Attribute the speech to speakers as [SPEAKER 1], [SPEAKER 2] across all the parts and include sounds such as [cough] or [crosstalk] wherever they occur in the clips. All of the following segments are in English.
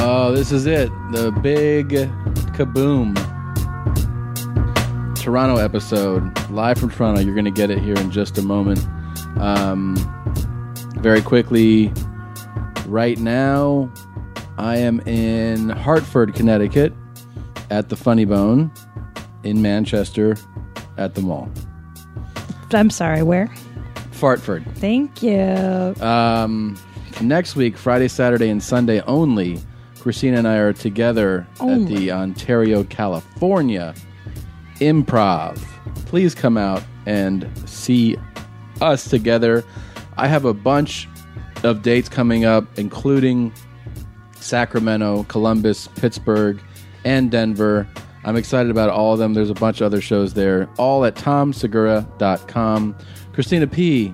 [SPEAKER 1] Oh, this is it. The big kaboom. Toronto episode. Live from Toronto. You're going to get it here in just a moment. Um, very quickly, right now, I am in Hartford, Connecticut at the Funny Bone, in Manchester at the mall.
[SPEAKER 2] I'm sorry, where?
[SPEAKER 1] Fartford.
[SPEAKER 2] Thank you.
[SPEAKER 1] Um, next week, Friday, Saturday, and Sunday only, Christina and I are together at the Ontario, California Improv. Please come out and see us together. I have a bunch of dates coming up, including Sacramento, Columbus, Pittsburgh, and Denver. I'm excited about all of them. There's a bunch of other shows there, all at tomsegura.com. Christina P.,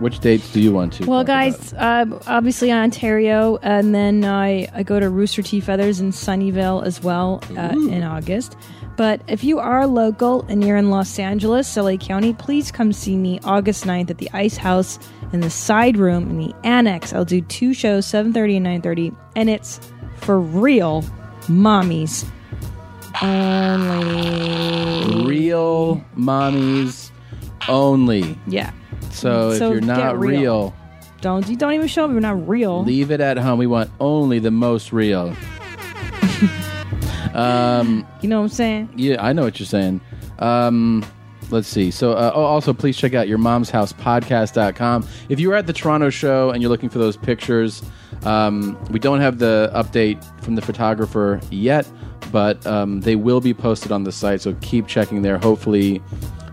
[SPEAKER 1] which dates do you want to?
[SPEAKER 2] well,
[SPEAKER 1] talk about?
[SPEAKER 2] guys, uh, obviously Ontario, and then I, I go to Rooster Tea Feathers in Sunnyvale as well uh, in August. But if you are local and you're in Los Angeles, LA County, please come see me August 9th at the Ice House in the side room in the annex. I'll do two shows, 7.30 and 9.30, and it's for real mommies and ladies.
[SPEAKER 1] real mommies only.
[SPEAKER 2] Yeah.
[SPEAKER 1] So,
[SPEAKER 2] So
[SPEAKER 1] if you're not
[SPEAKER 2] get real.
[SPEAKER 1] real,
[SPEAKER 2] Don't you don't even show up. You're not real.
[SPEAKER 1] leave it at home. We want only the
[SPEAKER 2] [laughs]
[SPEAKER 1] most real. um,
[SPEAKER 2] You know what I'm saying?
[SPEAKER 1] yeah, I know what you're saying. Um, let's see. So, uh, oh, also, please check out your mom's house podcast.com. If you were at the Toronto show and you're looking for those pictures, um, we don't have the update from the photographer yet, but um, they will be posted on the site. So keep checking there. Hopefully,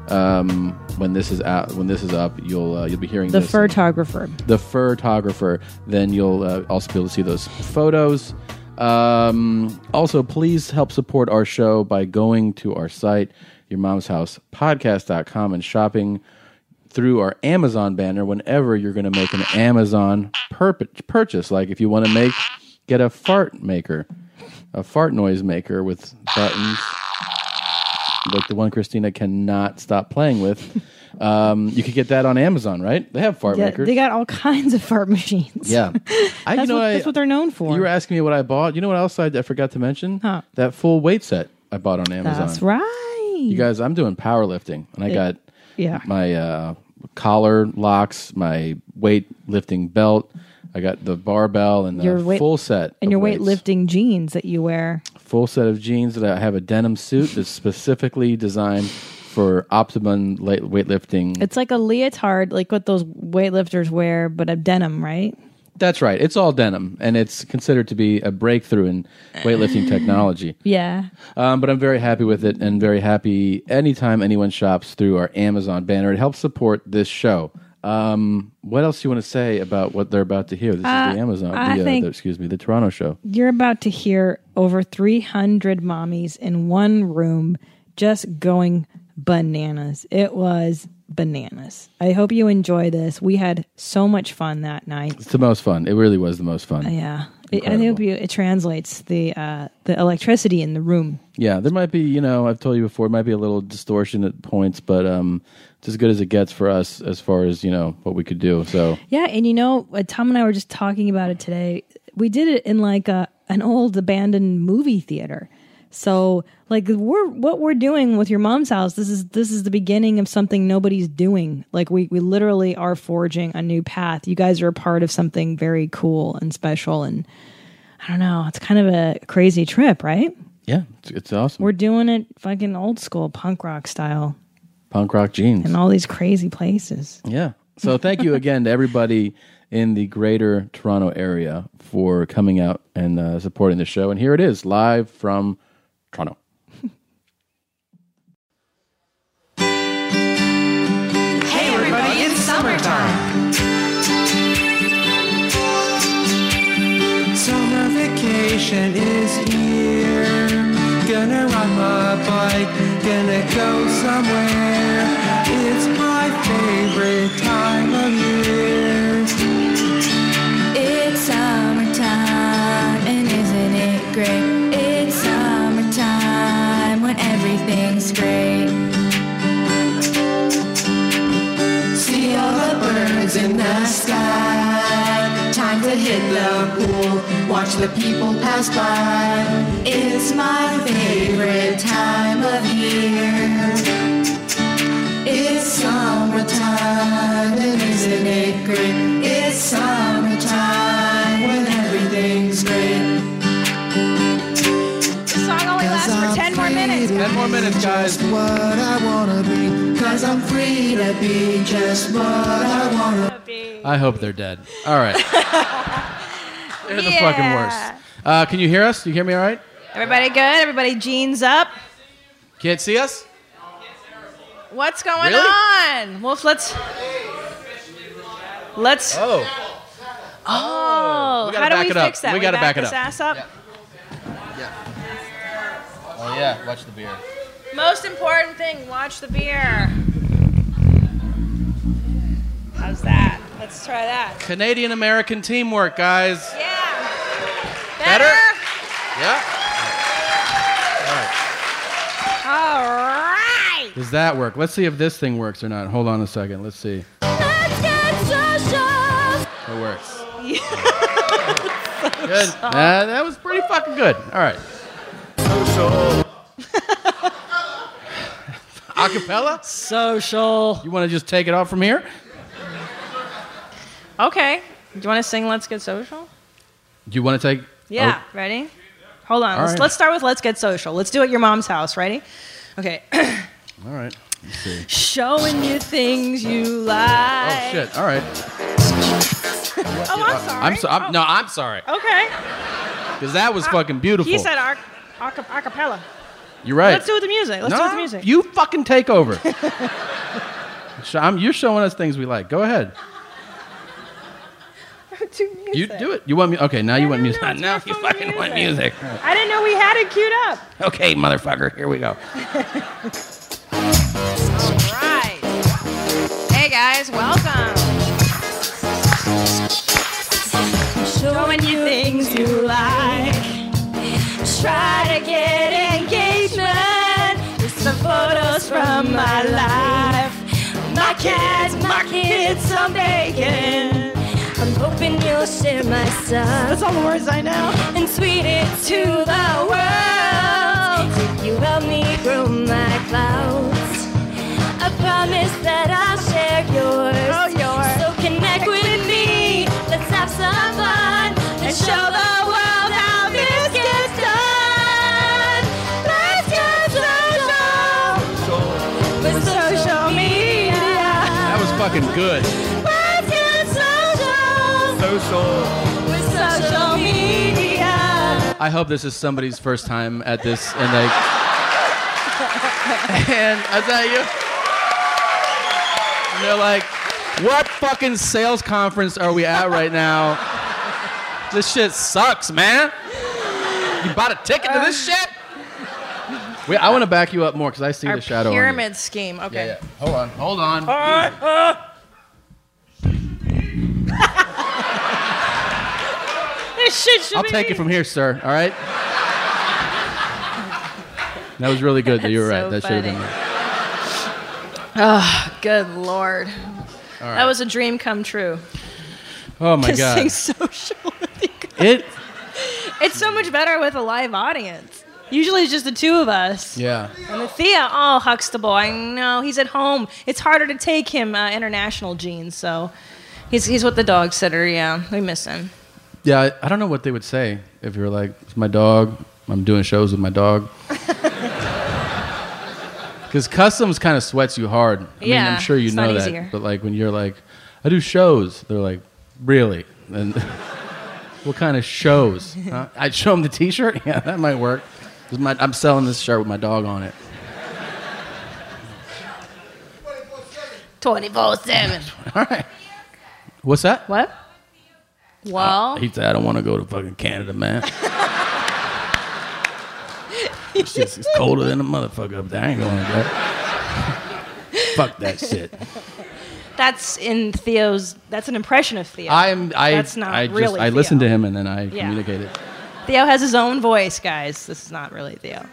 [SPEAKER 1] um, when this is out, when this is up, you'll uh, you'll be hearing
[SPEAKER 2] The
[SPEAKER 1] this
[SPEAKER 2] photographer.
[SPEAKER 1] the photographer, then you'll uh, also be able to see those photos. Um, also, please help support our show by going to our site, your mom's house podcast.com, and shopping through our Amazon banner whenever you're going to make an Amazon perp- purchase. Like if you want to make, get a fart maker, a fart noise maker with buttons like the one Christina cannot stop playing with. [laughs] Um, you could get that on Amazon, right? They have fart
[SPEAKER 2] Yeah,
[SPEAKER 1] makers.
[SPEAKER 2] they got all [laughs] kinds of fart machines.
[SPEAKER 1] Yeah,
[SPEAKER 2] [laughs]
[SPEAKER 1] I,
[SPEAKER 2] That's, what, that's what they're known for.
[SPEAKER 1] You were asking me what I bought. You know what else I, I forgot to mention?
[SPEAKER 2] Huh.
[SPEAKER 1] That full weight set I bought on Amazon.
[SPEAKER 2] that's right.
[SPEAKER 1] You guys, I'm doing powerlifting, and I got
[SPEAKER 2] yeah.
[SPEAKER 1] my uh, collar locks, my weightlifting belt. I got the barbell and the
[SPEAKER 2] Your weight-
[SPEAKER 1] full set
[SPEAKER 2] and
[SPEAKER 1] of
[SPEAKER 2] your
[SPEAKER 1] weights.
[SPEAKER 2] weightlifting jeans that you wear.
[SPEAKER 1] full set of jeans that I have a denim suit that's specifically designed for optimum la- weightlifting.
[SPEAKER 2] It's like a leotard, like what those weightlifters wear, but a denim, right?
[SPEAKER 1] That's right. It's all denim, and it's considered to be a breakthrough in
[SPEAKER 2] [gasps]
[SPEAKER 1] weightlifting technology.
[SPEAKER 2] Yeah.
[SPEAKER 1] Um, but I'm very happy with it and very happy anytime anyone shops through our Amazon banner. It helps support this show. Um, what else do you want to say about what they're about to hear? This is the Amazon,
[SPEAKER 2] Uh, I
[SPEAKER 1] the,
[SPEAKER 2] think-
[SPEAKER 1] the- excuse me, the Toronto show.
[SPEAKER 2] You're about to hear over 300 mommies in one room just going bananas. It was bananas. I hope you enjoy this. We had so much fun that night.
[SPEAKER 1] It's the most fun. It really was the most fun.
[SPEAKER 2] Yeah, it, I hope you, it translates the uh, the electricity in the room.
[SPEAKER 1] Yeah, there might be, you know, I've told you before, it might be a little distortion at points, but um, it's as good as it gets for us as far as, you know, what we could do. So
[SPEAKER 2] Yeah, and you know, uh, Tom and I were just talking about it today. We did it in like a an old abandoned movie theater. So, like, we're what we're doing with your mom's house. This is this is the beginning of something nobody's doing. Like, we we literally are forging a new path. You guys are a part of something very cool and special. And I don't know, it's kind of a crazy trip, right?
[SPEAKER 1] yeah, it's, it's awesome.
[SPEAKER 2] We're doing it fucking old school punk rock style.
[SPEAKER 1] Punk rock jeans.
[SPEAKER 2] in all these crazy places.
[SPEAKER 1] Yeah. So thank you again to everybody in the greater Toronto area for coming out and uh, supporting the show. And here it is, live from Toronto.
[SPEAKER 3] Hey everybody, it's summertime.
[SPEAKER 4] Summer vacation is here. Gonna ride my bike, gonna go somewhere. It's my favorite time of year.
[SPEAKER 5] It's summertime, and isn't it great? It's summertime when everything's great.
[SPEAKER 3] See all the birds in the sky.
[SPEAKER 5] Time to
[SPEAKER 6] it hit the pool. Watch the people pass by.
[SPEAKER 7] It's my favorite time of year. It's summertime, and isn't it great? It's summertime when everything's great.
[SPEAKER 2] This song only lasts for 10 more minutes.
[SPEAKER 1] Ten more minutes, guys.
[SPEAKER 8] Just what I wanna be.
[SPEAKER 7] Cause I'm free to be just what I want.
[SPEAKER 1] I hope they're dead.
[SPEAKER 2] [laughs]
[SPEAKER 1] All right. they're the fucking
[SPEAKER 2] Yeah.
[SPEAKER 1] worst. Uh, can you hear us? You hear me all right?
[SPEAKER 2] Everybody good? Everybody jeans up?
[SPEAKER 1] Can't see us?
[SPEAKER 2] What's going
[SPEAKER 1] Really?
[SPEAKER 2] on? Wolf, let's. Let's. Oh,
[SPEAKER 1] Oh. we gotta
[SPEAKER 2] how do
[SPEAKER 1] back
[SPEAKER 2] we
[SPEAKER 1] it up.
[SPEAKER 2] fix that?
[SPEAKER 1] We gotta back it
[SPEAKER 2] this
[SPEAKER 1] up.
[SPEAKER 2] ass up.
[SPEAKER 1] Oh, yeah. Watch the beer.
[SPEAKER 2] Most important thing: watch the beer. How's that? Let's try that.
[SPEAKER 1] Canadian American teamwork, guys.
[SPEAKER 2] Yeah.
[SPEAKER 1] Better?
[SPEAKER 2] Better.
[SPEAKER 1] Yeah.
[SPEAKER 2] All right.
[SPEAKER 1] Does that work? Let's see if this thing works or not. Hold on a second. Let's see. It
[SPEAKER 2] [laughs]
[SPEAKER 1] works. good. Uh, that
[SPEAKER 2] [laughs]
[SPEAKER 1] was pretty fucking good. All right. Acapella?
[SPEAKER 2] Social.
[SPEAKER 1] You want to just take it off from here?
[SPEAKER 2] Okay. Do you want to sing "Let's Get Social"?
[SPEAKER 1] Do you want to take?
[SPEAKER 2] Yeah. Ready? Hold on.
[SPEAKER 1] Oh. All
[SPEAKER 2] Let's,
[SPEAKER 1] right.
[SPEAKER 2] let's start with "Let's Get Social." Let's do it at your mom's house. Ready? Okay. [clears throat]
[SPEAKER 1] Oh, all right. Let's see.
[SPEAKER 2] Showing you things you like.
[SPEAKER 1] Oh shit. All right.
[SPEAKER 2] Oh, I'm sorry.
[SPEAKER 1] I'm so. I'm,
[SPEAKER 2] Oh,
[SPEAKER 1] No, I'm sorry.
[SPEAKER 2] Okay.
[SPEAKER 1] Because that was fucking beautiful.
[SPEAKER 2] He said ar- aca- acapella. [laughs]
[SPEAKER 1] You're right.
[SPEAKER 2] Let's do it with the music. Let's do it with
[SPEAKER 1] No,
[SPEAKER 2] the music.
[SPEAKER 1] You fucking
[SPEAKER 2] [laughs]
[SPEAKER 1] take over. Sh- I'm- you're showing us things we like. Go ahead.
[SPEAKER 2] do music.
[SPEAKER 1] You do it. You want me? Okay, now you want
[SPEAKER 2] no,
[SPEAKER 1] music.
[SPEAKER 2] no, it's
[SPEAKER 1] now
[SPEAKER 2] my
[SPEAKER 1] you
[SPEAKER 2] phone
[SPEAKER 1] fucking want music.
[SPEAKER 2] I didn't know we had it queued up. [laughs]
[SPEAKER 1] Okay, motherfucker. Here we go.
[SPEAKER 2] Right. Hey guys, welcome. Showing you things you like. Try to get engagement. With some photos from my life. My kids, my kids, some bacon.
[SPEAKER 4] I'm hoping you'll share my stuff
[SPEAKER 2] That's all the words I know.
[SPEAKER 4] and tweet it to the world. If you help me grow my clouds, I promise that I'll share yours.
[SPEAKER 2] Oh, yours.
[SPEAKER 4] So connect with me. Let's have some fun and show the world how this gets done. Let's get social with social media.
[SPEAKER 1] That was fucking good.
[SPEAKER 4] Let's get social. with social media.
[SPEAKER 1] I hope this is somebody's first time at this, and like, and I tell you, and they're like, "What fucking sales conference are we at right now? This shit sucks, man. You bought a ticket to this
[SPEAKER 2] Uh,
[SPEAKER 1] shit." Wait, I want to back you up more because I see
[SPEAKER 2] Our
[SPEAKER 1] the shadow. on you.
[SPEAKER 2] pyramid scheme. Okay.
[SPEAKER 1] Yeah, yeah. Hold on. Hold on.
[SPEAKER 2] [laughs] This shit should
[SPEAKER 1] I'll
[SPEAKER 2] be
[SPEAKER 1] take it from here, sir. All right. That was really good. you were
[SPEAKER 2] That's so
[SPEAKER 1] right. that should have been.
[SPEAKER 2] funny.
[SPEAKER 1] there.
[SPEAKER 2] Ah, Good lord. That was a dream come true.
[SPEAKER 1] Oh my
[SPEAKER 2] to sing
[SPEAKER 1] god.
[SPEAKER 2] social with you guys. [laughs]
[SPEAKER 1] It.
[SPEAKER 2] It's so much better with a live audience. Usually it's just the two of us.
[SPEAKER 1] Yeah.
[SPEAKER 2] And the Thea, oh, Huxtable, I know. He's at home. It's harder to take him uh, international genes, so he's, he's with the dog sitter, yeah. We miss him.
[SPEAKER 1] Yeah, I, I don't know what they would say if you were like, it's my dog. I'm doing shows with my
[SPEAKER 2] [laughs]
[SPEAKER 1] dog. Because customs kind of sweats you hard. I mean,
[SPEAKER 2] Yeah,
[SPEAKER 1] I'm sure you
[SPEAKER 2] it's
[SPEAKER 1] know
[SPEAKER 2] not
[SPEAKER 1] that.
[SPEAKER 2] easier.
[SPEAKER 1] But like when you're like, I do shows, they're like, really? And [laughs] what kind
[SPEAKER 2] [laughs]
[SPEAKER 1] of shows? Huh? I'd show them the T-shirt. [laughs] Yeah, that might work. This is my- I'm selling this shirt with my dog on it. [laughs]
[SPEAKER 2] 24 7.
[SPEAKER 1] All right. What's that?
[SPEAKER 2] What? Well,
[SPEAKER 1] He said, I don't want to go to fucking
[SPEAKER 2] [laughs]
[SPEAKER 1] Canada, man. it's, just, it's colder than a motherfucker up there. I ain't going
[SPEAKER 2] [laughs]
[SPEAKER 1] to that. Fuck that shit.
[SPEAKER 2] that's in Theo's, that's an impression of Theo.
[SPEAKER 1] I'm, I,
[SPEAKER 2] That's not
[SPEAKER 1] I just,
[SPEAKER 2] really
[SPEAKER 1] I listened to
[SPEAKER 2] Theo.
[SPEAKER 1] him and then I
[SPEAKER 2] Yeah. [laughs]
[SPEAKER 1] communicated.
[SPEAKER 2] Theo has his own voice, guys. This is not really Theo.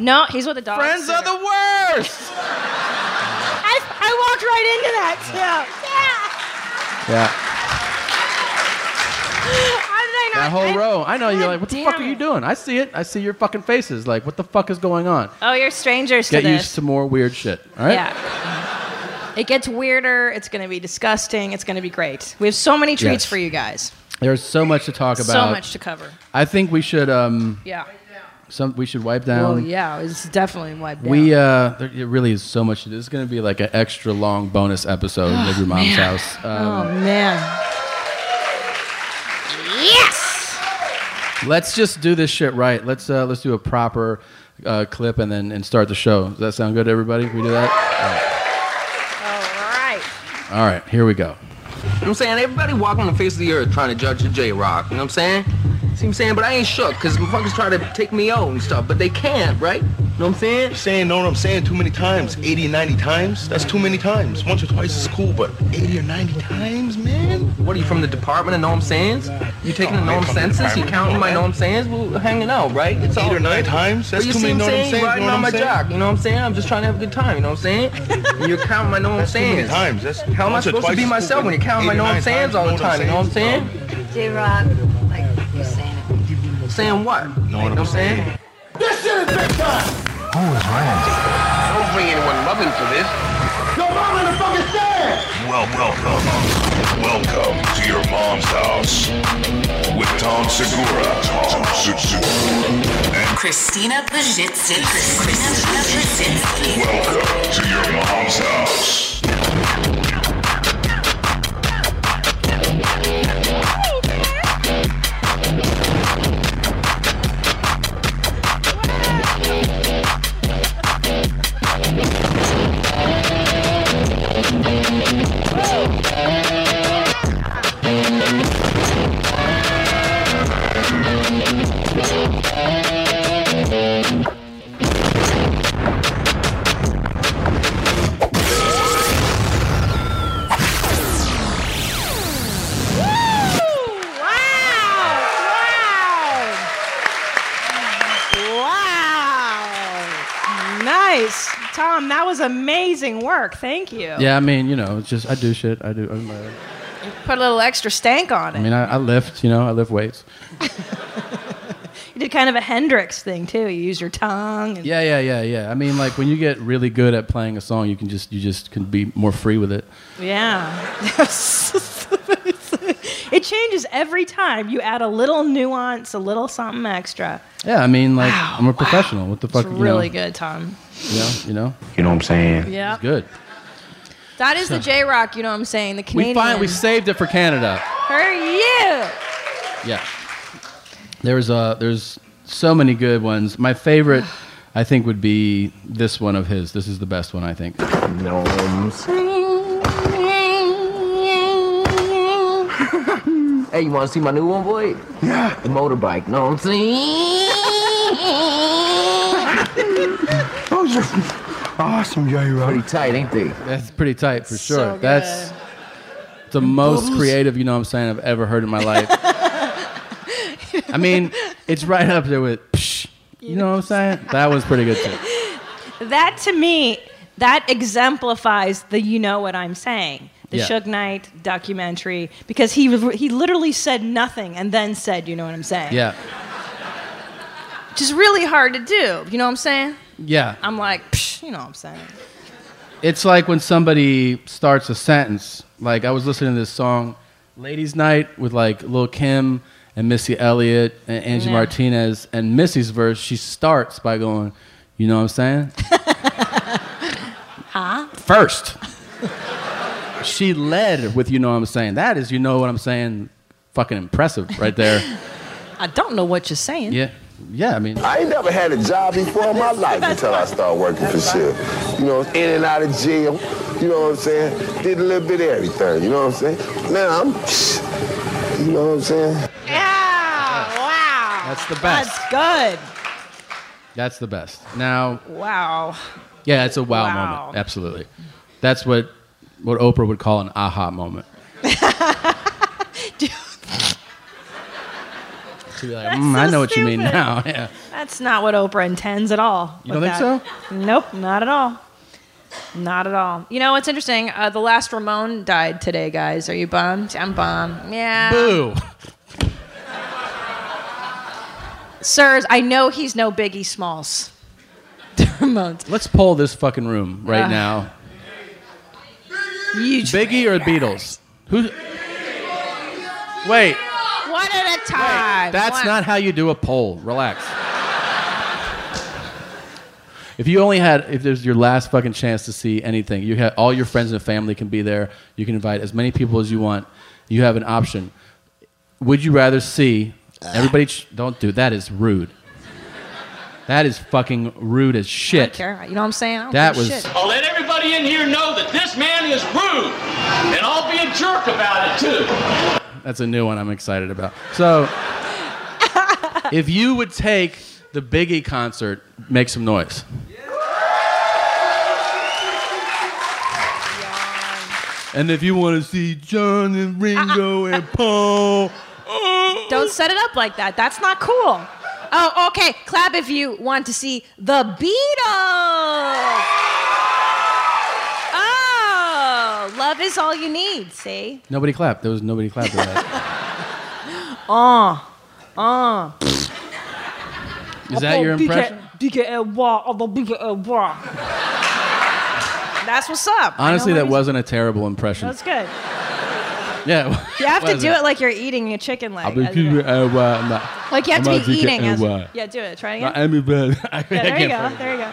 [SPEAKER 2] No, he's with the dog.
[SPEAKER 1] Friends
[SPEAKER 2] sitter.
[SPEAKER 1] are the worst!
[SPEAKER 2] I, I walked right into that, too. Yeah.
[SPEAKER 1] Yeah. a whole
[SPEAKER 2] I-
[SPEAKER 1] row. I know you're
[SPEAKER 2] God
[SPEAKER 1] like, what the
[SPEAKER 2] damn
[SPEAKER 1] fuck are
[SPEAKER 2] it.
[SPEAKER 1] you doing? I see it. I see your fucking faces. Like, what the fuck is going on?
[SPEAKER 2] Oh, you're strangers
[SPEAKER 1] Get
[SPEAKER 2] to this.
[SPEAKER 1] used to more weird shit. All right.
[SPEAKER 2] Yeah. It gets weirder. It's going to be disgusting. It's going to be great. We have so many treats
[SPEAKER 1] Yes.
[SPEAKER 2] for you guys.
[SPEAKER 1] There's so much to talk about.
[SPEAKER 2] So much to cover.
[SPEAKER 1] I think we should um
[SPEAKER 2] Yeah.
[SPEAKER 1] some we should wipe down.
[SPEAKER 2] Well, yeah, it's definitely wiped
[SPEAKER 1] We
[SPEAKER 2] down.
[SPEAKER 1] uh, there, it really is so much. to do. This is going to be like an extra long bonus episode of uh, your mom's house.
[SPEAKER 2] oh
[SPEAKER 1] Um,
[SPEAKER 2] man. Yes.
[SPEAKER 1] Let's just do this shit right. Let's uh, let's do a proper uh, clip and then and start the show. Does that sound good, to everybody? We do that.
[SPEAKER 2] All right.
[SPEAKER 1] All right. All right, here we go.
[SPEAKER 4] You know what I'm saying? Everybody walking on the face of the earth trying to judge the J-Rock. You know what I'm saying? See what I'm saying? But I ain't shook because motherfuckers try to take me out and stuff, but they can't, right? You know what I'm saying?
[SPEAKER 9] Saying no, I'm saying too many times. 80, 90 times? That's too many times. Once or twice is cool, but 80 or 90 times, man?
[SPEAKER 4] What are you from the Department of Norm Sands? You taking the
[SPEAKER 9] Oh, I
[SPEAKER 4] Norm
[SPEAKER 9] ain't from the
[SPEAKER 4] Census? You
[SPEAKER 9] Department,
[SPEAKER 4] counting my
[SPEAKER 9] man.
[SPEAKER 4] Norm Sands? We're hanging out, right? It's
[SPEAKER 9] Eight
[SPEAKER 4] all
[SPEAKER 9] or nine times?
[SPEAKER 4] But
[SPEAKER 9] That's
[SPEAKER 4] you
[SPEAKER 9] too
[SPEAKER 4] see
[SPEAKER 9] many know
[SPEAKER 4] what I'm
[SPEAKER 9] what I'm
[SPEAKER 4] saying?
[SPEAKER 9] saying?
[SPEAKER 4] You riding
[SPEAKER 9] know what
[SPEAKER 4] on
[SPEAKER 9] I'm
[SPEAKER 4] my
[SPEAKER 9] saying?
[SPEAKER 4] jock. You know what I'm saying? I'm just trying to have a good time. You know what
[SPEAKER 9] [laughs]
[SPEAKER 4] I'm saying? And you're counting my Norm
[SPEAKER 9] That's too many
[SPEAKER 4] Sands.
[SPEAKER 9] times. That's
[SPEAKER 4] How am I
[SPEAKER 9] once or
[SPEAKER 4] supposed to
[SPEAKER 9] twice
[SPEAKER 4] be
[SPEAKER 9] is cool,
[SPEAKER 4] myself when
[SPEAKER 9] but
[SPEAKER 4] you count my
[SPEAKER 9] eight or
[SPEAKER 4] Norm
[SPEAKER 9] nine times,
[SPEAKER 4] Sands all the time? You know what I'm saying?
[SPEAKER 10] J Rock, like you're saying it.
[SPEAKER 4] Saying what? You know what I'm saying?
[SPEAKER 11] This shit is big time.
[SPEAKER 4] Don't bring anyone loving to this.
[SPEAKER 11] Your mom in the fucking stand.
[SPEAKER 12] Well, welcome. Welcome to your mom's house with Tom Segura. Tom Segura. And
[SPEAKER 13] Christina Pajitsky. Christina Pajitsky.
[SPEAKER 12] welcome to your mom's house.
[SPEAKER 2] Wow. Nice. Tom, that was amazing work. Thank you.
[SPEAKER 1] Yeah, I mean, you know, it's just I do shit. I do. I'm, uh,
[SPEAKER 2] Put a little extra stank on
[SPEAKER 1] I
[SPEAKER 2] it.
[SPEAKER 1] mean, I, I lift. You know, I lift weights.
[SPEAKER 2] You did kind of a Hendrix thing too. You used your tongue and
[SPEAKER 1] Yeah, yeah, yeah, yeah. I mean, like when you get really good at playing a song, you can just you just can be more free with it.
[SPEAKER 2] Yeah. [laughs] it changes every time. You add a little nuance, a little something extra.
[SPEAKER 1] Yeah, I mean, like I'm a professional. What the fuck?
[SPEAKER 2] It's
[SPEAKER 1] you know?
[SPEAKER 2] really good, Tom.
[SPEAKER 1] You know, you know,
[SPEAKER 4] You know what I'm saying?
[SPEAKER 2] Yeah.
[SPEAKER 1] it's good.
[SPEAKER 2] That is the
[SPEAKER 1] So-
[SPEAKER 2] J Rock, you know what I'm saying? The
[SPEAKER 1] We
[SPEAKER 2] Canadian.
[SPEAKER 1] find we saved it for Canada.
[SPEAKER 2] For you.
[SPEAKER 1] Yeah. There's uh there's so many good ones. My favorite I think would be this one of his. This is the best one I think.
[SPEAKER 4] Hey, you want to see my new one, boy? Yeah. The motorbike. Know what
[SPEAKER 14] [laughs]
[SPEAKER 4] I'm saying?
[SPEAKER 15] Those are awesome, J Rock.
[SPEAKER 4] Pretty tight, ain't they?
[SPEAKER 1] That's pretty tight for
[SPEAKER 2] So
[SPEAKER 1] sure.
[SPEAKER 2] good.
[SPEAKER 1] That's the most creative, you know what I'm saying, I've ever heard in my life. I mean, it's right up there with psh, you know what I'm saying? That one's pretty good too.
[SPEAKER 2] That to me, that exemplifies the you know what I'm saying. The
[SPEAKER 1] Yeah.
[SPEAKER 2] Suge Knight documentary, because he he literally said nothing and then said, you know what I'm saying?
[SPEAKER 1] Yeah.
[SPEAKER 2] Which is really hard to do. You know what I'm saying?
[SPEAKER 1] Yeah.
[SPEAKER 2] I'm like, Psh, you know what I'm saying?
[SPEAKER 1] It's like when somebody starts a sentence. Like I was listening to this song, "Ladies' Night," with like Lil Kim and Missy Elliott and Angie
[SPEAKER 2] Yeah.
[SPEAKER 1] Martinez. And Missy's verse, she starts by going, "You know what I'm
[SPEAKER 2] [laughs]
[SPEAKER 1] saying?"
[SPEAKER 2] Huh?
[SPEAKER 1] First, she led with "You know what I'm saying." That is, you know what I'm saying. Fucking impressive,
[SPEAKER 2] [laughs]
[SPEAKER 1] right there.
[SPEAKER 2] I don't know what you're saying.
[SPEAKER 1] yeah, yeah. I mean,
[SPEAKER 16] I ain't never had a job before in my life until I started working for Shiv. You know, in and out of jail. You know what I'm saying? Did a little bit of everything. You know what I'm saying? Now I'm, you know what I'm saying?
[SPEAKER 2] Yeah. Wow.
[SPEAKER 1] That's the best.
[SPEAKER 2] That's
[SPEAKER 1] that's the best. Now,
[SPEAKER 2] good. Wow.
[SPEAKER 1] yeah, it's a wow,
[SPEAKER 2] Wow.
[SPEAKER 1] moment. Absolutely, that's what what Oprah would call an
[SPEAKER 2] [laughs]
[SPEAKER 1] aha moment. To be like,
[SPEAKER 2] That's
[SPEAKER 1] "Mm, I
[SPEAKER 2] so
[SPEAKER 1] know what you mean
[SPEAKER 2] stupid."
[SPEAKER 1] now. [laughs] Yeah.
[SPEAKER 2] That's not what Oprah intends at all.
[SPEAKER 1] You don't
[SPEAKER 2] with
[SPEAKER 1] think
[SPEAKER 2] that. Nope, not at all. Not at all. You know what's interesting? Uh, the last Ramon died today, guys. Are you bummed? I'm bummed. Yeah.
[SPEAKER 1] Boo.
[SPEAKER 2] sirs, I know he's no Biggie Smalls. The Ramones.
[SPEAKER 1] Let's poll this fucking room right
[SPEAKER 2] Uh,
[SPEAKER 1] now. Biggie or Beatles? Who? Wait,
[SPEAKER 2] One at a time.
[SPEAKER 1] that's
[SPEAKER 2] One-
[SPEAKER 1] not how you do a poll. Relax. If you only had, if there's your last fucking chance to see anything, you had all your friends and family can be there. You can invite as many people as you want. You have an option. Would you rather see everybody? Ch- don't do that. Is rude. That is fucking rude
[SPEAKER 2] I
[SPEAKER 1] as
[SPEAKER 2] don't
[SPEAKER 1] shit.
[SPEAKER 2] care. You know what I'm saying? I don't
[SPEAKER 1] That
[SPEAKER 2] give a
[SPEAKER 1] was-
[SPEAKER 2] shit.
[SPEAKER 17] I'll let everybody in here know that this man is rude, and I'll be a jerk about it too.
[SPEAKER 1] That's a new one I'm excited about.
[SPEAKER 2] [laughs]
[SPEAKER 1] So, if you would take the Biggie concert, make some noise. And if you want to see John and
[SPEAKER 2] [laughs]
[SPEAKER 1] Ringo and
[SPEAKER 18] Oh.
[SPEAKER 1] Paul,
[SPEAKER 2] Don't set it up like that. That's not cool. Oh, okay. Clap if you want to see the Beatles. Oh, love is all you need. See?
[SPEAKER 1] nobody clapped. There was nobody
[SPEAKER 2] [laughs]
[SPEAKER 1] clapped. for that.
[SPEAKER 2] Oh, oh.
[SPEAKER 1] Is that your impression?
[SPEAKER 2] That's what's up. I know
[SPEAKER 1] Honestly,
[SPEAKER 2] what
[SPEAKER 1] that
[SPEAKER 2] he's-
[SPEAKER 1] wasn't a terrible impression.
[SPEAKER 2] That's good.
[SPEAKER 1] yeah.
[SPEAKER 2] [laughs] You have to do
[SPEAKER 1] wasn't.
[SPEAKER 2] it like you're eating a chicken leg.
[SPEAKER 1] I'll be- uh, well, I'm not-
[SPEAKER 2] Like you have
[SPEAKER 1] I'm
[SPEAKER 2] to
[SPEAKER 1] not
[SPEAKER 2] be
[SPEAKER 1] DK,
[SPEAKER 2] eating. As,
[SPEAKER 1] uh,
[SPEAKER 2] yeah, do it. Try it
[SPEAKER 1] not
[SPEAKER 2] again.
[SPEAKER 1] Amy Bell. [laughs] I
[SPEAKER 2] Yeah, there you
[SPEAKER 1] can't
[SPEAKER 2] go.
[SPEAKER 1] fucking-
[SPEAKER 2] There you go.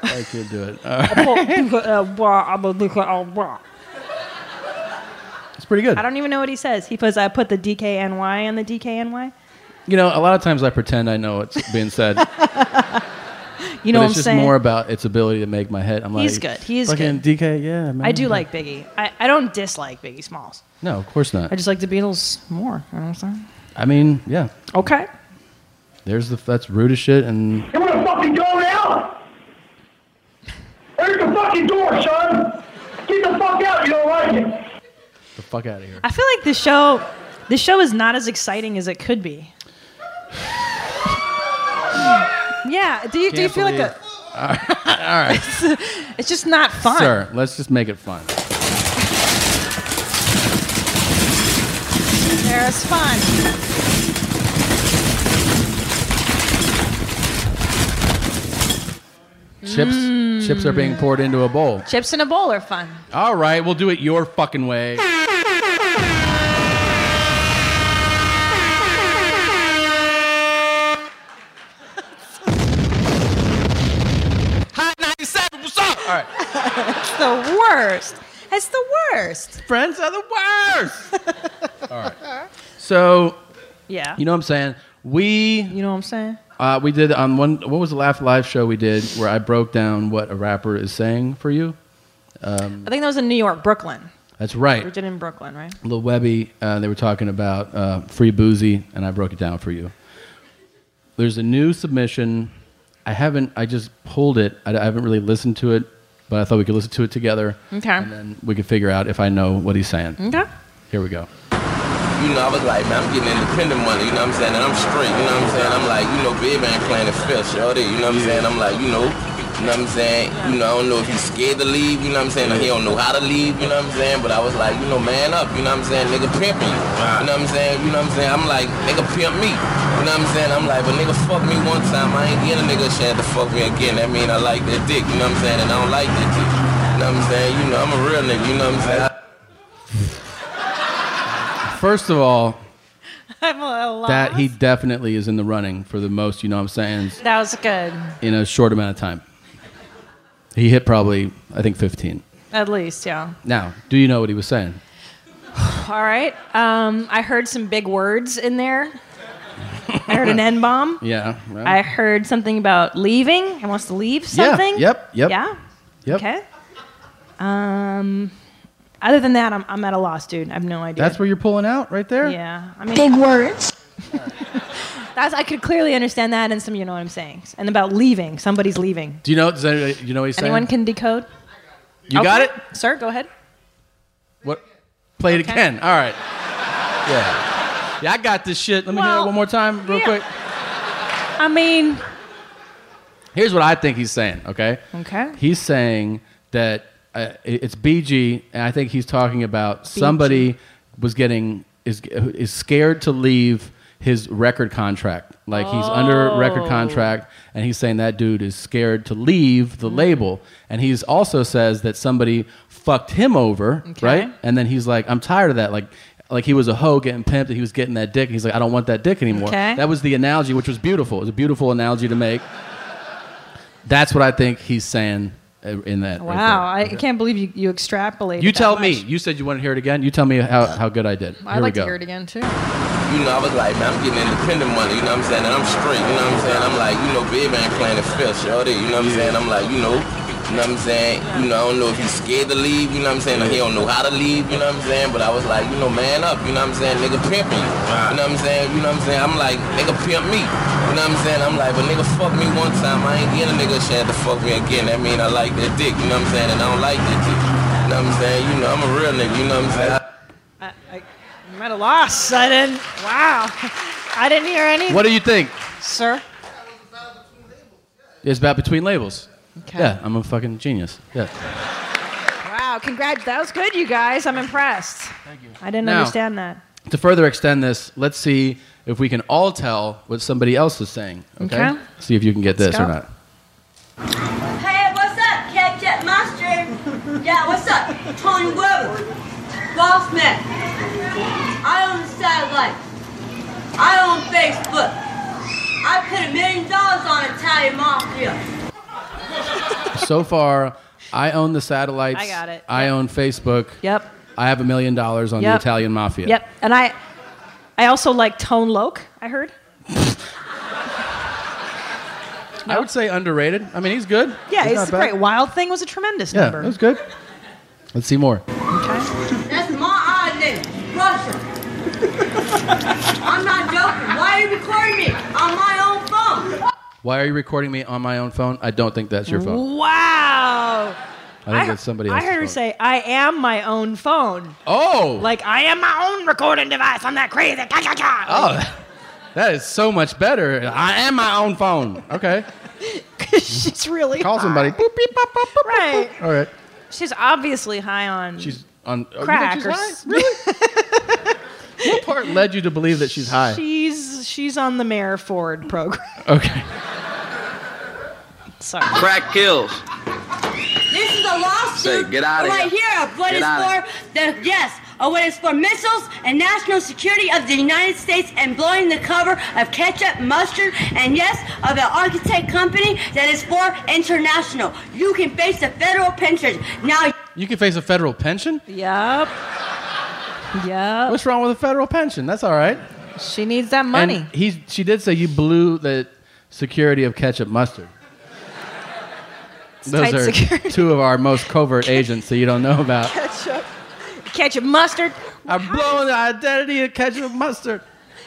[SPEAKER 1] I can't do
[SPEAKER 2] [laughs]
[SPEAKER 1] it. All right.
[SPEAKER 2] Uh, oh, I
[SPEAKER 1] It's pretty good.
[SPEAKER 2] don't even know what he says. He puts I put the DKNY on the DKNY.
[SPEAKER 1] You know, a lot of times I pretend I know what's being said.
[SPEAKER 2] [laughs] You know
[SPEAKER 1] but
[SPEAKER 2] what
[SPEAKER 1] it's
[SPEAKER 2] I'm
[SPEAKER 1] just
[SPEAKER 2] saying?
[SPEAKER 1] more about its ability to make my head. I'm like,
[SPEAKER 2] He's good. He is
[SPEAKER 1] fucking
[SPEAKER 2] good.
[SPEAKER 1] DK, yeah, man.
[SPEAKER 2] I do like Biggie. I, I don't dislike Biggie Smalls.
[SPEAKER 1] No, of course not.
[SPEAKER 2] I just like the Beatles more. You know what I'm saying?
[SPEAKER 1] I mean, yeah.
[SPEAKER 2] Okay.
[SPEAKER 1] There's the that's rude as shit, and
[SPEAKER 14] You wanna fucking go now? There's the fucking door, son. Get the fuck out, you don't like it.
[SPEAKER 1] the fuck out of here.
[SPEAKER 2] I feel like the show the show is not as exciting as it could be. [sighs] yeah. Do you do you
[SPEAKER 1] Can't
[SPEAKER 2] feel like
[SPEAKER 1] believe-
[SPEAKER 2] a
[SPEAKER 1] All right, all right.
[SPEAKER 2] [laughs] it's just not fun.
[SPEAKER 1] sir. Let's just make it fun.
[SPEAKER 2] There's fun.
[SPEAKER 1] Chips, chips are
[SPEAKER 2] Mm.
[SPEAKER 1] being poured into a bowl.
[SPEAKER 2] Chips in a bowl are fun.
[SPEAKER 1] All right, we'll do it your fucking way.
[SPEAKER 17] Hot 97, what's up?
[SPEAKER 1] All right.
[SPEAKER 2] it's the worst. It's the worst.
[SPEAKER 1] Friends are the worst. All right. So,
[SPEAKER 2] Yeah.
[SPEAKER 1] you know what I'm saying? We,
[SPEAKER 2] You know what I'm saying?
[SPEAKER 1] uh, we did on one. What was the last live show we did where I broke down what a rapper is saying for you? Um,
[SPEAKER 2] I think that was in New York, Brooklyn.
[SPEAKER 1] that's right.
[SPEAKER 2] We did it in Brooklyn, right? [laughs]
[SPEAKER 1] Lil Webby, uh, they were talking about uh, free boozy, and I broke it down for you. There's a new submission. I haven't. I just pulled it. I, I haven't really listened to it, but I thought we could listen to it together.
[SPEAKER 2] Okay.
[SPEAKER 1] And then we could figure out if I know what he's saying.
[SPEAKER 2] Okay.
[SPEAKER 1] Here we go.
[SPEAKER 16] You know, I was like, man, I'm getting independent money, you know what I'm saying? And I'm straight, you know what I'm saying? I'm like, you know, Big Man playing the fifth, shorty, you know what I'm saying? I'm like, you know, you know what I'm saying? You know, I don't know if he's scared to leave, you know what I'm saying? Or he don't know how to leave, you know what I'm saying? But I was like, you know, man up, you know what I'm saying? Nigga pimp you, you know what I'm saying? You know what I'm saying? I'm like, nigga pimp me, you know what I'm saying? I'm like, but nigga fuck me one time, I ain't getting a nigga shit to fuck me again. That mean I like that dick, you know what I'm saying? And I don't like that dick, you know what I'm saying? You know, I'm a real nigga, you know what I'm saying?
[SPEAKER 1] First of all,
[SPEAKER 2] I'm a lot.
[SPEAKER 1] that he definitely is in the running for the most. You know what I'm saying?
[SPEAKER 2] That was good,
[SPEAKER 1] In a short amount of time, he hit probably I think 15.
[SPEAKER 2] at least, yeah.
[SPEAKER 1] Now, do you know what he was saying?
[SPEAKER 2] All right. Um, I heard some big words in there. I heard an N
[SPEAKER 1] [laughs]
[SPEAKER 2] bomb.
[SPEAKER 1] Yeah. well,
[SPEAKER 2] I heard something about leaving. He wants to leave
[SPEAKER 1] Yeah,
[SPEAKER 2] something.
[SPEAKER 1] yep, yep.
[SPEAKER 2] Yeah.
[SPEAKER 1] Yep.
[SPEAKER 2] Okay. Um, other than that, I'm, I'm at a loss, dude. I have no idea.
[SPEAKER 1] That's where you're pulling out right there.
[SPEAKER 2] Yeah. I mean, big words. [laughs] That's, I could clearly understand that and some, you know what I'm saying. And about leaving. Somebody's leaving.
[SPEAKER 1] Do you know? Does anybody, you know what he's saying?
[SPEAKER 2] Anyone can decode?
[SPEAKER 1] You got it?
[SPEAKER 2] Okay. Sir, go ahead.
[SPEAKER 1] What? Play it
[SPEAKER 2] Okay.
[SPEAKER 1] again. All right. Yeah. Yeah, I got this shit. Let me hear it
[SPEAKER 2] Well,
[SPEAKER 1] one more time, real
[SPEAKER 2] yeah.
[SPEAKER 1] quick.
[SPEAKER 2] I mean,
[SPEAKER 1] Here's what I think he's saying. Okay.
[SPEAKER 2] okay.
[SPEAKER 1] He's saying that uh, it- it's BG, and I think he's talking about somebody was getting is is scared to leave his record contract. Like he's under record
[SPEAKER 2] Oh.
[SPEAKER 1] contract, and he's saying that dude is scared to leave
[SPEAKER 2] Mm-hmm.
[SPEAKER 1] the label. And he's also says that somebody fucked him over, right? And then he's like, I'm tired of that. Like, like he was a hoe getting pimped, and he was getting that dick. And he's like, I don't want that dick anymore.
[SPEAKER 2] Okay.
[SPEAKER 1] That was the analogy, which was beautiful. It was a beautiful analogy to make. That's what I think he's saying uh, in that. right
[SPEAKER 2] Wow, I I can't believe you, you extrapolated.
[SPEAKER 1] you
[SPEAKER 2] that
[SPEAKER 1] tell
[SPEAKER 2] much.
[SPEAKER 1] me. You said you want to hear it again. You tell me how, how good I did.
[SPEAKER 2] I'd
[SPEAKER 1] Here
[SPEAKER 2] like
[SPEAKER 1] we go.
[SPEAKER 2] to hear it again too.
[SPEAKER 16] You know, I was like, man, I'm getting independent money, you know what I'm saying? And I'm straight, you know what I'm saying? I'm like, you know, big man playing the fish, all day, you know what I'm saying? I'm like, you know, you know what I'm saying? You know, I don't know if he's scared to leave, you know what I'm saying? Or he don't know how to leave, you know what I'm saying? But I was like, you know, man up, you know what I'm saying? Nigga pimp me, you know what I'm saying? You know what I'm saying? I'm like, nigga pimp me, you know what I'm saying? I'm like, but nigga fuck me one time, I ain't getting a nigga chance to fuck me again. That mean I like that dick, you know what I'm saying? And I don't like that dick, you know what I'm saying? You know, I'm a real nigga, you know what I'm saying?
[SPEAKER 2] I, I, I'm at a loss. I didn't. Wow, [laughs] I didn't hear anything.
[SPEAKER 1] What do you think?
[SPEAKER 2] sir?
[SPEAKER 1] It's about between labels.
[SPEAKER 2] Okay.
[SPEAKER 1] Yeah, I'm a fucking genius. Yeah.
[SPEAKER 2] Wow, congrats. That was good, you guys. I'm impressed. Thank you. I didn't
[SPEAKER 1] Now-
[SPEAKER 2] understand that.
[SPEAKER 1] To further extend this, let's see if we can all tell what somebody else is saying. Okay.
[SPEAKER 2] Okay.
[SPEAKER 1] See if you can get
[SPEAKER 2] Let's
[SPEAKER 1] this or
[SPEAKER 2] go.
[SPEAKER 1] not.
[SPEAKER 5] Hey, what's up, Cat Cat Monster? Yeah, what's up? Tony Weber. Boss Man. I own the satellite. I own Facebook. I put a million dollars on Italian Mafia.
[SPEAKER 1] so far, I own the satellites.
[SPEAKER 2] I got it.
[SPEAKER 1] I own Facebook.
[SPEAKER 2] Yep.
[SPEAKER 1] I have a million dollars on the
[SPEAKER 2] Yep.
[SPEAKER 1] Italian mafia.
[SPEAKER 2] Yep. And I, I also like Tone Loc. I heard.
[SPEAKER 1] I would say underrated. I mean, he's good.
[SPEAKER 2] Yeah,
[SPEAKER 1] he's
[SPEAKER 2] it's
[SPEAKER 1] not bad.
[SPEAKER 2] great. Wild Thing was a tremendous
[SPEAKER 1] Yeah,
[SPEAKER 2] number.
[SPEAKER 1] that was good. Let's see more.
[SPEAKER 5] That's my island, Russia. I'm not joking. Why are you recording me on my own phone?
[SPEAKER 1] Why are you recording me on my own phone? I don't think that's your phone.
[SPEAKER 2] Wow.
[SPEAKER 1] I think that's somebody
[SPEAKER 2] I
[SPEAKER 1] else's
[SPEAKER 2] heard her
[SPEAKER 1] phone.
[SPEAKER 2] say, I am my own phone.
[SPEAKER 1] Oh.
[SPEAKER 2] Like, I am my own recording device. I'm that crazy. Ka, ka, ka.
[SPEAKER 1] Oh, [laughs] that is so much better. I am my own phone. Okay.
[SPEAKER 2] [laughs] She's really
[SPEAKER 1] Call
[SPEAKER 2] high.
[SPEAKER 1] somebody. Boop,
[SPEAKER 2] Right.
[SPEAKER 1] All right.
[SPEAKER 2] She's obviously high on
[SPEAKER 1] She's on. oh, you think
[SPEAKER 2] crack.
[SPEAKER 1] she's
[SPEAKER 2] or
[SPEAKER 1] high?
[SPEAKER 2] s- [laughs]
[SPEAKER 1] What part led you to believe that she's high?
[SPEAKER 2] She's she's on the Mayor Ford program.
[SPEAKER 1] Okay.
[SPEAKER 2] Sorry.
[SPEAKER 19] Crack kills.
[SPEAKER 5] This is a lawsuit
[SPEAKER 19] Say, get outta
[SPEAKER 5] right
[SPEAKER 19] here.
[SPEAKER 5] here of what
[SPEAKER 19] Get
[SPEAKER 5] is
[SPEAKER 19] outta
[SPEAKER 5] for the yes, of what is for missiles and national security of the United States and blowing the cover of ketchup, mustard, and yes, of an architect company that is for international. You can face the federal pension now.
[SPEAKER 1] You can face a federal pension?
[SPEAKER 2] Yep. Yep.
[SPEAKER 1] What's wrong with a federal pension? That's all right.
[SPEAKER 2] She needs that money.
[SPEAKER 1] And he, she did say you blew the security of ketchup mustard. Those
[SPEAKER 2] tight
[SPEAKER 1] are
[SPEAKER 2] security.
[SPEAKER 1] two of our most
[SPEAKER 2] [laughs]
[SPEAKER 1] covert agents that you don't know about.
[SPEAKER 2] ketchup, ketchup mustard.
[SPEAKER 1] I'm blowing the identity of ketchup mustard.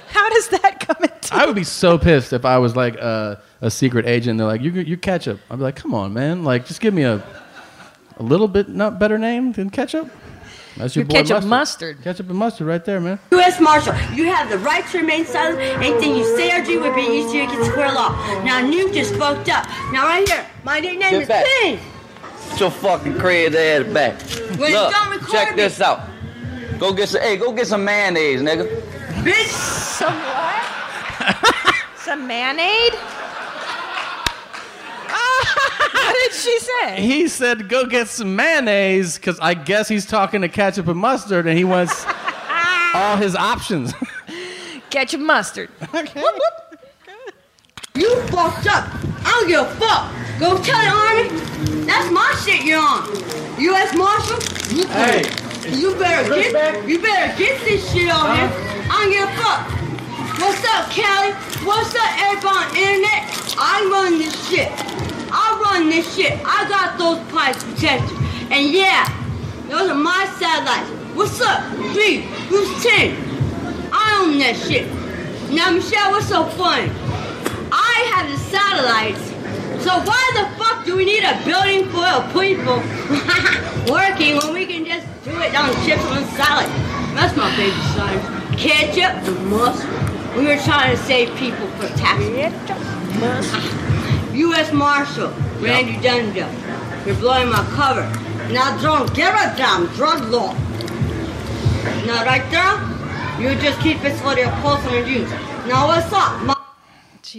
[SPEAKER 2] How does that come into?
[SPEAKER 1] [laughs] I would be so pissed if I was like a, a secret agent. and They're like, you, you ketchup. I'd be like, come on, man. Like, just give me a, a little bit not better name than ketchup. That's your,
[SPEAKER 5] Your
[SPEAKER 1] boy
[SPEAKER 5] ketchup
[SPEAKER 1] mustard. Ketchup and mustard right there, man.
[SPEAKER 5] U.S. Marshal, you have the right to remain silent. Anything you say or do would be used against square law. Now you just fucked up. Now right here, my nickname
[SPEAKER 19] Get
[SPEAKER 5] is
[SPEAKER 19] back.
[SPEAKER 5] King.
[SPEAKER 19] Get your fucking crazy ass back.
[SPEAKER 5] Wait,
[SPEAKER 19] Look,
[SPEAKER 5] don't record
[SPEAKER 19] check
[SPEAKER 5] me.
[SPEAKER 19] this out. Go get some. Hey, go get some mayonnaise, nigga.
[SPEAKER 5] Bitch.
[SPEAKER 2] [laughs] Some
[SPEAKER 1] [laughs]
[SPEAKER 2] what? Some mayonnaise. what did she say?
[SPEAKER 1] He said, go get some mayonnaise because I guess he's talking to ketchup and mustard and
[SPEAKER 20] [laughs]
[SPEAKER 1] he wants all his options. [laughs]
[SPEAKER 2] Ketchup mustard.
[SPEAKER 1] Okay.
[SPEAKER 5] You fucked up. I don't give a fuck. Go tell the army. That's my shit you're on. U.S. Marshal. You
[SPEAKER 19] Hey,
[SPEAKER 5] better, you better get you better get this shit on here. I don't give a fuck. What's up, Cali? What's up, everybody on the internet? I run this shit. I run this shit. I got those pipes protected. And yeah, those are my satellites. What's up, B? Who's 10? I own that shit. Now, Michelle, what's so funny? I have the satellites. So why the fuck do we need a building full of people working when we can just do it on chips and salad? That's my favorite science. Ketchup and mustard. We were trying to save people for taxes. U.S. Marshal Randy Dunjo. You're blowing my cover. Now don't give a damn drug law. Now right there, you just keep this for your personal use. Now what's up? My-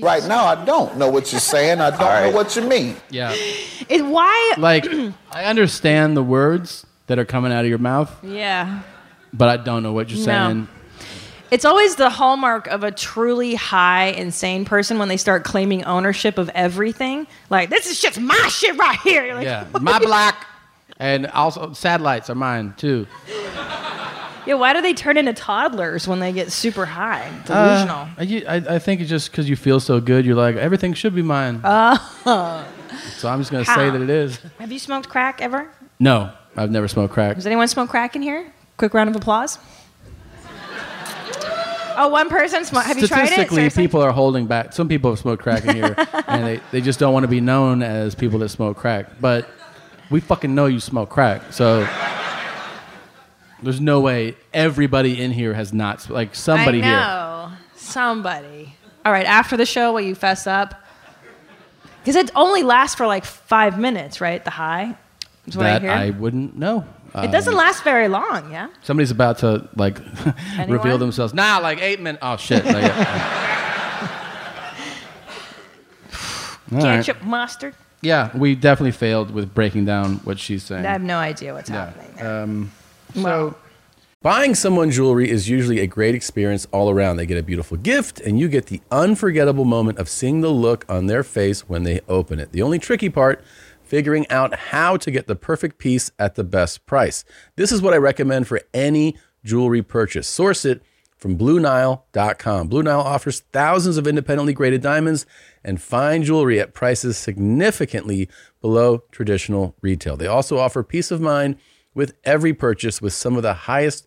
[SPEAKER 4] Right now, I don't know what you're saying. I don't know what you mean.
[SPEAKER 2] [laughs]
[SPEAKER 1] Yeah.
[SPEAKER 20] It, why?
[SPEAKER 1] Like, I understand the words that are coming out of your mouth,
[SPEAKER 20] yeah.
[SPEAKER 1] but I don't know what you're
[SPEAKER 20] No.
[SPEAKER 1] saying.
[SPEAKER 20] It's always the hallmark of a truly high, insane person when they start claiming ownership of everything. Like, this is just my shit right here. You're [laughs] like,
[SPEAKER 1] Yeah. My black. And also, satellites are mine too.
[SPEAKER 20] yeah, why do they turn into toddlers when they get super high? Delusional.
[SPEAKER 1] Uh, I, I- I think it's just because you feel so good. You're like, everything should be mine. [laughs]
[SPEAKER 20] Uh,
[SPEAKER 1] So I'm just going to say
[SPEAKER 20] how?
[SPEAKER 1] that it is.
[SPEAKER 20] have you smoked crack ever?
[SPEAKER 1] No, I've never smoked crack.
[SPEAKER 20] Does anyone smoke crack in here? Quick round of
[SPEAKER 1] [laughs]
[SPEAKER 20] applause. Oh, one person smoked. Have you tried it?
[SPEAKER 1] Statistically,
[SPEAKER 20] Seriously?
[SPEAKER 1] people are holding back. Some people have smoked crack in
[SPEAKER 20] [laughs]
[SPEAKER 1] here, and they, they just don't want to be known as people that smoke crack. But we fucking know you smoke crack, so there's no way everybody in here has not sm- like somebody
[SPEAKER 20] I
[SPEAKER 1] here.
[SPEAKER 20] know. Somebody. All right, after the show, will you fess up? Because it only lasts for like five minutes, right? The high. Is what I
[SPEAKER 1] that
[SPEAKER 20] hear.
[SPEAKER 1] I, wouldn't know. Um,
[SPEAKER 20] it doesn't last very long, yeah?
[SPEAKER 1] Somebody's about to like [laughs] reveal
[SPEAKER 20] Anyone?
[SPEAKER 1] themselves. Nah, like eight minutes. Oh shit. Like, All right.
[SPEAKER 20] Ketchup, mustard.
[SPEAKER 1] Yeah, we definitely failed with breaking down what she's
[SPEAKER 20] I
[SPEAKER 1] saying.
[SPEAKER 20] have no idea what's
[SPEAKER 1] Yeah.
[SPEAKER 20] happening.
[SPEAKER 1] Um,
[SPEAKER 20] So,
[SPEAKER 21] Buying someone jewelry is usually a great experience all around. They get a beautiful gift, and you get the unforgettable moment of seeing the look on their face when they open it. The only tricky part, figuring out how to get the perfect piece at the best price. This is what I recommend for any jewelry purchase. Source it from BlueNile.com. Blue Nile offers thousands of independently graded diamonds and fine jewelry at prices significantly below traditional retail. They also offer peace of mind with every purchase with some of the highest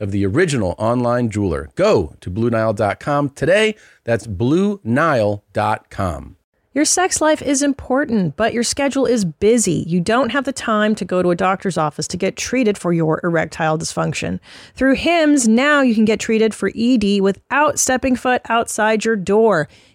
[SPEAKER 21] of the original online jeweler. Go to BlueNile.com today. That's BlueNile.com.
[SPEAKER 2] Your sex life is important, but your schedule is busy. You don't have the time to go to a doctor's office to get treated for your erectile dysfunction. Through HIMS, now you can get treated for ED without stepping foot outside your door.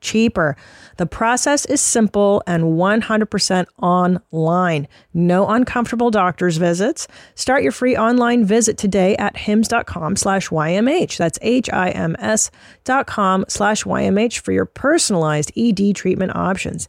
[SPEAKER 2] cheaper. The process is simple and 100% online. No uncomfortable doctor's visits. Start your free online visit today at hims.com slash YMH. That's H-I-M-S dot com slash YMH for your personalized E ED treatment options.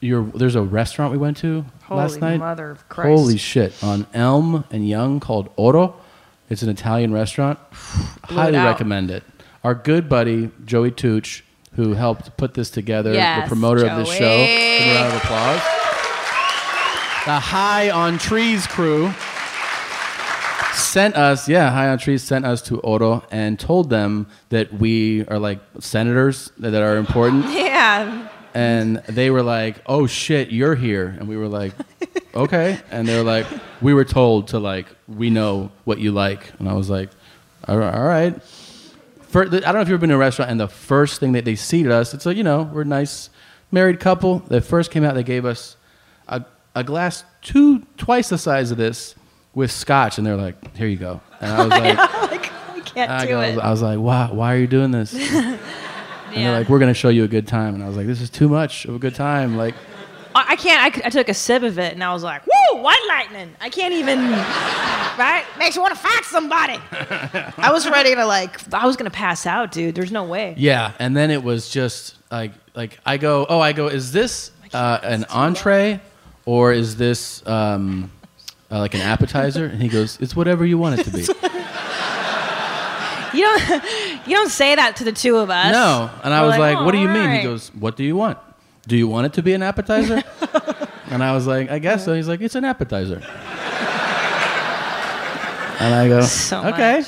[SPEAKER 1] your. There's a restaurant we went to last
[SPEAKER 20] Holy
[SPEAKER 1] night.
[SPEAKER 20] mother of Christ.
[SPEAKER 1] Holy shit! On Elm and Young called Oro. It's an Italian restaurant. [sighs]
[SPEAKER 20] Blew
[SPEAKER 1] Highly
[SPEAKER 20] it out.
[SPEAKER 1] recommend it. Our good buddy Joey Tooch, who helped put this together,
[SPEAKER 20] Yes,
[SPEAKER 1] the promoter of this show.
[SPEAKER 20] Joey.
[SPEAKER 1] Give him a round of applause. The High on Trees crew sent us, yeah, High on Trees sent us to Oro and told them that we are like senators that are important
[SPEAKER 20] [laughs] yeah.
[SPEAKER 1] and they were like, "Oh shit, you're here," and we were like, "Okay," and they were like, "We were told to like, we know what you like," and I was like, "All right." All right. Fir- I don't know if you've ever been to a restaurant, and the first thing that they seated us, it's like you know we're a nice married couple. They first came out, they gave us a, a glass two twice the size of this with scotch, and they're like, "Here you go," and I was
[SPEAKER 20] [laughs]
[SPEAKER 1] like.
[SPEAKER 20] I can't
[SPEAKER 1] I,
[SPEAKER 20] do
[SPEAKER 1] was,
[SPEAKER 20] it.
[SPEAKER 1] I was like, why, why are you
[SPEAKER 20] [laughs]
[SPEAKER 1] doing this? and they're like, we're going to show you a good time. And I was like, this is too much of a good time. Like,
[SPEAKER 20] I I can't. I, c- I took a sip of it and I was like, "Woo, white lightning!" I can't even.
[SPEAKER 2] right? Makes you want to fax somebody. I was ready to like, I was gonna pass out, dude. There's no way.
[SPEAKER 1] Yeah, and then it was just like like I go, oh, I go, is this uh, an entree or is this um, uh, like an appetizer? And he goes, it's whatever you want
[SPEAKER 20] [laughs]
[SPEAKER 1] it to be.
[SPEAKER 2] You don't, [laughs] you don't say that to the two of us.
[SPEAKER 1] no, and I
[SPEAKER 2] We're
[SPEAKER 1] was like,
[SPEAKER 2] "Oh,
[SPEAKER 1] what do you
[SPEAKER 2] all
[SPEAKER 1] mean? He
[SPEAKER 2] right."
[SPEAKER 1] goes, what do you want? Do you want it to be an [laughs] appetizer? and I was like, I guess so. He's like, it's an appetizer. and I go, okay.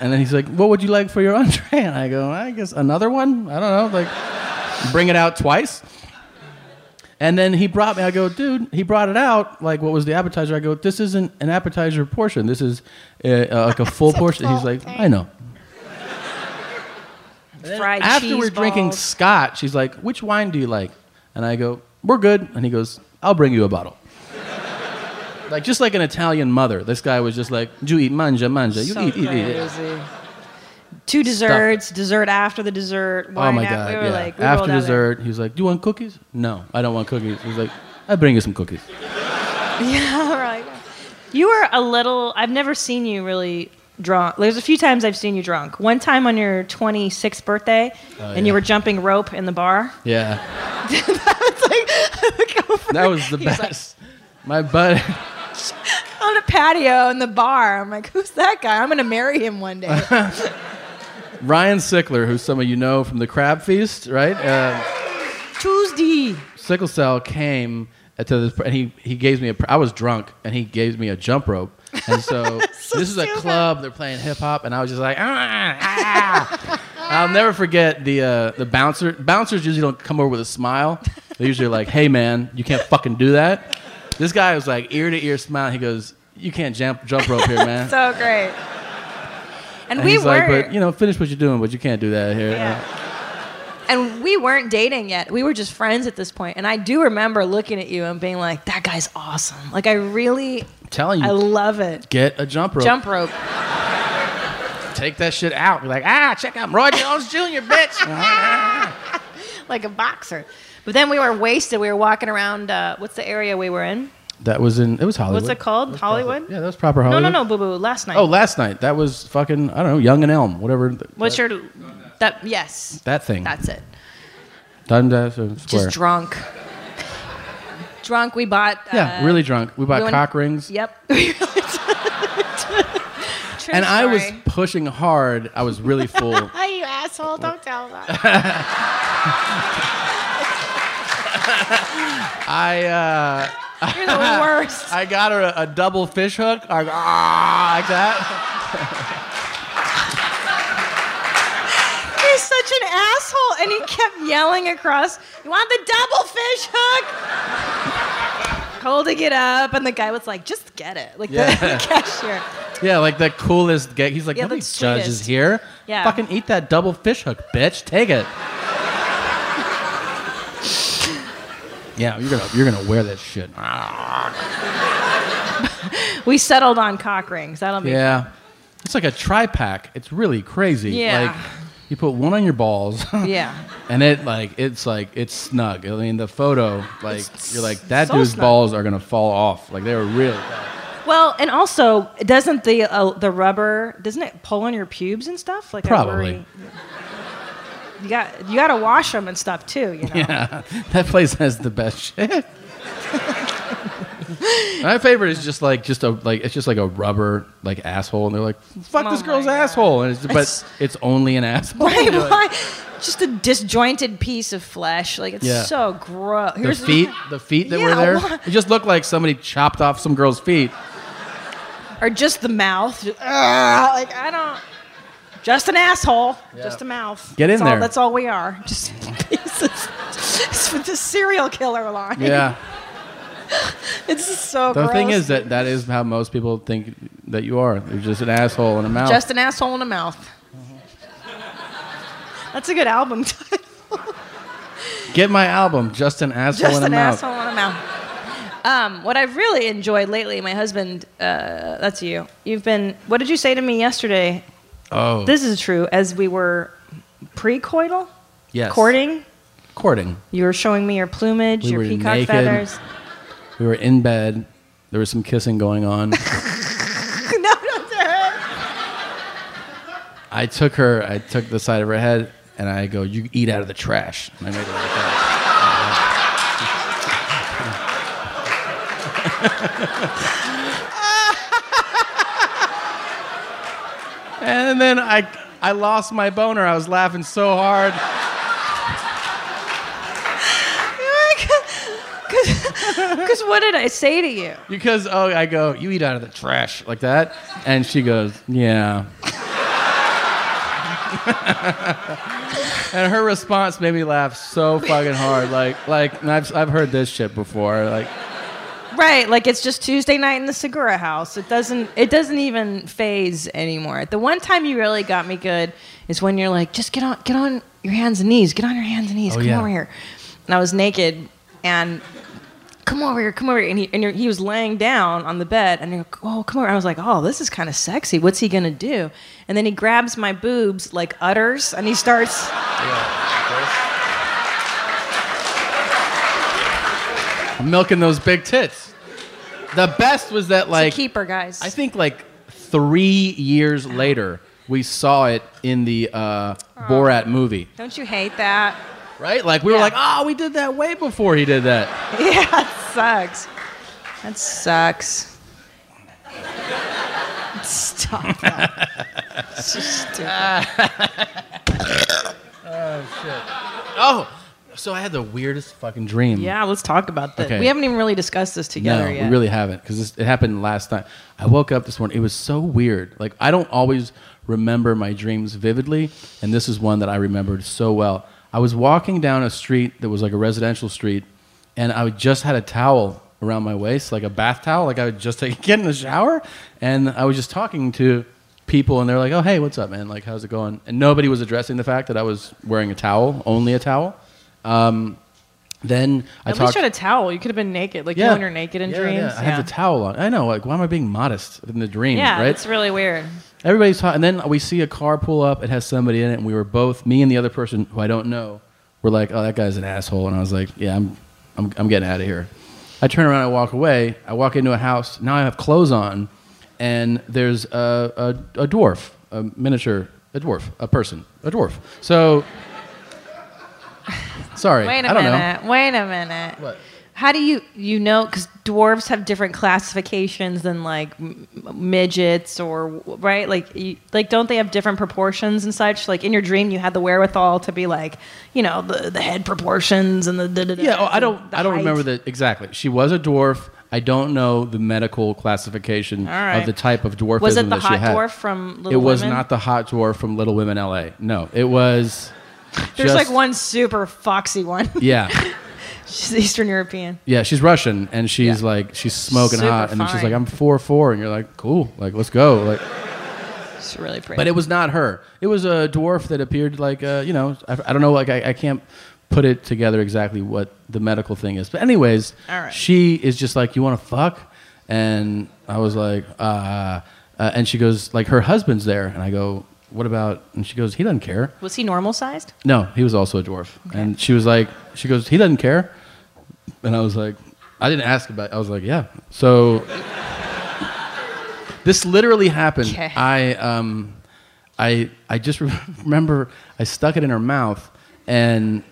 [SPEAKER 1] And then he's like, what would you like for your [laughs] entree? And I go, I guess another one. I don't know, like bring it out twice. And then he brought me. I go, dude. He brought it out. Like, what was the appetizer? I go, this isn't an appetizer portion. This is uh, uh, like a full portion. He's like, I know.
[SPEAKER 2] Fried
[SPEAKER 1] After we're
[SPEAKER 2] cheese
[SPEAKER 1] drinking
[SPEAKER 2] balls.
[SPEAKER 1] scotch, he's like, which wine do you like? And I go, we're good. And he goes, I'll bring you
[SPEAKER 2] [laughs]
[SPEAKER 1] a bottle. like just like an Italian mother, this guy was just like, you eat manja manja, you
[SPEAKER 2] So
[SPEAKER 1] eat eat eat.
[SPEAKER 2] crazy. Two desserts, dessert after the dessert.
[SPEAKER 1] Oh
[SPEAKER 2] wine
[SPEAKER 1] my
[SPEAKER 2] after-
[SPEAKER 1] god!
[SPEAKER 2] we were
[SPEAKER 1] yeah.
[SPEAKER 2] like, we rolled
[SPEAKER 1] After
[SPEAKER 2] out of there.
[SPEAKER 1] dessert, he was like, "Do you want cookies?" No, I don't want cookies. He's like, "I bring you some cookies."
[SPEAKER 2] [laughs] Yeah, all right. You were a little. I've never seen you really drunk. There's a few times I've seen you drunk. One time on your 26th birthday,
[SPEAKER 1] Oh,
[SPEAKER 2] and you
[SPEAKER 1] yeah.
[SPEAKER 2] were jumping rope in the bar. [laughs]
[SPEAKER 1] Yeah. that was the
[SPEAKER 2] He's like-
[SPEAKER 1] best. My bud. [laughs]
[SPEAKER 2] on a patio in the bar. I'm like, who's that guy? I'm gonna marry him one day.
[SPEAKER 1] Ryan Sickler, who some of you know from the Crab Feast, right? Uh,
[SPEAKER 2] Tuesday.
[SPEAKER 1] Sickle Cell came to this, and he, he gave me a. I was drunk, and he gave me a jump rope.
[SPEAKER 2] [laughs]
[SPEAKER 1] And so, this is a club. They're playing hip hop, and I was just like, ah, ah. I'll never forget the uh, the bouncer. Bouncers usually don't come over with a smile. They're usually like, "Hey man, you can't fucking do that." This guy was like ear to ear smile. He goes, "You can't jump jump rope [laughs] here,
[SPEAKER 2] [laughs]
[SPEAKER 1] man."
[SPEAKER 2] so great. And,
[SPEAKER 1] And
[SPEAKER 2] we
[SPEAKER 1] he's like,
[SPEAKER 2] were
[SPEAKER 1] but you know, finish what you're doing, but you can't do that here.
[SPEAKER 2] and we weren't dating yet. We were just friends at this point. And I do remember looking at you and being like, that guy's awesome. Like I really
[SPEAKER 1] I'm telling you,
[SPEAKER 2] I love it.
[SPEAKER 1] get a jump rope.
[SPEAKER 2] Jump rope.
[SPEAKER 1] Take that shit out. Be like, ah, check out Roy Jones Jr.,
[SPEAKER 2] [laughs]
[SPEAKER 1] bitch. Ah.
[SPEAKER 2] like a boxer. But then we were wasted. We were walking around uh, what's the area we were in?
[SPEAKER 1] that was in. It was Hollywood.
[SPEAKER 2] What's it called? Hollywood? Yeah,
[SPEAKER 1] that was proper
[SPEAKER 2] No,
[SPEAKER 1] Hollywood.
[SPEAKER 2] no, no, boo boo. Last night.
[SPEAKER 1] Oh, last night. That was fucking. I don't know. Young and Elm. Whatever. th-
[SPEAKER 2] What's your that yes.
[SPEAKER 1] That thing.
[SPEAKER 2] That's it.
[SPEAKER 1] Time to Square.
[SPEAKER 2] Just
[SPEAKER 1] [laughs]
[SPEAKER 2] drunk. drunk, we bought
[SPEAKER 1] Yeah,
[SPEAKER 2] uh,
[SPEAKER 1] really drunk. We bought
[SPEAKER 2] went-
[SPEAKER 1] cock rings.
[SPEAKER 2] Yep. True
[SPEAKER 1] and I was
[SPEAKER 2] story.
[SPEAKER 1] pushing hard. I was really full.
[SPEAKER 2] [laughs] Hey, you asshole! Don't tell
[SPEAKER 1] [laughs]
[SPEAKER 2] that.
[SPEAKER 1] I uh
[SPEAKER 2] You're the worst.
[SPEAKER 1] [laughs] I got her a, a double fish hook. Like, ah, like that. [laughs]
[SPEAKER 2] He's such an asshole, and he kept yelling across, "You want the double fish hook?" Holding it up, and the guy was like, "Just get it." Like
[SPEAKER 1] Yeah.
[SPEAKER 2] the, the [laughs] cashier.
[SPEAKER 1] Yeah, like the coolest gag. He's like,
[SPEAKER 2] Yeah,
[SPEAKER 1] nobody
[SPEAKER 2] the
[SPEAKER 1] judges
[SPEAKER 2] sweetest.
[SPEAKER 1] here.
[SPEAKER 2] Yeah.
[SPEAKER 1] Fucking eat that double fish hook, bitch.
[SPEAKER 2] [laughs]
[SPEAKER 1] Take it. yeah, you're gonna you're gonna wear that shit.
[SPEAKER 2] We settled on cock rings. That'll be
[SPEAKER 1] Yeah. It's like a tri pack. It's really crazy.
[SPEAKER 2] Yeah.
[SPEAKER 1] Like you put one on your balls.
[SPEAKER 2] [laughs]
[SPEAKER 1] [laughs]
[SPEAKER 2] yeah.
[SPEAKER 1] And it like it's like it's snug. I mean the photo, like you're like that
[SPEAKER 2] so
[SPEAKER 1] dude's
[SPEAKER 2] snug.
[SPEAKER 1] balls are gonna fall off. Like they were really
[SPEAKER 2] Well, and also, doesn't the uh, the rubber doesn't it pull on your pubes and stuff? Like I
[SPEAKER 1] Probably.
[SPEAKER 2] worry- You got you got to wash them and stuff too.
[SPEAKER 1] [laughs]
[SPEAKER 2] You know.
[SPEAKER 1] Yeah. That place has the best shit. My favorite is just like just a like it's just like a rubber like asshole and they're like fuck this girl's asshole and it's,
[SPEAKER 2] It's-
[SPEAKER 1] but it's only an
[SPEAKER 2] [laughs]
[SPEAKER 1] asshole.
[SPEAKER 2] Why,
[SPEAKER 1] You're like,
[SPEAKER 2] why? Just a disjointed piece of flesh. Like it's
[SPEAKER 1] Yeah.
[SPEAKER 2] so gross.
[SPEAKER 1] the feet the feet that were
[SPEAKER 2] Yeah,
[SPEAKER 1] there.
[SPEAKER 2] why-
[SPEAKER 1] It just looked like somebody chopped off some
[SPEAKER 2] [laughs]
[SPEAKER 1] girl's feet.
[SPEAKER 2] or just the mouth. Just, ah, like I don't. Just an asshole.
[SPEAKER 1] Yeah.
[SPEAKER 2] Just a mouth.
[SPEAKER 1] Get in
[SPEAKER 2] that's all-
[SPEAKER 1] there.
[SPEAKER 2] that's all we are. Just [laughs] pieces. it's with the serial killer line.
[SPEAKER 1] Yeah.
[SPEAKER 2] [laughs] It's just so
[SPEAKER 1] The
[SPEAKER 2] Oh, gross.
[SPEAKER 1] thing is that that is how most people think that you are. You're just an asshole and a mouth.
[SPEAKER 2] Just an asshole in a mouth.
[SPEAKER 1] Mm-hmm.
[SPEAKER 2] That's a good album. [laughs] title.
[SPEAKER 1] Get my album, Just an Asshole
[SPEAKER 2] Just
[SPEAKER 1] and a
[SPEAKER 2] an
[SPEAKER 1] Mouth.
[SPEAKER 2] asshole in a mouth. Um, what I've really enjoyed lately, my husband, uh, that's you. You've been, what did you say to me yesterday?
[SPEAKER 1] Oh.
[SPEAKER 2] This is true. As we were pre-coital,
[SPEAKER 1] yes.
[SPEAKER 2] courting,
[SPEAKER 1] Courting.
[SPEAKER 2] you were showing me your plumage,
[SPEAKER 1] We
[SPEAKER 2] your
[SPEAKER 1] were
[SPEAKER 2] [laughs] peacock
[SPEAKER 1] naked.
[SPEAKER 2] feathers. [laughs]
[SPEAKER 1] We were in bed. There was some kissing going on. I took her, I took the side of her head, and I go, "You eat out of the trash." And I made her like that. [laughs] and then I, I lost my boner. I was laughing so hard.
[SPEAKER 2] Because what did I say to you?
[SPEAKER 1] Because oh, I go, you eat out of the trash like that, and she goes, yeah. and her response made me laugh so fucking hard. Like, like and I've I've heard this shit before. Like,
[SPEAKER 2] Right, like it's just Tuesday night in the Segura house. It doesn't it doesn't even phase anymore. The one time you really got me good is when you're like, just get on get on your hands and knees, get on your hands and knees,
[SPEAKER 4] Oh,
[SPEAKER 2] come
[SPEAKER 4] yeah.
[SPEAKER 2] over here. And I was naked and come over here, come over here. And he and you're- he was laying down on the bed and you're like, oh, come over. I was like, oh, this is kind of sexy. What's he gonna do? And then he grabs my boobs like udders and he starts.
[SPEAKER 1] I'm milking those big tits. The best was that like
[SPEAKER 2] it's a keeper, guys.
[SPEAKER 1] I think like three years later we saw it in the uh, Borat movie.
[SPEAKER 2] Don't you hate that?
[SPEAKER 1] Right? Like we were like, oh, we did that way before he did that.
[SPEAKER 2] [laughs] Yeah, it sucks. That sucks. Stop that. It's just
[SPEAKER 1] [laughs]
[SPEAKER 2] stupid.
[SPEAKER 1] Oh, so I had the weirdest fucking dream.
[SPEAKER 2] yeah, let's talk about that.
[SPEAKER 1] Okay.
[SPEAKER 2] We haven't even really discussed this together
[SPEAKER 1] no,
[SPEAKER 2] yet.
[SPEAKER 1] we really haven't because it happened last night. I woke up this morning. It was so weird. Like I don't always remember my dreams vividly, and this is one that I remembered so well. I was walking down a street that was like a residential street, and I just had a towel around my waist, like a bath towel, like I would just [laughs] like, get in the shower, and I was just talking to people, and they're like, "Oh, hey, what's up, man? Like, how's it going?" And nobody was addressing the fact that I was wearing a towel, only a towel. Um, then I
[SPEAKER 2] At
[SPEAKER 1] talked.
[SPEAKER 2] least you had a towel. You could have been naked. Like
[SPEAKER 1] Yeah.
[SPEAKER 2] you when you're naked in
[SPEAKER 1] Yeah,
[SPEAKER 2] dreams.
[SPEAKER 1] yeah, I have the towel on. I know. Like, why am I being modest in the dream?
[SPEAKER 2] Yeah,
[SPEAKER 1] right.
[SPEAKER 2] it's really weird.
[SPEAKER 1] Everybody's talking. And then we see a car pull up. It has somebody in it, and we were both, me and the other person who I don't know, were like, "Oh, that guy's an asshole." And I was like, "Yeah, I'm, I'm, I'm getting out of here." I turn around, I walk away. I walk into a house. Now I have clothes on, and there's a, a, a dwarf, a miniature, a dwarf, a person, a dwarf. So. Sorry,
[SPEAKER 2] Wait a
[SPEAKER 1] I don't know.
[SPEAKER 2] minute. Wait a minute. What? How do you you know? Because dwarves have different classifications than like m- m- midgets or right? Like you, like don't they have different proportions and such? Like in your dream, you had the wherewithal to be like you know the the head proportions and the da-da-da,
[SPEAKER 1] Yeah, oh, I don't.
[SPEAKER 2] the
[SPEAKER 1] I don't
[SPEAKER 2] height.
[SPEAKER 1] remember that exactly. She was a dwarf. I don't know the medical classification
[SPEAKER 2] All right.
[SPEAKER 1] of the type of dwarfism
[SPEAKER 2] Was it the
[SPEAKER 1] that she
[SPEAKER 2] hot
[SPEAKER 1] had.
[SPEAKER 2] dwarf from Little
[SPEAKER 1] it was
[SPEAKER 2] Women?
[SPEAKER 1] not the hot dwarf from Little Women, L.A. No, it was.
[SPEAKER 2] [laughs] There's
[SPEAKER 1] just-
[SPEAKER 2] like one super foxy one.
[SPEAKER 1] Yeah,
[SPEAKER 2] [laughs] she's Eastern European.
[SPEAKER 1] yeah. She's Russian, and she's like she's smoking
[SPEAKER 2] Super
[SPEAKER 1] hot, and then she's
[SPEAKER 2] fine.
[SPEAKER 1] like, "I'm four four," and you're like, "Cool, like let's go." Like,
[SPEAKER 2] She's really pretty.
[SPEAKER 1] but it was not her. It was a dwarf that appeared like uh, you know. I, I don't know. Like I, I can't put it together exactly what the medical thing is. But anyways,
[SPEAKER 2] All right.
[SPEAKER 1] she is just like, "You want to fuck?" And I was like, uh, uh, and she goes like, "Her husband's there," and I go, "What about?" And she goes, "He doesn't care."
[SPEAKER 2] Was he normal sized?
[SPEAKER 1] No, he was also a dwarf. And she was like, she goes, he doesn't care. And I was like, I didn't ask about. It. I was like, yeah. So this literally happened.
[SPEAKER 2] Okay.
[SPEAKER 1] I um, I I just [laughs] remember I stuck it in her mouth and.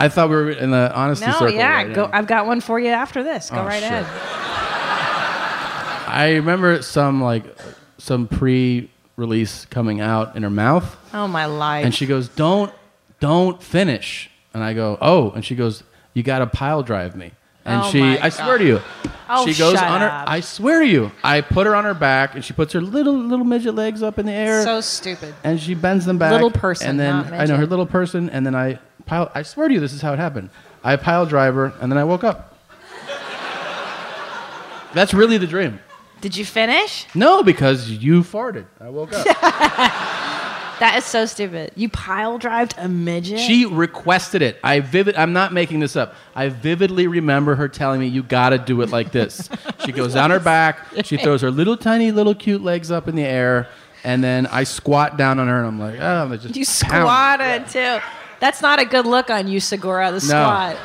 [SPEAKER 1] I thought we were in the honesty
[SPEAKER 2] no,
[SPEAKER 1] circle.
[SPEAKER 2] yeah.
[SPEAKER 1] right
[SPEAKER 2] go.
[SPEAKER 1] now.
[SPEAKER 2] I've got one for you after this. Go
[SPEAKER 1] Oh,
[SPEAKER 2] right
[SPEAKER 1] shit.
[SPEAKER 2] ahead.
[SPEAKER 1] I remember some like some pre-release coming out in her mouth,
[SPEAKER 2] Oh my life.
[SPEAKER 1] and she goes, "Don't, don't finish." And I go, "Oh," and she goes, "You got to pile drive me." And
[SPEAKER 2] Oh
[SPEAKER 1] she,
[SPEAKER 2] my
[SPEAKER 1] I swear to
[SPEAKER 2] God.
[SPEAKER 1] you,
[SPEAKER 2] Oh,
[SPEAKER 1] she goes
[SPEAKER 2] shut
[SPEAKER 1] on her.
[SPEAKER 2] up.
[SPEAKER 1] I swear to you, I put her on her back, and she puts her little little midget legs up in the air.
[SPEAKER 2] So stupid.
[SPEAKER 1] And she bends them back.
[SPEAKER 2] Little person,
[SPEAKER 1] And then
[SPEAKER 2] not
[SPEAKER 1] I know her
[SPEAKER 2] midget.
[SPEAKER 1] little person, and then I pile. I swear to you, this is how it happened. I pile drive her, and then I woke up. [laughs] That's really the dream.
[SPEAKER 2] Did you finish?
[SPEAKER 1] No, because you farted. I woke up.
[SPEAKER 2] [laughs] That is so stupid. You pile drived a midget.
[SPEAKER 1] She requested it. I vivid. I'm not making this up. I vividly remember her telling me, "You got to do it like
[SPEAKER 2] [laughs]
[SPEAKER 1] this." she goes on her back. She throws her little tiny, little cute legs up in the air, and then I squat down on her, and I'm like, "Oh, I'm just
[SPEAKER 2] you
[SPEAKER 1] pound.
[SPEAKER 2] squatted too. That's not a good look on you, Segura. The [laughs] squat.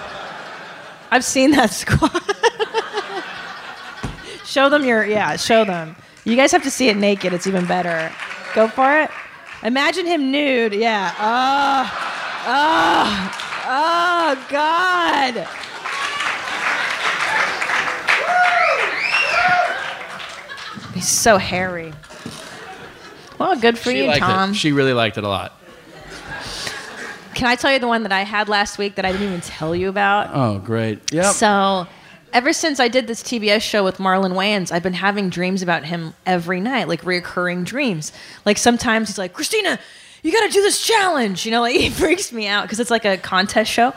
[SPEAKER 2] I've seen that squat. Show them your yeah. Show them. You guys have to see it naked. It's even better. Go for it. Imagine him nude. Yeah. Oh. Oh. Oh God. He's so hairy. Well, good for
[SPEAKER 20] she
[SPEAKER 2] you,
[SPEAKER 20] liked
[SPEAKER 2] Tom.
[SPEAKER 20] It. She really liked it a lot.
[SPEAKER 2] Can I tell you the one that I had last week that I didn't even tell you about?
[SPEAKER 1] Oh, great. Yep.
[SPEAKER 2] So, ever since I did this TBS show with Marlon Wayans, I've been having dreams about him every night, like reoccurring dreams. Like sometimes he's like, Christina, you got to do this challenge. You know, like [laughs] he freaks me out because it's like a contest show.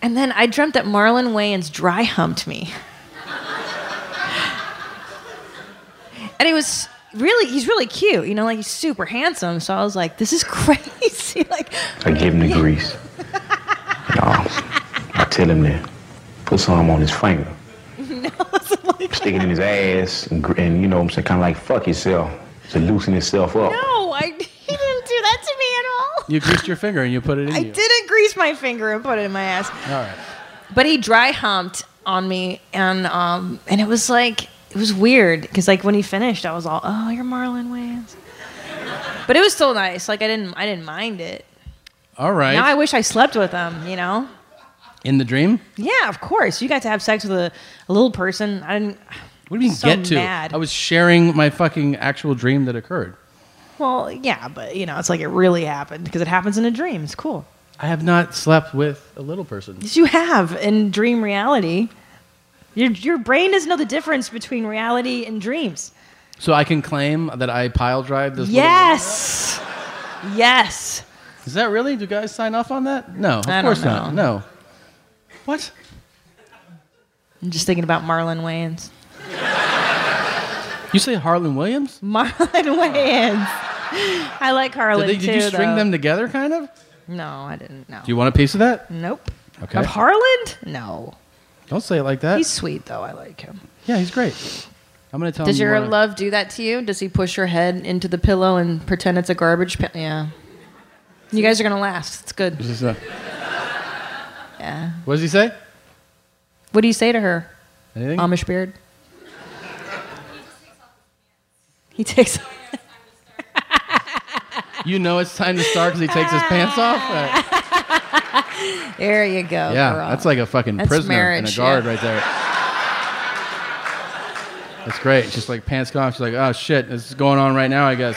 [SPEAKER 2] And then I dreamt that Marlon Wayans dry humped me. [laughs] and he was really, he's really cute. You know, like he's super handsome. So I was like, this is [laughs] crazy. like, [laughs]
[SPEAKER 22] I gave him the grease. Y'all, I tell him to put some on his finger.
[SPEAKER 2] Mm-hmm.
[SPEAKER 22] Stick it in his ass, and, gr- and you know what I'm saying, kind of like fuck yourself. To loosen itself up.
[SPEAKER 1] Oh.
[SPEAKER 2] no, I, [laughs] he didn't do that to me at all.
[SPEAKER 1] You greased your finger and you put it in
[SPEAKER 2] I
[SPEAKER 1] you.
[SPEAKER 2] didn't grease my finger and put it in my ass.
[SPEAKER 1] All right.
[SPEAKER 2] But he dry humped on me, and um, and it was like it was weird because like when he finished, I was all, oh, you're Marlon Wayans. But it was still nice. Like I didn't I didn't mind it.
[SPEAKER 1] All right.
[SPEAKER 2] Now I wish I slept with him. You know.
[SPEAKER 1] in the dream?
[SPEAKER 2] Yeah, of course. You got to have sex with a, a little person. I didn't.
[SPEAKER 1] What do you mean
[SPEAKER 2] so
[SPEAKER 1] get to?
[SPEAKER 2] Mad.
[SPEAKER 1] I was sharing my fucking actual dream that occurred.
[SPEAKER 2] Well, yeah, but you know, it's like it really happened because it happens in a dream. It's cool.
[SPEAKER 1] I have not slept with a little person.
[SPEAKER 2] Yes, you have in dream reality. Your, your brain doesn't know the difference between reality and dreams.
[SPEAKER 1] So I can claim that I pile drive this little-
[SPEAKER 2] Yes. [laughs] Yes.
[SPEAKER 1] Is that really? Do guys sign off on that? No, of
[SPEAKER 2] I don't
[SPEAKER 1] course not. No. What?
[SPEAKER 2] I'm just thinking about Marlon Wayans.
[SPEAKER 1] You say Harlan Williams?
[SPEAKER 2] Marlon [laughs] Wayans. I like Harlan
[SPEAKER 1] did, they- did
[SPEAKER 2] too.
[SPEAKER 1] you string
[SPEAKER 2] though.
[SPEAKER 1] them together, kind of?
[SPEAKER 2] No, I didn't. No.
[SPEAKER 1] Do you want a piece of that?
[SPEAKER 2] Nope.
[SPEAKER 1] Okay.
[SPEAKER 2] Of Harlan? No.
[SPEAKER 1] Don't say it like that.
[SPEAKER 2] He's sweet though. I like him.
[SPEAKER 1] yeah, he's great. I'm gonna tell
[SPEAKER 2] Does
[SPEAKER 1] him.
[SPEAKER 2] your
[SPEAKER 1] more.
[SPEAKER 2] love do that to you? Does he push your head into the pillow and pretend it's a garbage pin? Yeah. You guys are gonna last. It's good.
[SPEAKER 1] This is a-
[SPEAKER 2] Yeah.
[SPEAKER 1] what does he say?
[SPEAKER 2] What do you say to her?
[SPEAKER 1] Anything?
[SPEAKER 2] Amish beard. He takes.
[SPEAKER 1] You know it's time to start because he takes his
[SPEAKER 2] [laughs]
[SPEAKER 1] pants off. All right.
[SPEAKER 2] There you go.
[SPEAKER 1] yeah,
[SPEAKER 2] Oh, girl.
[SPEAKER 1] that's like a fucking
[SPEAKER 2] That's
[SPEAKER 1] prisoner and
[SPEAKER 2] marriage,
[SPEAKER 1] a guard
[SPEAKER 2] yeah.
[SPEAKER 1] right there. That's great. It's Just like pants gone. She's like, oh shit, this is going on right now, I guess.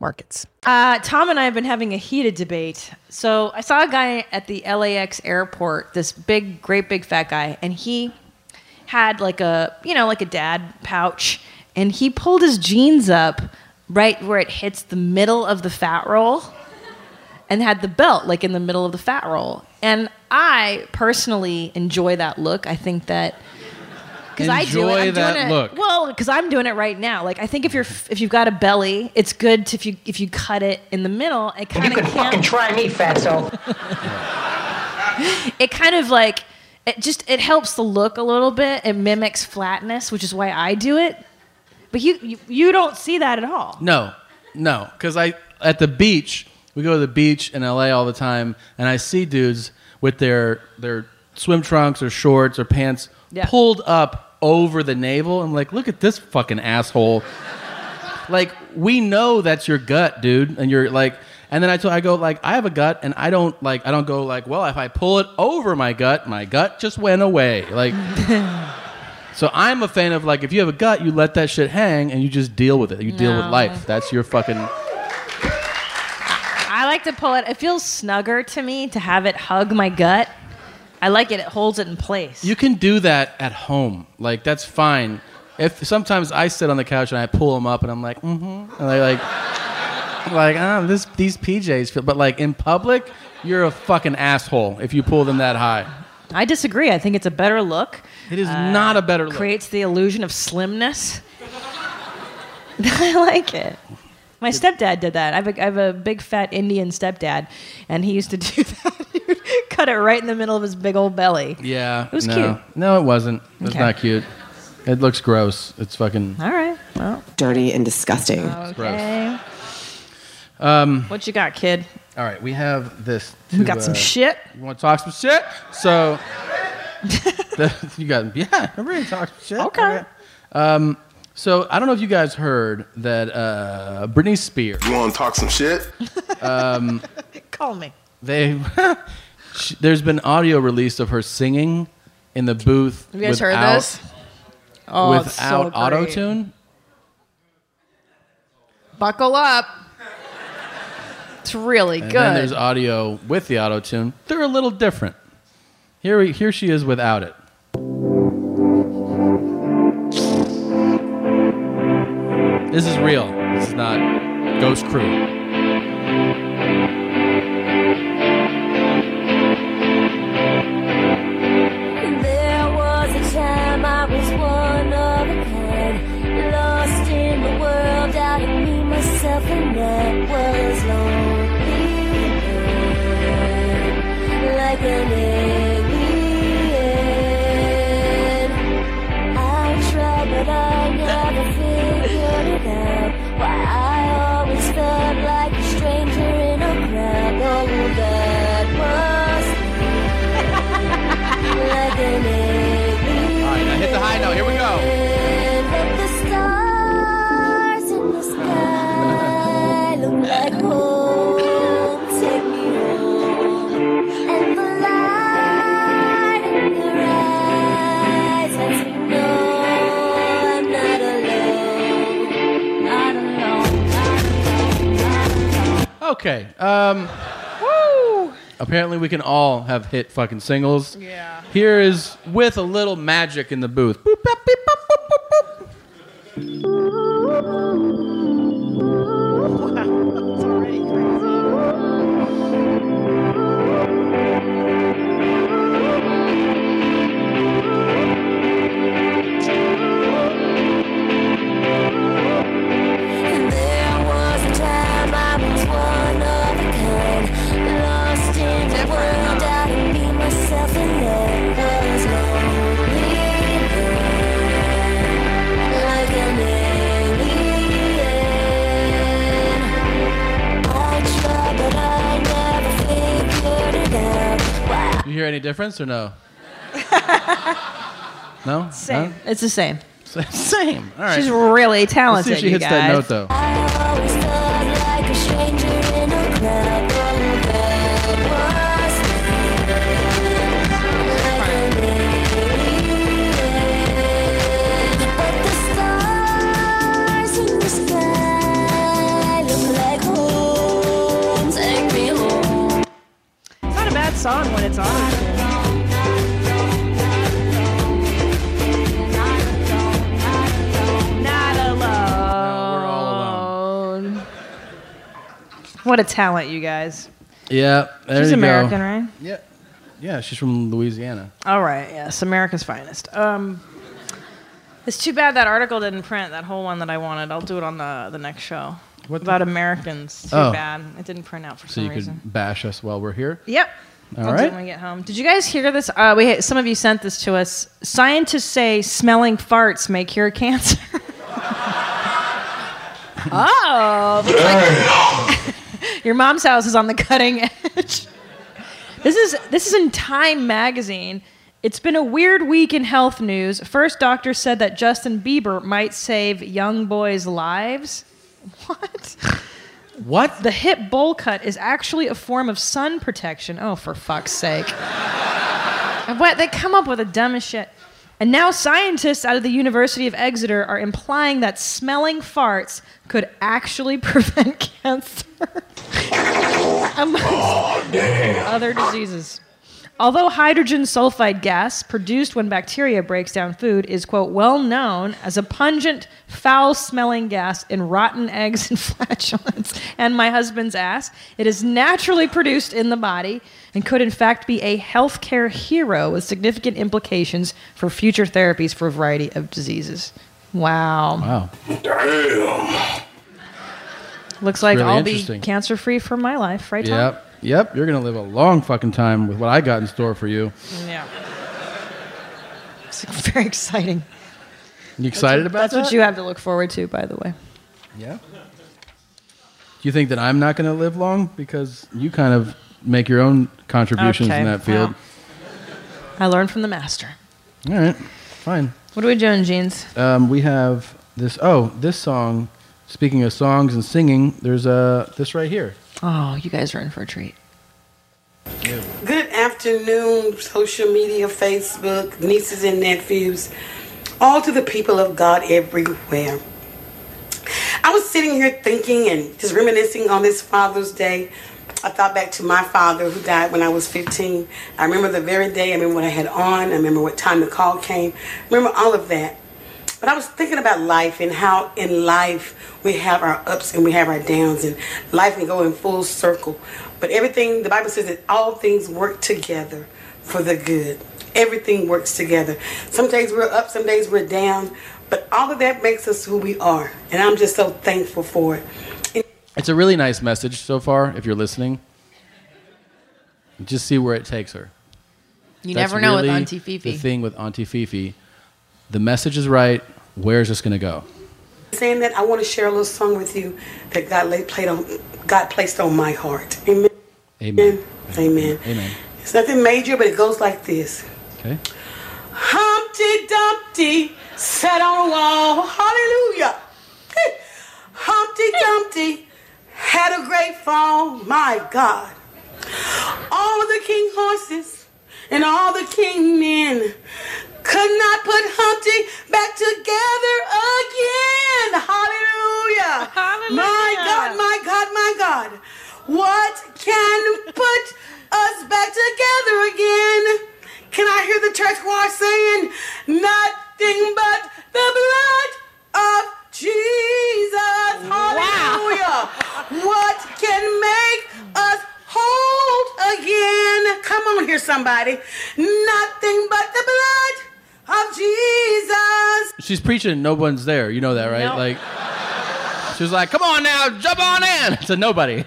[SPEAKER 23] markets.
[SPEAKER 2] Uh, Tom and I have been having a heated debate. So I saw a guy at the LAX airport, this big, great big fat guy, and he had like a, you know, like a dad pouch, and he pulled his jeans up right where it hits the middle of the fat roll and had the belt like in the middle of the fat roll. And I personally enjoy that look. I think that because I do it.
[SPEAKER 1] Enjoy
[SPEAKER 2] I'm
[SPEAKER 1] that
[SPEAKER 2] doing it.
[SPEAKER 1] look.
[SPEAKER 2] Well, because I'm doing it right now. Like I think if you're if you've got a belly, it's good to, if you if you cut it in the middle. It kind of you can fucking
[SPEAKER 24] try me, fatso.
[SPEAKER 2] it kind of like it just it helps the look a little bit. It mimics flatness, which is why I do it. But you you, you don't see that at all.
[SPEAKER 1] No, no, because I at the beach we go to the beach in LA all the time, and I see dudes with their their swim trunks or shorts or pants
[SPEAKER 25] Yeah.
[SPEAKER 1] pulled up over the navel. I'm like, look at this fucking asshole. like we know that's your gut, dude, and you're like. And then I told I go like I have a gut and I don't like I don't go like well if I pull it over my gut my gut just went away like So I'm a fan of like if you have a gut, you let that shit hang and you just deal with it. You deal with
[SPEAKER 2] No.
[SPEAKER 1] life. That's your fucking.
[SPEAKER 2] I like to pull it. It feels snugger to me to have it hug my gut. I like it. It holds it in place.
[SPEAKER 1] You can do that at home. Like that's fine. If sometimes I sit on the couch and I pull them up and I'm like, mm-hmm, and they like, like [laughs] ah, this these PJs feel. But like in public, you're a fucking asshole if you pull them that high.
[SPEAKER 2] I disagree. I think it's a better look. Uh,
[SPEAKER 1] It is not a better look.
[SPEAKER 2] Creates the illusion of slimness. [laughs] I like it. My stepdad did that. I have, a, I have a big fat Indian stepdad, and he used to do [laughs] that. He would Cut it right in the middle of his big old belly.
[SPEAKER 1] Yeah. It
[SPEAKER 2] was
[SPEAKER 1] no.
[SPEAKER 2] cute.
[SPEAKER 1] No, it wasn't. It was
[SPEAKER 2] Okay.
[SPEAKER 1] not cute. It looks gross. It's fucking
[SPEAKER 2] All right. Well, Uh,
[SPEAKER 20] Dirty and disgusting.
[SPEAKER 2] Oh, okay.
[SPEAKER 1] Um,
[SPEAKER 2] What you got, kid?
[SPEAKER 1] all right, we have this.
[SPEAKER 2] We
[SPEAKER 1] to,
[SPEAKER 2] got some
[SPEAKER 1] uh,
[SPEAKER 2] shit.
[SPEAKER 1] You want to talk some shit? So, [laughs] the- you got yeah. I'm ready to talk some shit. Okay. Um, so I don't know if you guys heard that uh, Britney Spears. You want to talk some shit? [laughs] Um,
[SPEAKER 2] Call me.
[SPEAKER 1] they [laughs] sh there's been audio release of her singing in the booth.
[SPEAKER 2] You guys heard
[SPEAKER 1] without-
[SPEAKER 2] this? Oh, it's so
[SPEAKER 1] without
[SPEAKER 2] great.
[SPEAKER 1] auto tune.
[SPEAKER 2] Buckle up. It's really
[SPEAKER 1] And
[SPEAKER 2] good.
[SPEAKER 1] then there's audio with the auto tune. They're a little different. Here, we, here she is without it. This is real. This is not Ghost Crew.
[SPEAKER 4] There was a time I was one of a kind, lost in the world, out of me, myself, and that was lonely, like an alien. I tried, but I never figured it out. Why I always felt like a stranger in a crowd. Oh, that was me, like an alien. All right, now hit the high note. Here we go. Let the stars in the sky look like home. Take me home, and the light in your eyes lets me know I'm not alone. Not alone.
[SPEAKER 1] Okay. Um,
[SPEAKER 2] Woo!
[SPEAKER 1] apparently, we can all have hit fucking singles. Yeah. Here is with a little magic in the booth. Boop, bop, beep, bop, boop, boop, boop.
[SPEAKER 4] There was a time I was one of a kind, lost in the world, out of me, myself, and that was lonely. Like an alien, I tried, but I never figured it out. Why
[SPEAKER 1] You hear any difference
[SPEAKER 2] [laughs]
[SPEAKER 1] or no? no?
[SPEAKER 2] Same.
[SPEAKER 1] No?
[SPEAKER 2] It's the same.
[SPEAKER 1] Same. All right.
[SPEAKER 2] She's really
[SPEAKER 1] Let's
[SPEAKER 2] talented.
[SPEAKER 1] see if she
[SPEAKER 2] you
[SPEAKER 1] hits
[SPEAKER 2] guys.
[SPEAKER 1] that note though.
[SPEAKER 4] always felt like a stranger in a crowd. Oh, that was me. Like an alien. But the stars in the sky look like home. Take me home.
[SPEAKER 2] It's not a bad song when it's on. Not alone. What a talent, you guys.
[SPEAKER 1] Yeah. There
[SPEAKER 2] She's
[SPEAKER 1] you
[SPEAKER 2] American,
[SPEAKER 1] go.
[SPEAKER 2] right?
[SPEAKER 1] Yeah. Yeah, she's from Louisiana.
[SPEAKER 2] All right, yes, America's finest. Um, it's too bad that article didn't print that whole one that I wanted. I'll do it on the the next show.
[SPEAKER 1] What
[SPEAKER 2] about Americans? Too
[SPEAKER 1] Oh.
[SPEAKER 2] bad it didn't print out for
[SPEAKER 1] So
[SPEAKER 2] some
[SPEAKER 1] you
[SPEAKER 2] reason.
[SPEAKER 1] could bash us while we're here.
[SPEAKER 2] Yep.
[SPEAKER 1] All
[SPEAKER 2] I'll do
[SPEAKER 1] right.
[SPEAKER 2] it when we get home. Did you guys hear this? Uh, we had- some of you sent this to us. Scientists say smelling farts may cure cancer. [laughs] oh, but it's like- your mom's house is on the cutting [laughs] edge. This is this is in Time magazine. It's been a weird week in health news. First doctor said that Justin Bieber might save young boys' lives. What?
[SPEAKER 1] What?
[SPEAKER 2] The hip bowl cut is actually a form of sun protection. Oh, for fuck's sake. And what? They come up with the dumbest shit. And now scientists out of the University of Exeter are implying that smelling farts could actually [laughs] prevent cancer amongst other diseases. Although hydrogen sulfide gas produced when bacteria breaks down food is quote well known as a pungent foul smelling gas in rotten [laughs] eggs and flatulence and my husband's ass, it is naturally produced in the body and could in fact be a healthcare hero with significant implications for future therapies for a variety of diseases. Wow.
[SPEAKER 1] Wow.
[SPEAKER 26] Damn.
[SPEAKER 2] Looks like
[SPEAKER 1] really
[SPEAKER 2] I'll be
[SPEAKER 1] interesting.
[SPEAKER 2] cancer free for my life, right Tom?
[SPEAKER 1] Yep. Yep. You're going to live a long fucking time with what I got in store for you.
[SPEAKER 2] Yeah. It's [laughs] very exciting.
[SPEAKER 1] You
[SPEAKER 2] That's
[SPEAKER 1] excited
[SPEAKER 2] what-
[SPEAKER 1] about
[SPEAKER 2] That's what
[SPEAKER 1] that?
[SPEAKER 2] you have to look forward to, by the way.
[SPEAKER 1] Yeah. Do you think that I'm not going to live long because you kind of make your own contributions
[SPEAKER 2] Okay,
[SPEAKER 1] in that field?
[SPEAKER 2] I learned from the master.
[SPEAKER 1] All right. Fine.
[SPEAKER 2] What are we doing, Jeans?
[SPEAKER 1] Um, we have this. Oh, this song. Speaking of songs and singing, there's uh, this right here.
[SPEAKER 2] Oh, you guys are in for a treat.
[SPEAKER 20] Good afternoon, social media, Facebook, nieces and nephews, all to the people of God everywhere. I was sitting here thinking and just reminiscing on this Father's Day. I thought back to my father who died when I was 15. I remember the very day. I remember what I had on. I remember what time the call came. I remember all of that. But I was thinking about life and how in life we have our ups and we have our downs, and life can go in full circle. But everything, the Bible says that all things work together for the good. Everything works together. Some days we're up, some days we're down, but all of that makes us who we are. And I'm just so thankful for it.
[SPEAKER 1] It's a really nice message so far. If you're listening, just see where it takes her.
[SPEAKER 4] You
[SPEAKER 1] That's
[SPEAKER 4] never know with
[SPEAKER 1] really
[SPEAKER 4] Auntie Fifi.
[SPEAKER 1] The thing with Auntie Fifi, the message is right. Where's this going to go?
[SPEAKER 20] Saying that, I want to share a little song with you that God laid, played on, God placed on my heart. Amen.
[SPEAKER 1] Amen.
[SPEAKER 20] Amen.
[SPEAKER 1] Amen.
[SPEAKER 20] It's nothing major, but it goes like this.
[SPEAKER 1] Okay.
[SPEAKER 20] Humpty Dumpty sat on a wall. Hallelujah. Humpty Dumpty had a great fall. My God. All of the king horses and all the king men could not put Humpty back together again. Hallelujah. My God, my God, my God. What can put us back together again? Can I hear the church choir saying, Nothing but the blood of Jesus. Hallelujah. What can make us hold again? Come on here, somebody. Nothing but the blood of Jesus.
[SPEAKER 1] She's preaching, and no one's there. You know that, right?
[SPEAKER 20] No.
[SPEAKER 1] Like, she was like, "Come on now, jump on in." [laughs] To nobody.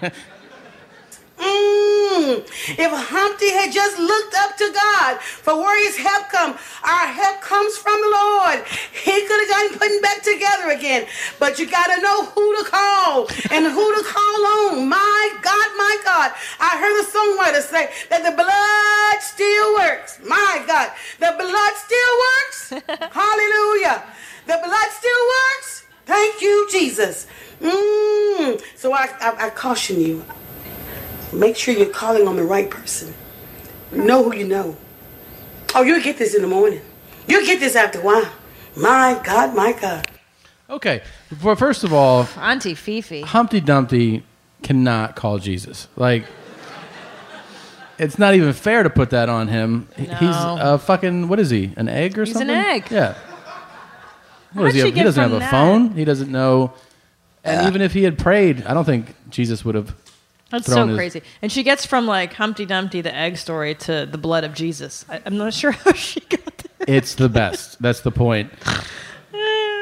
[SPEAKER 20] Mm. If Humpty had just looked up to God for where his help come, our help comes from the Lord. He could have gotten put back together again. But you got to know who to call and who to call on. My God, my God. I heard a songwriter say that the blood still works. My God, the blood still works. Hallelujah. The blood still works. Thank you, Jesus. Mm. So I, I, I caution you make sure you're calling on the right person. Know who you know. Oh, you'll get this in the morning. You'll get this after a while. My God, my God.
[SPEAKER 1] okay. Well, first of all,
[SPEAKER 2] Auntie Fifi.
[SPEAKER 1] Humpty Dumpty cannot call Jesus. Like, it's not even fair to put that on him. He- He's
[SPEAKER 2] No.
[SPEAKER 1] a fucking what is he? An egg or
[SPEAKER 2] He's an
[SPEAKER 1] something?
[SPEAKER 2] egg.
[SPEAKER 1] Yeah.
[SPEAKER 2] How'd
[SPEAKER 1] What is he?
[SPEAKER 2] you
[SPEAKER 1] He
[SPEAKER 2] get
[SPEAKER 1] doesn't
[SPEAKER 2] from
[SPEAKER 1] have a
[SPEAKER 2] that?
[SPEAKER 1] phone. He doesn't know. And
[SPEAKER 2] Yeah.
[SPEAKER 1] even if he had prayed, I don't think Jesus would have.
[SPEAKER 2] That's
[SPEAKER 1] thrown
[SPEAKER 2] so
[SPEAKER 1] his-
[SPEAKER 2] crazy. And she gets from like Humpty Dumpty, the egg story, to the blood of Jesus. I, I'm not [laughs] sure how she got there.
[SPEAKER 1] [laughs] It's the best. That's the point.
[SPEAKER 2] [laughs]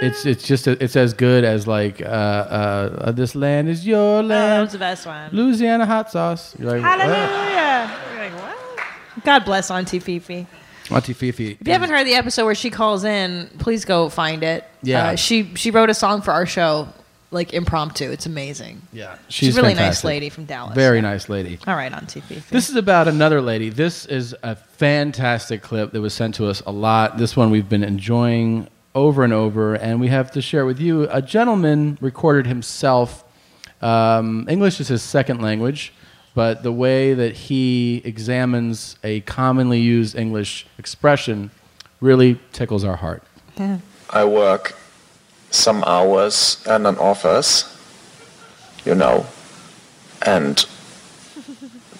[SPEAKER 1] It's it's just it's as good as like uh, uh, this land is your land.
[SPEAKER 2] that was the best one.
[SPEAKER 1] Louisiana hot sauce. You're like, "What?"
[SPEAKER 2] Uh, Hallelujah. You're like, what? God bless Auntie Fifi.
[SPEAKER 1] Auntie Fifi.
[SPEAKER 2] If you haven't heard the episode where she calls in, please go find it.
[SPEAKER 1] Yeah.
[SPEAKER 2] Uh, she she wrote a song for our show, like impromptu. It's amazing.
[SPEAKER 1] Yeah.
[SPEAKER 2] She's,
[SPEAKER 1] She's
[SPEAKER 2] a really nice
[SPEAKER 1] fantastic.
[SPEAKER 2] lady from Dallas.
[SPEAKER 1] Very nice lady.
[SPEAKER 2] All right, Auntie Fifi.
[SPEAKER 1] This is about another lady. This is a fantastic clip that was sent to us a lot. This one we've been enjoying over and over, and we have to share with you. A gentleman recorded himself. Um, English is his second language, but the way that he examines a commonly used English expression really tickles our heart.
[SPEAKER 27] I work some hours and an office, you know, and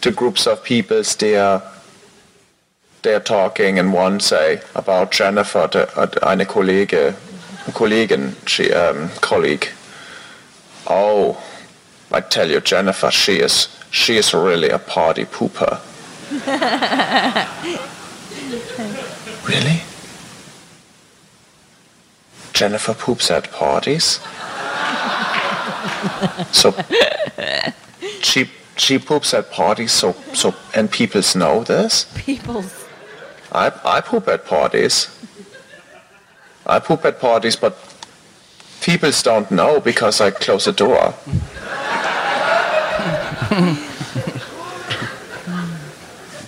[SPEAKER 27] the groups of people they're they're talking and one say about Jennifer, the, uh, eine Kollege, Kollegin, she um, colleague. Oh, I tell you, Jennifer, she is she is really a party pooper. Really? Jennifer poops at parties. so she she poops at parties. So so and people know this.
[SPEAKER 2] People's.
[SPEAKER 27] I I poop at parties. I poop at parties, but people don't know because I close the door.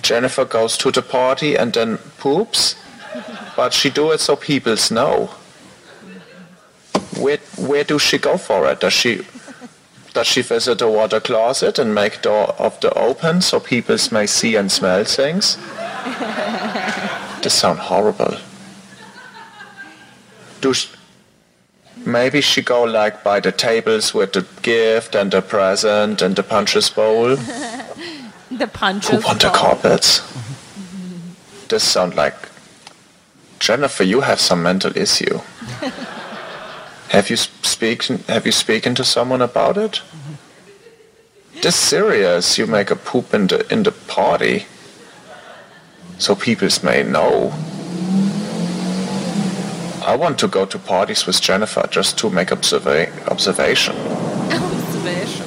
[SPEAKER 27] Jennifer goes to the party and then poops, but she do it so people know. Where where do she go for it? Does she does she visit the water closet and make door of the open so people may see and smell things? This sound horrible. Do sh maybe she go like by the tables with the gift and the present and the punches bowl?
[SPEAKER 2] [laughs] the punches.
[SPEAKER 27] Poop on the carpets. This sound like Jennifer. You have some mental issue. Have you speak? Have you spoken to someone about it? This serious. You make a poop in the in the party, so people may know. I want to go to parties with Jennifer just to make observa- observation.
[SPEAKER 2] Observation.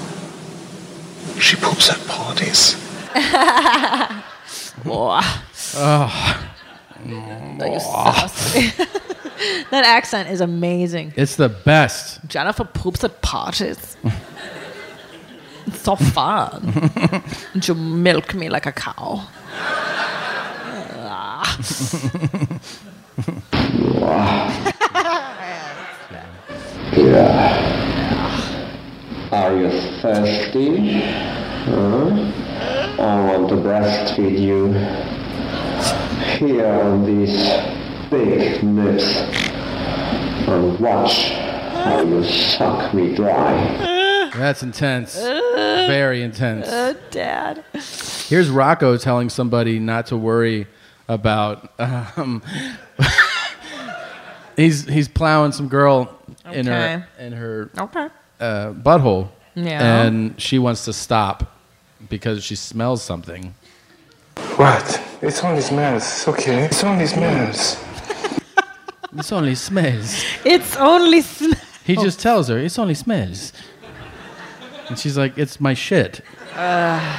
[SPEAKER 27] She poops at parties.
[SPEAKER 2] Ah.
[SPEAKER 1] Oh.
[SPEAKER 2] [laughs] that accent is amazing.
[SPEAKER 1] It's the best.
[SPEAKER 2] Jennifer poops at parties. [laughs] it's so
[SPEAKER 1] [laughs]
[SPEAKER 2] fun. and you milk me like a cow. Ah.
[SPEAKER 24] Are you thirsty? Huh? I want to breastfeed you. Here on these big nips. And watch how you suck me dry.
[SPEAKER 1] That's intense. Very intense.
[SPEAKER 4] uh,
[SPEAKER 1] [laughs]
[SPEAKER 2] Oh, Dad.
[SPEAKER 1] Here's Rocco telling somebody not to worry about. Um, [laughs] he's he's plowing some girl in her in her
[SPEAKER 2] Okay.
[SPEAKER 1] uh, butthole,
[SPEAKER 2] Yeah.
[SPEAKER 1] and she wants to stop because she smells something.
[SPEAKER 18] What? It's only smells. It's okay. It's only smells.
[SPEAKER 1] [laughs] It's only smells.
[SPEAKER 2] It's only sm-
[SPEAKER 1] He
[SPEAKER 2] Oh.
[SPEAKER 1] just tells her it's only smells, and she's like, "It's my shit."
[SPEAKER 2] Oh.
[SPEAKER 18] Uh,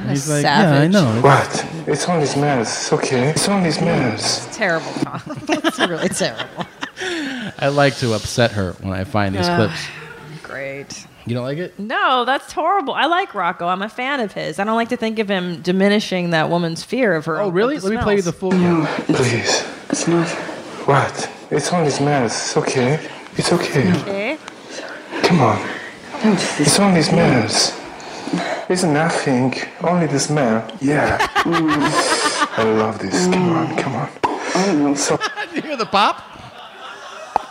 [SPEAKER 1] And he's like, "Yeah, I know."
[SPEAKER 18] What? It's only smells. It's okay. It's only smells.
[SPEAKER 2] It's terrible, [laughs] Tom. it's really terrible.
[SPEAKER 1] I like to upset her when I find these
[SPEAKER 2] Ugh.
[SPEAKER 1] clips.
[SPEAKER 2] [sighs] Great.
[SPEAKER 1] You don't like it?
[SPEAKER 2] No, that's horrible. I like Rocco. I'm a fan of his. I don't like to think of him diminishing that woman's fear of her. Oh, really?
[SPEAKER 18] Let me play you the
[SPEAKER 1] full.
[SPEAKER 18] Please. It's not. What? It's only smells. It's okay. It's okay.
[SPEAKER 2] Okay.
[SPEAKER 18] Come on. It's only smells. It's nothing. Only the smell. Yeah. [laughs] I love this. Come on. Come on. So,
[SPEAKER 1] Did you hear the pop?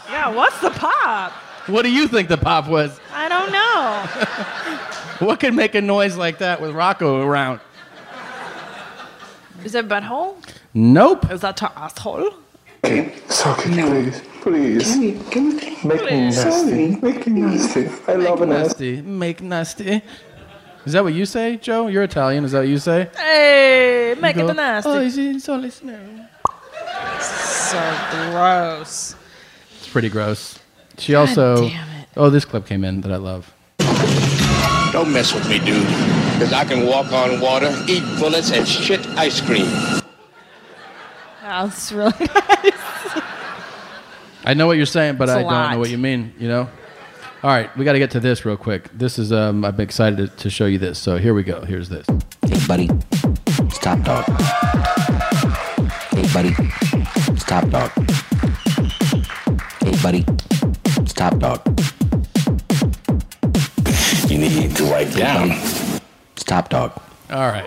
[SPEAKER 2] Yeah. What's the pop?
[SPEAKER 1] What do you think the pop was?
[SPEAKER 2] I don't know. [laughs]
[SPEAKER 1] What could make a noise like that with Rocco around?
[SPEAKER 2] Is it butthole?
[SPEAKER 1] Nope.
[SPEAKER 2] Is that her asshole?
[SPEAKER 18] okay. Suck it, please. Please.
[SPEAKER 2] Can we-
[SPEAKER 18] can we Make me nasty. Make me nasty. I love an nasty.
[SPEAKER 1] Nasty. Make nasty. Is that what you say, Joe? You're Italian. Is that what you say?
[SPEAKER 2] Hey, make
[SPEAKER 1] You
[SPEAKER 2] it
[SPEAKER 1] go,
[SPEAKER 2] nasty.
[SPEAKER 1] "Oh, it's only smell.
[SPEAKER 2] So gross.
[SPEAKER 1] It's pretty gross. She
[SPEAKER 2] God
[SPEAKER 1] also.
[SPEAKER 2] damn
[SPEAKER 1] Oh, this clip came in that I love.
[SPEAKER 28] Don't mess with me, dude. Because I can walk on water, eat bullets, and shit ice cream.
[SPEAKER 2] That's really [laughs] nice.
[SPEAKER 1] I know what you're saying, but
[SPEAKER 2] It's a
[SPEAKER 1] I don't
[SPEAKER 2] lot.
[SPEAKER 1] know what you mean. You know. All right, we got to get to this real quick. This is um, I've been excited to, to show you this. So here we go. Here's this. Hey, buddy. Stop, dog.
[SPEAKER 29] Hey, buddy. Stop, dog. Hey, buddy. Stop, dog. You need to wipe down. Stop, dog.
[SPEAKER 1] All right.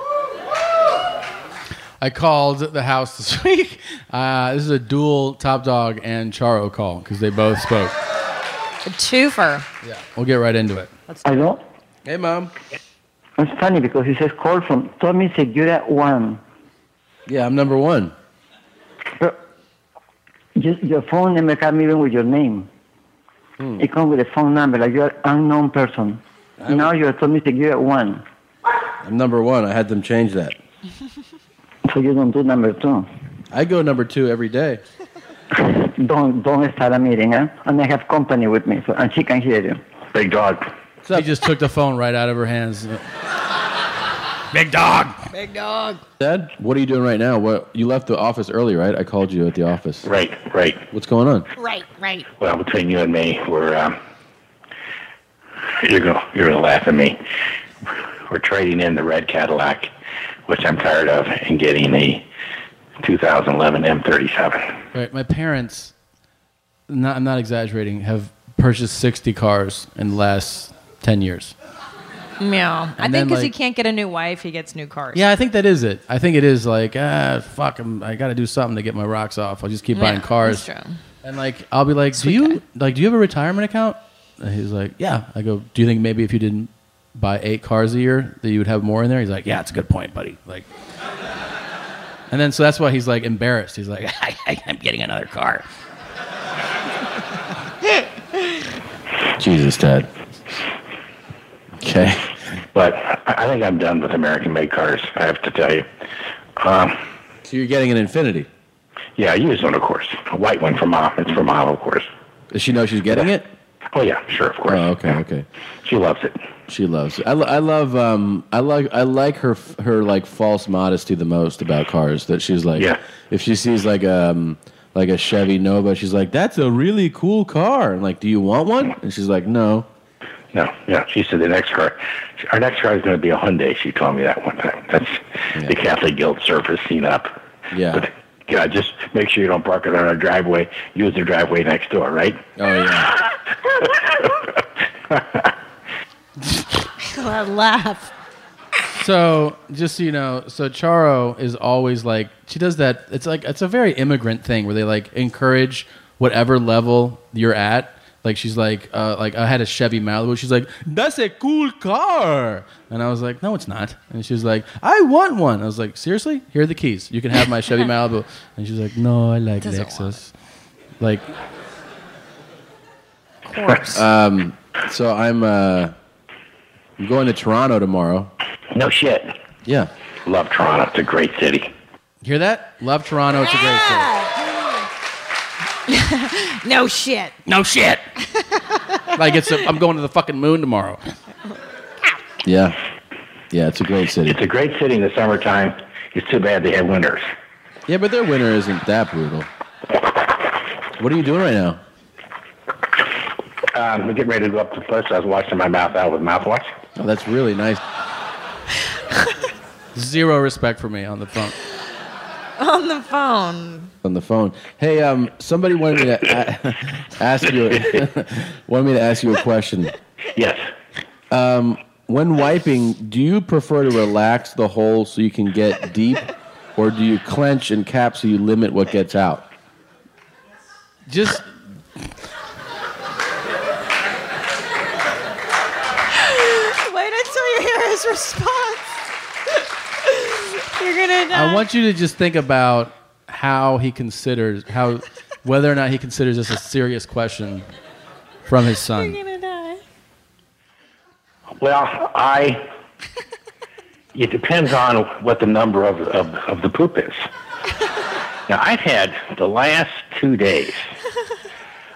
[SPEAKER 1] I called the house this [laughs] week. Uh, this is a dual Top Dog and Charo call because they both spoke.
[SPEAKER 2] A twofer.
[SPEAKER 1] Yeah. We'll get right into it.
[SPEAKER 30] Hello?
[SPEAKER 1] Hey, Mom.
[SPEAKER 30] [sighs] It's funny because it says call from Tommy Segura 1.
[SPEAKER 4] Yeah, I'm number one.
[SPEAKER 30] Just your phone never come even with your name.
[SPEAKER 29] Hmm.
[SPEAKER 30] It comes with a phone number, like you're unknown person. now you're Tommy Segura 1,
[SPEAKER 4] I'm number one. I had them change that.
[SPEAKER 30] so you don't do number two.
[SPEAKER 4] I go number two every day.
[SPEAKER 30] [laughs] Don't don't start a meeting, huh? And I have company with me, so, and she can hear you. Big dog.
[SPEAKER 1] He just took the phone right out of her hands. Big dog.
[SPEAKER 4] Big dog. Dad, what are you doing right now? What you left the office early, right? I called you at the office.
[SPEAKER 31] Right, right.
[SPEAKER 4] What's going on?
[SPEAKER 31] Right, right. Well, between you and me, we're um, you're gonna you're gonna laugh at me. We're trading in the red Cadillac, which I'm tired of, and getting the 2011 M37.
[SPEAKER 1] Right. My parents, not, I'm not exaggerating, have purchased 60 cars in the last 10 years.
[SPEAKER 2] Yeah. I
[SPEAKER 1] And
[SPEAKER 2] think
[SPEAKER 1] then,
[SPEAKER 2] because he
[SPEAKER 1] like-
[SPEAKER 2] can't get a new wife, he gets new cars.
[SPEAKER 1] Yeah, I think that is it. I think it is like, ah, fuck, I'm, I got to do something to get my rocks off. I'll just keep buying
[SPEAKER 2] Yeah,
[SPEAKER 1] cars.
[SPEAKER 2] that's true.
[SPEAKER 29] [laughs]
[SPEAKER 1] And like, I'll be like, do you like, do you have a retirement account? And he's like, yeah. I go, do you think maybe if you didn't buy eight cars a year that you would have more in there? He's like, yeah, it's a good point, buddy. Like, [laughs] and then so that's why he's like embarrassed. He's like, [laughs] I'm getting another car.
[SPEAKER 4] Jesus, Dad.
[SPEAKER 31] Okay. But I I think I'm done with American-made cars. I have to tell you. Um,
[SPEAKER 4] so you're getting an Infinity.
[SPEAKER 31] Yeah, a used one, of course. A white one for mom. It's for mom, of course.
[SPEAKER 4] Does she know she's getting it?
[SPEAKER 31] Oh yeah, sure, of course.
[SPEAKER 4] Oh, okay, okay.
[SPEAKER 31] She loves it.
[SPEAKER 4] She loves it. I, lo- I love. Um, I like. I like her. f- Her like false modesty the most about cars. That she's like.
[SPEAKER 31] Yeah.
[SPEAKER 4] If she sees like um like a Chevy Nova, she's like, "That's a really cool car." And like, "Do you want one?" And she's like, "No."
[SPEAKER 31] No, yeah. She said the next car, our next car is going to be a Hyundai. She told me that one time. That's the Catholic guilt surface seen up.
[SPEAKER 4] Yeah.
[SPEAKER 31] But, yeah, just make sure you don't park it on our driveway. Use the driveway next door, right?
[SPEAKER 4] Oh yeah.
[SPEAKER 2] I laugh. [laughs]
[SPEAKER 1] So just so you know, so Charo is always like she does that. It's like it's a very immigrant thing where they like encourage whatever level you're at. Like she's like uh, like I had a Chevy Malibu. She's like that's a cool car, and I was like no it's not. And she's like I want one. I was like seriously here are the keys. You can have my Chevy Malibu. And she's like no I like
[SPEAKER 4] Doesn't
[SPEAKER 1] Lexus. Like uh,
[SPEAKER 4] Um, so I'm uh, I'm going to Toronto tomorrow.
[SPEAKER 31] No shit.
[SPEAKER 4] Yeah.
[SPEAKER 31] Love Toronto. It's a great city.
[SPEAKER 1] hear that? Love Toronto. It's a great city.
[SPEAKER 2] no shit.
[SPEAKER 1] No shit. like it's a, I'm going to the fucking moon tomorrow.
[SPEAKER 4] Yeah. Yeah, it's a great city.
[SPEAKER 31] It's a great city in the summertime. It's too bad they have winters.
[SPEAKER 4] Yeah, but their winter isn't that brutal. What are you doing right now?
[SPEAKER 31] Um, we're getting ready to go up to the place. I was washing my mouth out with mouthwash.
[SPEAKER 4] Oh, that's really nice.
[SPEAKER 1] Zero respect for me on the phone.
[SPEAKER 2] On the phone.
[SPEAKER 4] on the phone. Hey, um, somebody wanted me to a- [laughs] ask you [laughs] wanted me to ask you a question.
[SPEAKER 31] Yes.
[SPEAKER 4] Um, when wiping, do you prefer to relax the hole so you can get deep, or do you clench and cap so you limit what gets out?
[SPEAKER 1] Just
[SPEAKER 2] Wait until you hear his response. You're gonna die.
[SPEAKER 1] I want you to just think about how he considers how whether or not he considers this a serious question from his son.
[SPEAKER 2] You're gonna die.
[SPEAKER 31] Well, I. It depends on what the number of, of, of the poop is. now, I've had the last two days,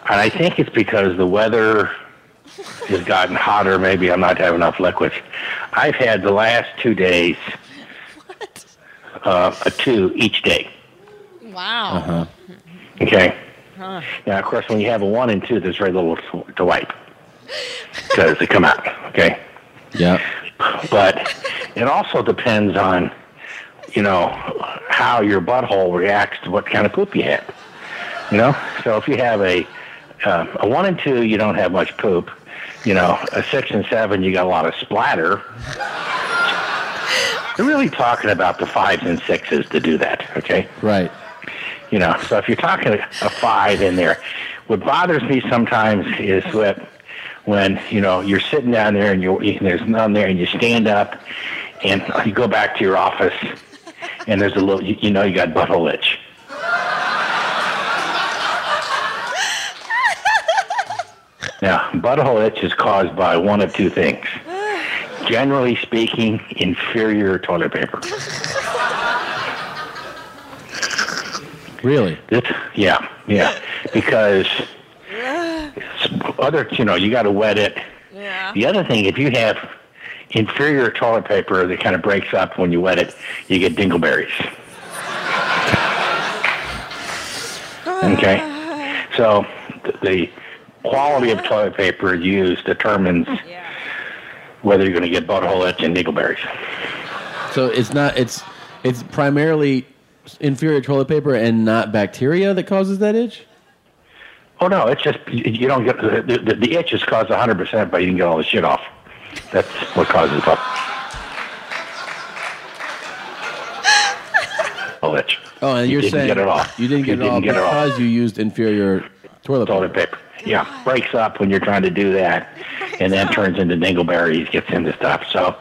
[SPEAKER 31] and I think it's because the weather has gotten hotter. Maybe I'm not having enough liquids. I've had the last two days uh, a two each day.
[SPEAKER 2] Wow.
[SPEAKER 31] Uh-huh. Okay.
[SPEAKER 2] Huh.
[SPEAKER 31] Now, of course, when you have a one and two, there's very little to, to wipe because they come out. Okay.
[SPEAKER 4] Yeah.
[SPEAKER 31] [laughs] But it also depends on, you know, how your butthole reacts to what kind of poop you have. You know, so if you have a uh, a one and two, you don't have much poop. You know, a six and seven, you got a lot of splatter. They're really talking about the fives and sixes to do that, okay?
[SPEAKER 1] Right.
[SPEAKER 31] You know, so if you're talking a five in there, what bothers me sometimes is that when, you know, you're sitting down there and, you're, and there's none there and you stand up and you go back to your office and there's a little, you, you know, you got butthole itch. Now, butthole itch is caused by one of two things. Generally speaking, inferior toilet paper.
[SPEAKER 1] Really?
[SPEAKER 31] This, yeah, yeah. [laughs] Because other, you know, you got to wet it. Yeah. The other thing, if you have inferior toilet paper that kind of breaks up when you wet it, you get dingleberries. Okay. So th- the quality of toilet paper used determines whether you're going to get butthole itch and dingleberries.
[SPEAKER 1] So it's not it's it's primarily inferior toilet paper and not bacteria that causes that itch.
[SPEAKER 31] Oh no, it's just you you don't get the, the, the itch is caused 100 percent by you can get all the shit off. That's what causes butthole itch.
[SPEAKER 1] Oh, and
[SPEAKER 31] you
[SPEAKER 1] are
[SPEAKER 31] didn't
[SPEAKER 1] saying
[SPEAKER 31] get it off.
[SPEAKER 1] you didn't get
[SPEAKER 31] You
[SPEAKER 1] it
[SPEAKER 31] didn't
[SPEAKER 1] all
[SPEAKER 31] get it off.
[SPEAKER 1] because you used inferior toilet,
[SPEAKER 31] paper. Yeah, breaks up when you're trying to do that, and then turns into dingleberries, gets into stuff. So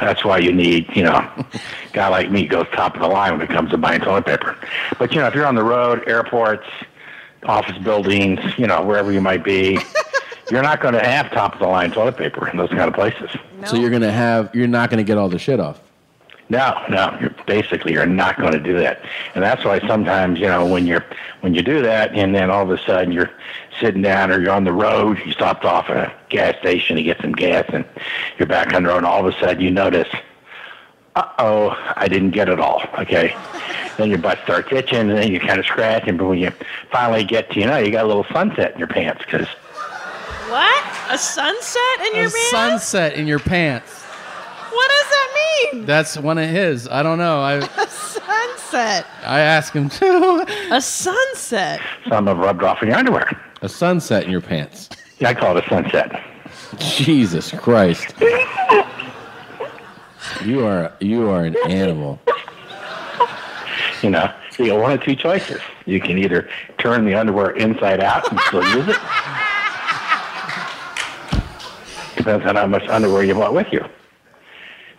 [SPEAKER 31] that's why you need, you
[SPEAKER 1] [laughs]
[SPEAKER 31] know, a guy like me goes top of the line when it comes to buying toilet paper. But you know, if you're on the road, airports, office buildings, you know, wherever you might
[SPEAKER 1] [laughs]
[SPEAKER 31] be, you're not going to have top of the line toilet paper in those kind of places.
[SPEAKER 1] So you're gonna have you're not gonna get all the shit off.
[SPEAKER 31] No, no. You're basically you're not going to do that, and that's why sometimes you know when you're when you do that, and then all of a sudden you're sitting down or you're on the road, you stopped off at a gas station to get some gas, and you're back on the road, and all of a sudden you notice, uh oh, I didn't get it all. Okay, [laughs] then your butt starts itching, and then you kind of scratch, and when you finally get to you know you got a little sunset in your pants because
[SPEAKER 2] What? A sunset in your pants?
[SPEAKER 1] sunset in your pants.
[SPEAKER 2] What does that mean?
[SPEAKER 1] That's one of his. I don't know. I
[SPEAKER 2] A sunset.
[SPEAKER 1] I asked him to.
[SPEAKER 2] A sunset.
[SPEAKER 31] some have rubbed off in your underwear.
[SPEAKER 1] A sunset in your pants.
[SPEAKER 31] Yeah, I call it a sunset.
[SPEAKER 1] Jesus Christ. you are you are an animal.
[SPEAKER 31] You know, you got one of two choices. You can either turn the underwear inside out and still use it. Depends on how much underwear you brought with you.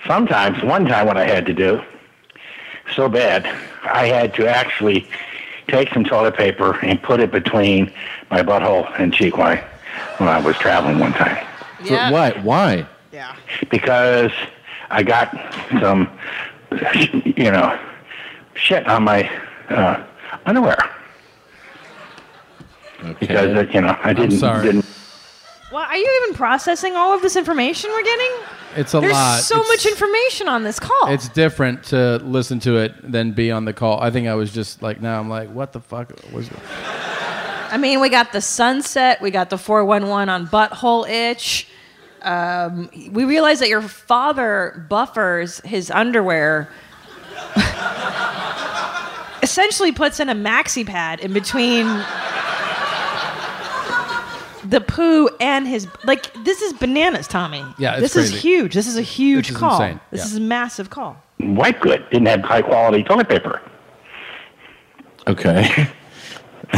[SPEAKER 31] Sometimes, one time what I had to do, so bad, I had to actually take some toilet paper and put it between my butthole and cheek line when I was traveling one time.
[SPEAKER 1] Yeah. Why? Why?
[SPEAKER 31] Because I got some, you know, shit on my uh, underwear. Because uh, you know I didn't
[SPEAKER 1] sorry.
[SPEAKER 31] didn't
[SPEAKER 2] Well, are you even processing all of this information we're getting?
[SPEAKER 1] It's a
[SPEAKER 2] There's
[SPEAKER 1] lot.
[SPEAKER 2] so much information on this call.
[SPEAKER 1] It's different to listen to it than be on the call. I think I was just like now I'm like what the fuck was
[SPEAKER 2] I mean, we got the sunset, we got the 411 on butthole itch. Um, we realize that your father buffers his underwear, [laughs] essentially puts in a maxi pad in between the poo and his. Like, this is bananas, Tommy.
[SPEAKER 31] Yeah, it's
[SPEAKER 2] this
[SPEAKER 31] crazy.
[SPEAKER 2] is huge. This is a huge
[SPEAKER 31] This is
[SPEAKER 2] call.
[SPEAKER 31] insane.
[SPEAKER 2] This
[SPEAKER 31] Yeah.
[SPEAKER 2] is a massive call.
[SPEAKER 31] wipe good. Didn't have high quality toilet paper.
[SPEAKER 1] Okay. [laughs]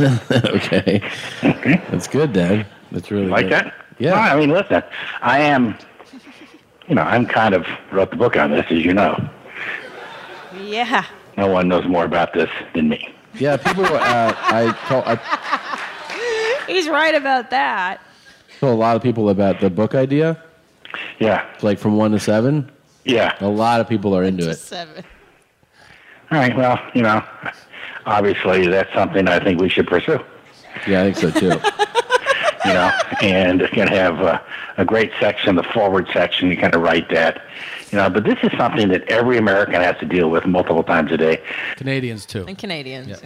[SPEAKER 1] okay. That's good, Dad. That's really
[SPEAKER 31] Like
[SPEAKER 1] good.
[SPEAKER 31] that? Yeah. No, I mean, listen, I am. You know, I'm kind of wrote the book on this, as you know.
[SPEAKER 2] Yeah. [laughs]
[SPEAKER 31] No one knows more about this than me.
[SPEAKER 1] Yeah, people. Uh, I told I
[SPEAKER 2] He's right about that.
[SPEAKER 1] told a lot of people about the book idea.
[SPEAKER 31] Yeah.
[SPEAKER 1] Like from one to seven.
[SPEAKER 31] Yeah.
[SPEAKER 1] A lot of people are into it. [laughs]
[SPEAKER 2] Seven.
[SPEAKER 31] All right. Well, you know, obviously that's something I think we should pursue.
[SPEAKER 1] Yeah, I think so too.
[SPEAKER 31] [laughs] you know, and you can have a, a great section, the forward section. You kind of write that, you know. But this is something that every American has to deal with multiple times a day.
[SPEAKER 1] Canadians too.
[SPEAKER 2] And Canadians. yeah.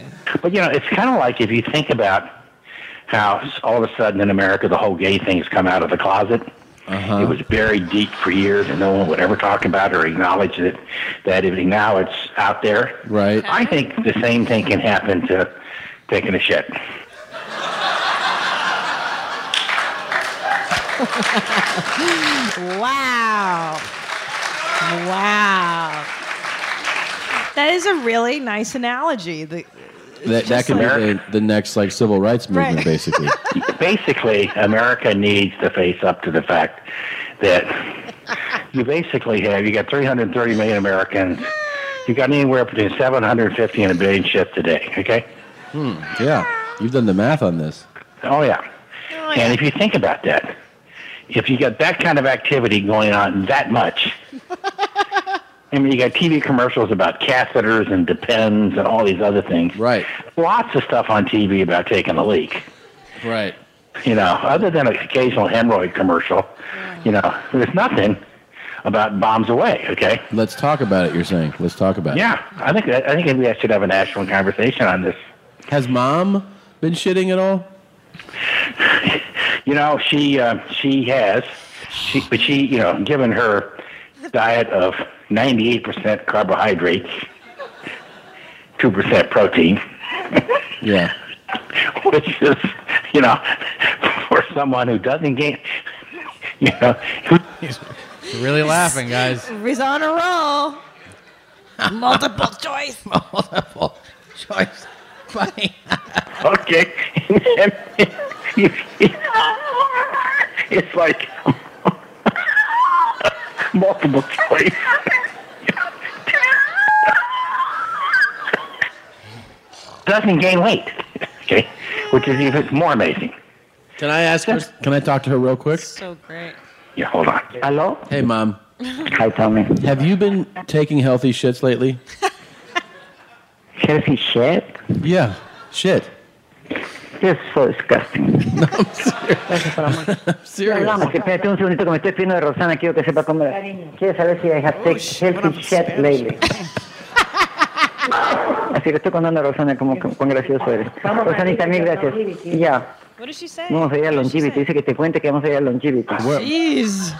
[SPEAKER 31] But you know, it's kind of like if you think about how s- all of a sudden in America the whole gay thing has come out of the closet.
[SPEAKER 1] Uh-huh.
[SPEAKER 31] It was buried deep for years, and no one would ever talk about it or acknowledge it. That if now it's out there,
[SPEAKER 1] right?
[SPEAKER 31] I think the same thing can happen to taking a shit.
[SPEAKER 2] wow. Wow. That is a really nice analogy. The,
[SPEAKER 1] That, that could be the, the next like civil rights movement,
[SPEAKER 14] [laughs]
[SPEAKER 2] Right.
[SPEAKER 1] basically.
[SPEAKER 31] basically, America needs to face up to the fact that you basically have you got 330 million Americans. You got anywhere between 750 and a billion shifts a day. Okay.
[SPEAKER 1] Hmm, yeah, you've done the math on this.
[SPEAKER 31] Oh yeah. And if you think about that, if you got that kind of activity going on that much, I mean, you got TV commercials about catheters and Depends and all these other things.
[SPEAKER 1] Right.
[SPEAKER 31] Lots of stuff on TV about taking a leak.
[SPEAKER 1] Right.
[SPEAKER 31] You know, other than an occasional hemorrhoid commercial, you know, there's nothing about bombs away. Okay.
[SPEAKER 1] Let's talk about it. You're saying. Let's talk about it.
[SPEAKER 31] Yeah, I think I think we should have a national conversation on this.
[SPEAKER 1] Has mom been shitting at all?
[SPEAKER 31] you know, she uh, she has, she, but she you know, given her diet of ninety eight percent carbohydrates, two percent protein.
[SPEAKER 1] Yeah.
[SPEAKER 31] [laughs] Which is, you know, for someone who doesn't gain, [laughs] you know,
[SPEAKER 14] You're really laughing, guys.
[SPEAKER 2] He's on a roll. Multiple choice.
[SPEAKER 14] Multiple choice. Funny.
[SPEAKER 31] [laughs] okay. [laughs] it's like [laughs] multiple choice. [laughs] Doesn't gain weight. Okay, which is even more amazing.
[SPEAKER 1] Can I ask her? Can I talk to her real quick?
[SPEAKER 2] So great.
[SPEAKER 31] Yeah, hold on. Hello?
[SPEAKER 1] Hey, Mom.
[SPEAKER 31] Hi, Tommy.
[SPEAKER 1] Have you been taking healthy shits lately?
[SPEAKER 30] Healthy shit?
[SPEAKER 1] Yeah, shit.
[SPEAKER 30] You're so disgusting.
[SPEAKER 1] No, I'm serious. I'm serious.
[SPEAKER 30] Vamos, espérate un segundito que me estoy pidiendo de Rosana, quiero que sepa cómo. Quiero saber si I have taken healthy shit lately. Así que estoy contando a Rosana cómo, cuán gracioso eres. Rosanita, mil gracias. Y Ya,
[SPEAKER 2] What did she say?
[SPEAKER 30] vamos a ir a Longevity. Dice que te cuente que vamos a ir a Longevity.
[SPEAKER 2] Jeez.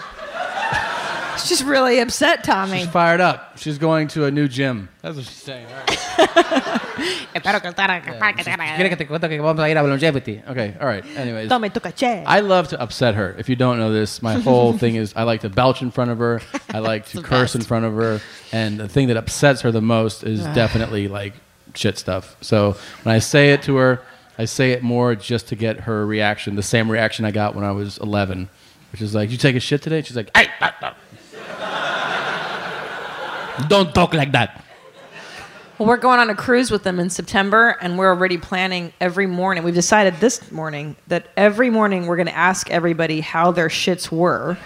[SPEAKER 2] She's really upset, Tommy.
[SPEAKER 14] Fired up. She's going to a new gym. That's what she's saying. All
[SPEAKER 31] [laughs]
[SPEAKER 14] right. Quiere que te cuento que vamos a ir a longevity. Okay, all right. Anyways.
[SPEAKER 2] Tome tu caché.
[SPEAKER 14] I love to upset her. If you don't know this, my whole thing is I like to belch in front of her. I like to curse in front of her. And the thing that upsets her the most is
[SPEAKER 1] Ugh.
[SPEAKER 14] definitely like shit stuff. So when I say it to her, I say it more just to get her reaction, the same reaction I got when I was 11, which is like, You take a shit today? She's like, Hey, no, no." don't talk like that.
[SPEAKER 2] Well, we're going on a cruise with them in September, and we're already planning every morning. We've decided this morning that every morning we're going to ask everybody how their shits were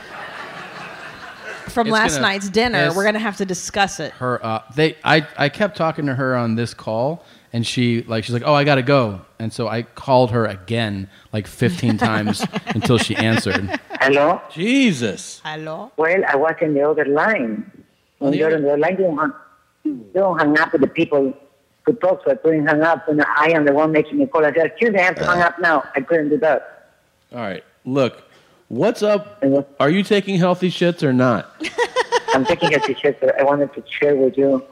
[SPEAKER 2] from
[SPEAKER 14] It's
[SPEAKER 2] last
[SPEAKER 14] gonna
[SPEAKER 2] night's dinner.
[SPEAKER 14] piss
[SPEAKER 2] We're going to have to discuss it.
[SPEAKER 14] her up. They, I, I kept talking to her on this call, and she like she's like, "Oh, I gotta go," and so I called her again like
[SPEAKER 2] [laughs]
[SPEAKER 14] 15 times until she answered.
[SPEAKER 30] Hello?
[SPEAKER 14] Jesus.
[SPEAKER 2] Hello?
[SPEAKER 30] Well, I was in the other line. When you're on the other line, you don't, hang, you don't hang up with the people who talk, so I couldn't hang up. And I am the one making the call. I said, excuse me, I have to hang up now. I couldn't do that.
[SPEAKER 1] All right. Look, what's up? Are you taking healthy shits or not?
[SPEAKER 30] I'm taking a t-shirt, but I wanted to share with you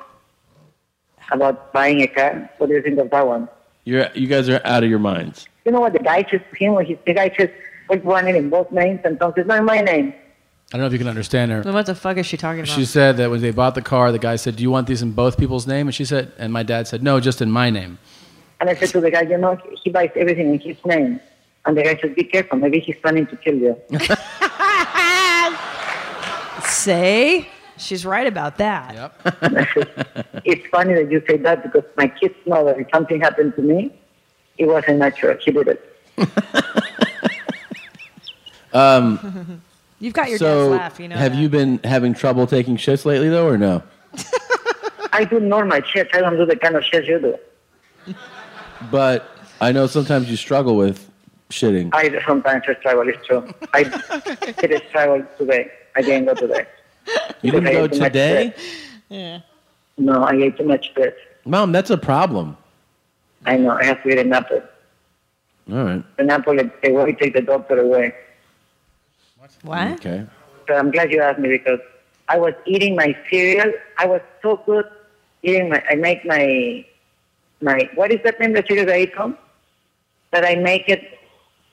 [SPEAKER 30] about buying a car. What do you think of that one?
[SPEAKER 1] You're, you guys are out of your minds.
[SPEAKER 30] You know what the guy chose him? Or he, the guy chose put one in both names, and entonces, no, in my name.
[SPEAKER 14] I don't know if you can understand her.
[SPEAKER 2] Then what the fuck is she talking about?
[SPEAKER 14] She said that when they bought the car, the guy said, "Do you want these in both people's name?" And she said, and my dad said, "No, just in my name."
[SPEAKER 30] And I said to the guy, you know, he buys everything in his name. And the guy said, be careful, maybe he's planning to kill
[SPEAKER 1] [laughs]
[SPEAKER 30] you.
[SPEAKER 2] Say, she's right about that. [laughs]
[SPEAKER 30] it's funny that you say that because my kids know that if something happened to me, it wasn't natural. He did it.
[SPEAKER 1] Um,
[SPEAKER 2] [laughs] You've got your
[SPEAKER 1] so
[SPEAKER 2] dad's laugh, you know.
[SPEAKER 1] have
[SPEAKER 2] that.
[SPEAKER 1] you been having trouble taking shits lately though, or no?
[SPEAKER 30] I do normal chess. I don't do the kind of chess you do.
[SPEAKER 1] But I know sometimes you struggle with shitting.
[SPEAKER 30] I do sometimes I struggle, it's true. I did a struggle today. I didn't go today.
[SPEAKER 1] You didn't
[SPEAKER 30] Because I
[SPEAKER 1] go
[SPEAKER 30] ate too much
[SPEAKER 1] today,
[SPEAKER 30] bread. No, I ate too much bread.
[SPEAKER 1] Mom. That's a problem.
[SPEAKER 30] I know, I have to eat an apple.
[SPEAKER 1] All right.
[SPEAKER 30] An apple, it- they will take the doctor away.
[SPEAKER 2] What?
[SPEAKER 1] Okay.
[SPEAKER 30] So I'm glad you asked me because I was eating my cereal. I was so good eating my. I make my my what is that name the cereal that I eat from? That I make it.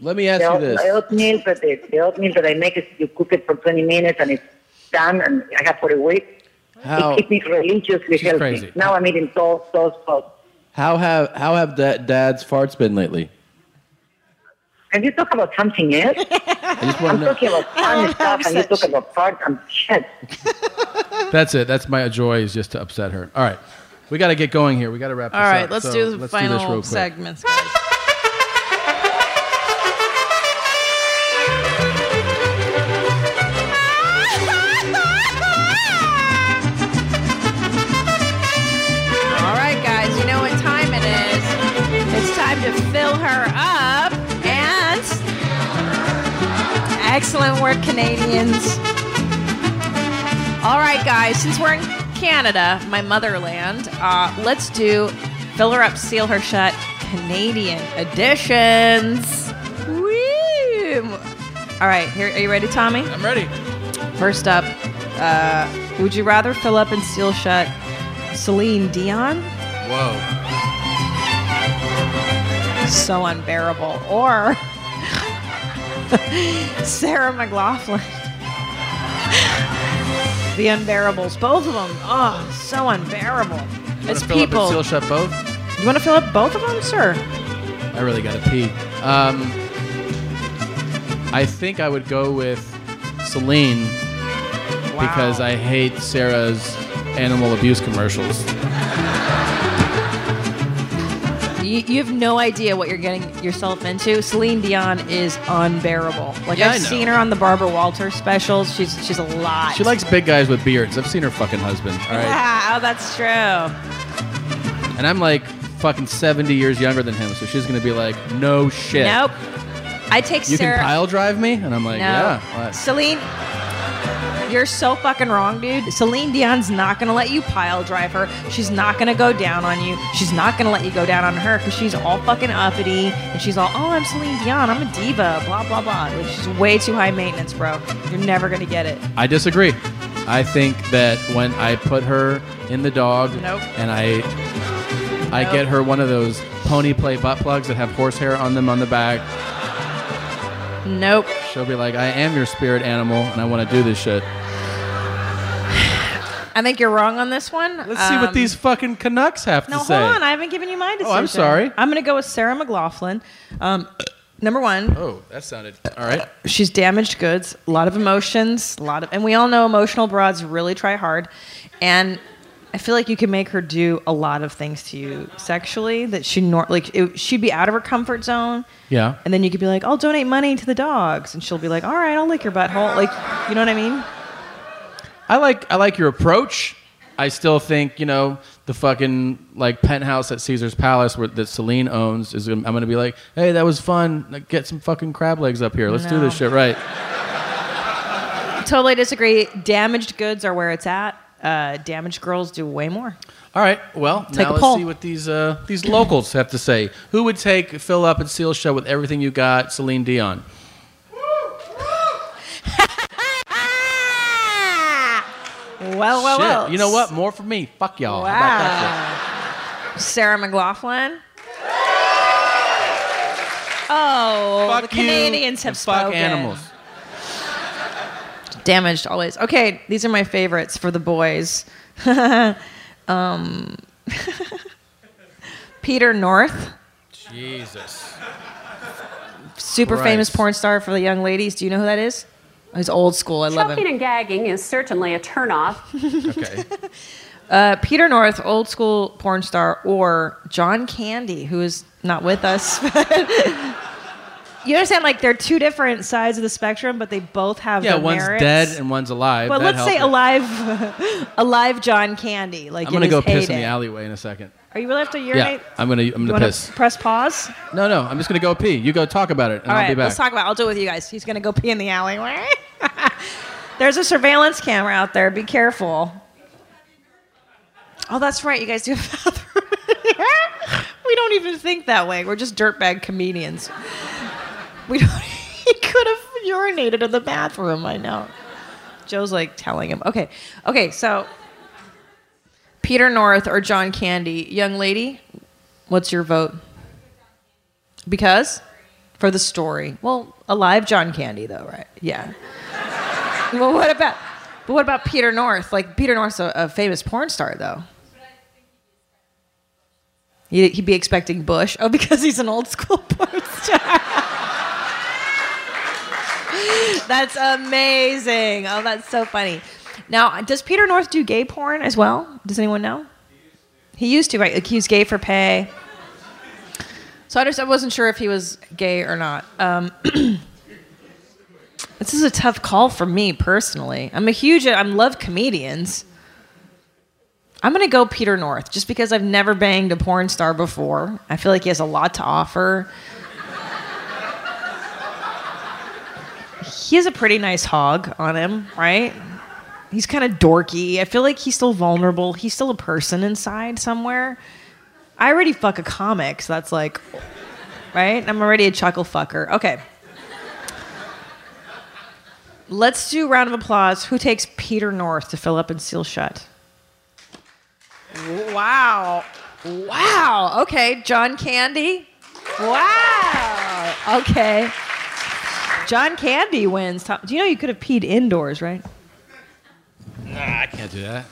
[SPEAKER 1] Let me ask
[SPEAKER 30] the,
[SPEAKER 1] you
[SPEAKER 30] oat-
[SPEAKER 1] this.
[SPEAKER 30] The oatmeal, but the, the oatmeal that I make is you cook it for 20 minutes and it's done, and I have for a week.
[SPEAKER 32] How-
[SPEAKER 30] it keeps me religiously healthy.
[SPEAKER 32] crazy.
[SPEAKER 30] Now I'm eating toast, toast, toast.
[SPEAKER 32] How have how have da- dad's farts been lately?
[SPEAKER 30] Can you talk about something else? I'm talking about fun stuff, and you talk about fart and shit.
[SPEAKER 1] [laughs] That's it. That's my joy is just to upset her. All right. We got to get going here. We got to wrap
[SPEAKER 33] All
[SPEAKER 1] this
[SPEAKER 33] right,
[SPEAKER 1] up.
[SPEAKER 33] let's
[SPEAKER 1] So
[SPEAKER 33] do the
[SPEAKER 1] let's
[SPEAKER 33] final
[SPEAKER 1] this real quick.
[SPEAKER 33] segments. guys.
[SPEAKER 2] All right, guys, you know what time it is. It's time to fill her up and. Excellent work, Canadians. All right, guys, since we're in Canada, my motherland, uh, let's do fill her up, seal her shut, Canadian editions. Woo! All right, here, are you ready, Tommy? I'm
[SPEAKER 1] ready.
[SPEAKER 2] First up, uh, would you rather fill up and seal shut Celine Dion?
[SPEAKER 1] Whoa.
[SPEAKER 2] So unbearable. Or [laughs] Sarah McLaughlin. the unbearables. Both of them. Oh, so unbearable. It's
[SPEAKER 1] Fill up and
[SPEAKER 2] people.
[SPEAKER 1] seal shut both.
[SPEAKER 2] You want to fill up both of them, sir?
[SPEAKER 1] I really got to pee. Um, I think I would go with Celine because I hate Sarah's animal abuse commercials.
[SPEAKER 2] You, you have no idea what you're getting yourself into. Celine Dion is unbearable. Like
[SPEAKER 1] Yeah, I
[SPEAKER 2] I've
[SPEAKER 1] know.
[SPEAKER 2] seen her on the Barbara Walters specials. She's she's a lot.
[SPEAKER 1] She likes big guys with beards. I've seen her fucking husband. All right.
[SPEAKER 2] Yeah, oh, that's true.
[SPEAKER 1] And I'm like fucking 70 years younger than him, so she's going to be like, no shit.
[SPEAKER 2] Nope. I take
[SPEAKER 1] You
[SPEAKER 2] Sarah.
[SPEAKER 1] can pile drive me? And I'm
[SPEAKER 2] no.
[SPEAKER 1] like, yeah. what?"
[SPEAKER 2] Celine, you're so fucking wrong, dude. Celine Dion's not gonna let you pile drive her. She's not gonna go down on you. She's not gonna let you go down on her because she's all fucking uppity and she's all, oh, I'm Celine Dion. I'm a diva. Blah blah blah. Like, she's way too high maintenance, bro. You're never gonna get it.
[SPEAKER 1] I disagree. I think that when I put her in the dog
[SPEAKER 2] Nope.
[SPEAKER 1] and I I
[SPEAKER 2] Nope.
[SPEAKER 1] get her one of those pony play butt plugs that have horsehair on them on the back,
[SPEAKER 2] Nope.
[SPEAKER 1] she'll be like, I am your spirit animal and I want to do this shit.
[SPEAKER 2] I think you're wrong on this one. Um,
[SPEAKER 1] Let's see what these fucking Canucks have
[SPEAKER 2] No,
[SPEAKER 1] to say.
[SPEAKER 2] hold on. I haven't given you my decision.
[SPEAKER 1] Oh, I'm sorry.
[SPEAKER 2] I'm gonna go with Sarah McLaughlin. Um, number one.
[SPEAKER 1] Oh, that sounded all right.
[SPEAKER 2] She's damaged goods, a lot of emotions, a lot of, and we all know emotional broads really try hard. And I feel like you can make her do a lot of things to you sexually that she nor- like it, she'd be out of her comfort zone.
[SPEAKER 1] Yeah.
[SPEAKER 2] And then you could be like, I'll donate money to the dogs, and she'll be like, All right, I'll lick your butthole. Like, you know what I mean?
[SPEAKER 1] I like I like your approach. I still think you know the fucking like penthouse at Caesar's Palace where that Celine owns is. I'm gonna be like, hey, that was fun. Like, Get some fucking crab legs up here. Let's do this
[SPEAKER 2] No.
[SPEAKER 1] shit right.
[SPEAKER 2] Totally disagree. Damaged goods are where it's at. Uh, damaged girls do way more.
[SPEAKER 1] All right. Well,
[SPEAKER 2] Take a
[SPEAKER 1] now let's
[SPEAKER 2] poll.
[SPEAKER 1] see what these uh, these locals have to say. Who would take fill up and seal show with everything you got, Celine Dion?
[SPEAKER 2] Ah. Well, well,
[SPEAKER 1] Shit.
[SPEAKER 2] well.
[SPEAKER 1] You know what? More for me. Fuck y'all. How about that shit?
[SPEAKER 2] Wow. Sarah McLaughlin. Oh,
[SPEAKER 33] Fuck
[SPEAKER 2] the
[SPEAKER 33] you
[SPEAKER 2] Canadians have
[SPEAKER 33] and fuck
[SPEAKER 2] spoken.
[SPEAKER 33] animals.
[SPEAKER 2] Damaged always. Okay, these are my favorites for the boys. [laughs] um, [laughs] Peter North,
[SPEAKER 1] Jesus.
[SPEAKER 2] super famous
[SPEAKER 4] Christ.
[SPEAKER 2] porn star for the young ladies. Do you know who that is? He's old school. I love
[SPEAKER 4] Choking
[SPEAKER 2] him.
[SPEAKER 4] and gagging is certainly a turnoff.
[SPEAKER 1] Okay.
[SPEAKER 2] [laughs] Uh, Peter North, old school porn star, or John Candy, who is not with us. [laughs] you understand? Like they're two different sides of the spectrum, but they both have
[SPEAKER 1] Yeah,
[SPEAKER 2] their
[SPEAKER 1] one's
[SPEAKER 2] merits.
[SPEAKER 1] dead and one's alive.
[SPEAKER 2] But
[SPEAKER 1] That
[SPEAKER 2] let's say
[SPEAKER 1] helped it.
[SPEAKER 2] alive, [laughs] alive John Candy. Like
[SPEAKER 1] I'm gonna
[SPEAKER 2] in
[SPEAKER 1] go
[SPEAKER 2] his
[SPEAKER 1] piss in
[SPEAKER 2] heyday.
[SPEAKER 1] the alleyway in a second.
[SPEAKER 2] Are you really have to
[SPEAKER 1] Yeah,
[SPEAKER 2] urinate?
[SPEAKER 1] I'm gonna I'm
[SPEAKER 2] You
[SPEAKER 1] gonna
[SPEAKER 2] wanna
[SPEAKER 1] piss.
[SPEAKER 2] Press pause.
[SPEAKER 1] No, no, I'm just gonna go pee. You go talk about it, and
[SPEAKER 2] All
[SPEAKER 1] I'll
[SPEAKER 2] right,
[SPEAKER 1] be back.
[SPEAKER 2] let's talk about. It. I'll do it with you guys. He's gonna go pee in the alleyway. [laughs] There's a surveillance camera out there. Be careful. Oh, that's right. You guys do a bathroom. [laughs] we don't even think that way. We're just dirtbag comedians. We don't. [laughs] he could have urinated in the bathroom. I know. Joe's like telling him. Okay. Okay. So, Peter North or John Candy, young lady, what's your vote? Because for the story. [laughs] Well, alive John Candy though, right? Yeah. well, what about But what about Peter North? Like Peter North's a, a famous porn star, though. He- He'd be expecting Bush. Oh, [laughs] because he's an old school [laughs] porn star. [laughs] that's amazing. Oh, that's so funny. Now, does Peter North do gay porn as well? Does anyone know? He used to, right? Like he was gay for pay. So I just I wasn't sure if he was gay or not. Um, [clears throat] this is a tough call for me personally. I'm a huge I love comedians. I'm gonna go Peter North just because I've never banged a porn star before. I feel like he has a lot to offer. he has a pretty nice hog on him, right? He's kind of dorky. I feel like he's still vulnerable. He's still a person inside somewhere. I already fuck a comic, so that's like, right? I'm already a chuckle fucker. Okay. Let's do a round of applause. Who takes Peter North to fill up and seal shut? Wow. Wow. Okay. John Candy. Wow. Okay. John Candy wins. Top- Do you know you could have peed indoors, right?
[SPEAKER 1] Nah, I can't do that.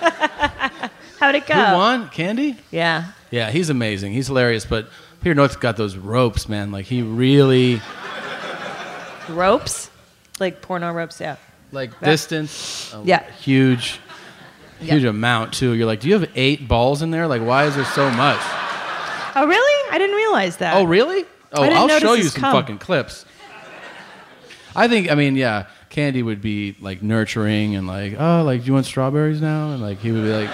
[SPEAKER 2] How'd it go?
[SPEAKER 1] Who won? Candy?
[SPEAKER 2] Yeah.
[SPEAKER 1] Yeah, he's amazing. He's hilarious. But Peter North's got those ropes, man. Like he really
[SPEAKER 2] Ropes? Like porno ropes, yeah.
[SPEAKER 1] like
[SPEAKER 2] That-
[SPEAKER 1] distance. Oh. a
[SPEAKER 2] Yeah.
[SPEAKER 1] Huge,
[SPEAKER 2] Yeah.
[SPEAKER 1] huge amount too. You're like, do you have eight balls in there? Like, why is there so much?
[SPEAKER 2] Oh, really? I didn't realize that.
[SPEAKER 1] Oh, really? Oh,
[SPEAKER 2] I didn't
[SPEAKER 1] I'll
[SPEAKER 2] notice
[SPEAKER 1] show you
[SPEAKER 2] his
[SPEAKER 1] some
[SPEAKER 2] cum.
[SPEAKER 1] fucking clips. I think. I mean, yeah. Candy would be like nurturing and like, oh, like, do you want strawberries now? And like, he would be like,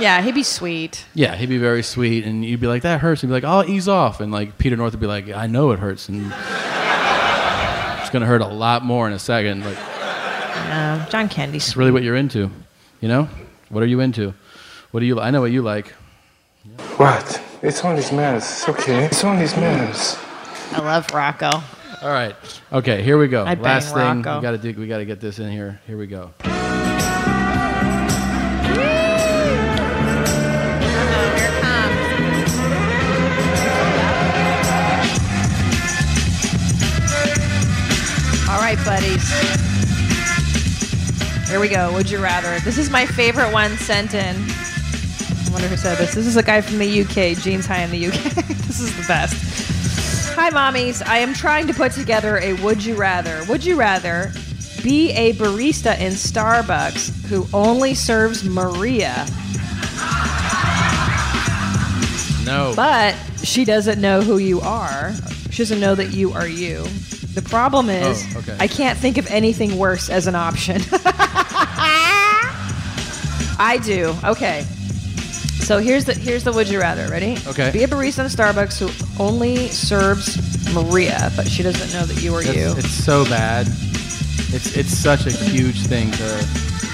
[SPEAKER 2] Yeah, he'd be sweet.
[SPEAKER 1] yeah, he'd be very sweet, and you'd be like, that hurts. He'd be like, I'll ease off, and like Peter North would be like, I know it hurts, and it's gonna hurt a lot more in a second. Like,
[SPEAKER 2] Yeah, John Candy's
[SPEAKER 1] it's really what you're into, you know? What are you into? What do you? I know what you like.
[SPEAKER 18] What? It's only smells. It's okay. It's only smells.
[SPEAKER 2] I love Rocco.
[SPEAKER 1] All right. Okay, here we go.
[SPEAKER 18] I bang
[SPEAKER 1] Last thing
[SPEAKER 18] Rocco.
[SPEAKER 1] we gotta do, we gotta get this in here. Here we go.
[SPEAKER 2] All right, buddies. Here we go. Would you rather? This is my favorite one sent in. I wonder who said this. This is a guy from the UK, jeans high in the UK. [laughs] this is the best. Hi, mommies. I am trying to put together a would you rather. Would you rather be a barista in Starbucks who only serves Maria,
[SPEAKER 1] No.
[SPEAKER 2] but she doesn't know who you are? She doesn't know that you are you. The problem is,
[SPEAKER 4] Oh, okay.
[SPEAKER 2] I can't think of anything worse as an option. [laughs] I do. Okay. So here's the here's the would you rather. Ready?
[SPEAKER 4] Okay.
[SPEAKER 2] Be a barista in Starbucks who only serves Maria, but she doesn't know that you are
[SPEAKER 1] It's-
[SPEAKER 2] you.
[SPEAKER 1] It's so bad. It's it's such a huge thing to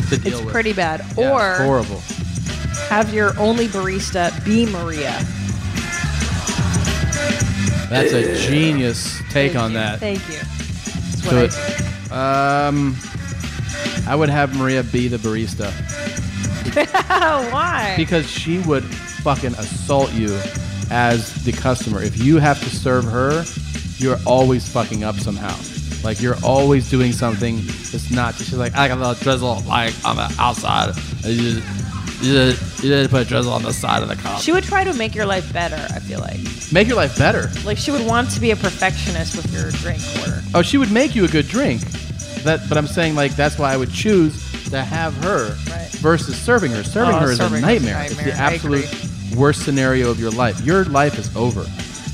[SPEAKER 1] to deal
[SPEAKER 2] It's
[SPEAKER 1] with.
[SPEAKER 2] pretty bad.
[SPEAKER 1] Yeah,
[SPEAKER 2] or
[SPEAKER 1] it's horrible.
[SPEAKER 2] have your only barista be Maria.
[SPEAKER 1] That's a genius take on that.
[SPEAKER 2] Thank you. That's what
[SPEAKER 1] Do
[SPEAKER 2] I-
[SPEAKER 1] it. Um, I would have Maria be the barista
[SPEAKER 2] [laughs] Why?
[SPEAKER 1] because she would fucking assault you as the customer. If you have to serve her, you're always fucking up somehow. Like you're always doing something that's not. She's like, I got a little drizzle like on the outside. You just, you just, you just put drizzle on the side of the cup.
[SPEAKER 2] she would try to make your life better. I feel like,
[SPEAKER 1] make your life better.
[SPEAKER 2] like she would want to be a perfectionist with your drink order.
[SPEAKER 1] Oh, she would make you a good drink. That, but I'm saying like that's why I would choose to have her versus serving her. Serving
[SPEAKER 2] Oh,
[SPEAKER 1] her is
[SPEAKER 2] serving
[SPEAKER 1] a
[SPEAKER 2] is a
[SPEAKER 1] nightmare. It's
[SPEAKER 2] nightmare.
[SPEAKER 1] the
[SPEAKER 2] I agree.
[SPEAKER 1] absolute worst scenario of your life. Your life is over.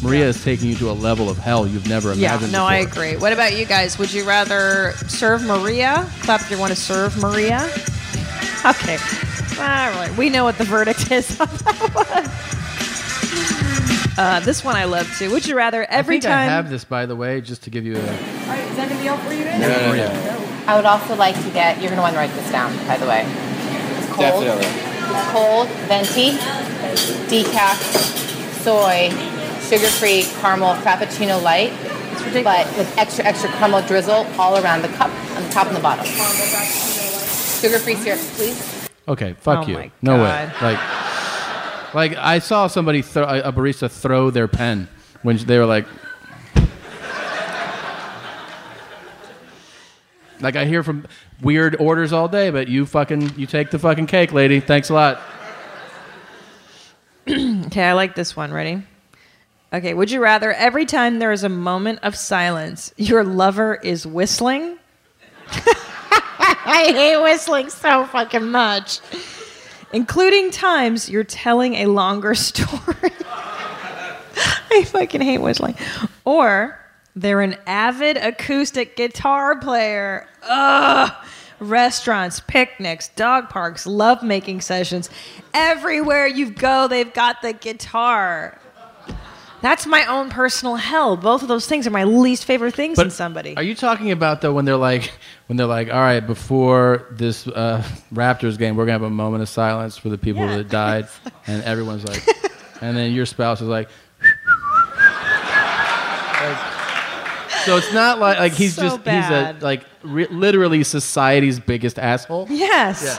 [SPEAKER 1] Maria is taking you to a level of hell you've never
[SPEAKER 2] Yeah,
[SPEAKER 1] imagined.
[SPEAKER 2] no, I
[SPEAKER 1] before.
[SPEAKER 2] agree. What about you guys? Would you rather serve Maria? Clap if you want to serve Maria. Okay. All right. We know what the verdict [laughs] is on that one. Uh, this one I love too. Would you rather
[SPEAKER 1] I
[SPEAKER 2] every
[SPEAKER 1] think
[SPEAKER 2] time?
[SPEAKER 1] I have this, by the way, just to give you a.
[SPEAKER 13] All right, is that going to be all for you guys?
[SPEAKER 1] No, no, no,
[SPEAKER 13] I would also like to get, you're going to want to write this down, by the way. It's cold. It's cold, venti, decaf, soy, sugar-free caramel frappuccino light. But with extra, extra caramel drizzle all around the cup, on the top and the bottom. Sugar-free syrup, please.
[SPEAKER 1] Okay, fuck
[SPEAKER 13] Oh
[SPEAKER 1] you.
[SPEAKER 13] my
[SPEAKER 1] No way.
[SPEAKER 13] God.
[SPEAKER 1] Like, like I saw somebody throw a a barista throw their pen when they were like, Like I hear from weird orders all day, but you fucking you take the fucking cake, lady. Thanks a lot.
[SPEAKER 2] [clears throat] okay, I like this one. Ready? Okay, would you rather every time there is a moment of silence, your lover is whistling? [laughs] I hate whistling so fucking much. Including times you're telling a longer [laughs] story. I fucking hate whistling. Or they're an avid acoustic guitar player. Ugh. Restaurants, picnics, dog parks, lovemaking sessions. Everywhere you go, they've got the guitar. That's my own personal hell. Both of those things are my least favorite things in somebody.
[SPEAKER 1] Are you talking about though when they're like when they're like, all right, before this uh, Raptors game, we're gonna have a moment of silence for the people
[SPEAKER 2] Yeah.
[SPEAKER 1] that died, and everyone's like, and then your spouse is like. Like, So it's not like like he's
[SPEAKER 2] So
[SPEAKER 1] just
[SPEAKER 2] bad.
[SPEAKER 1] he's a like re- literally society's biggest asshole.
[SPEAKER 2] Yes.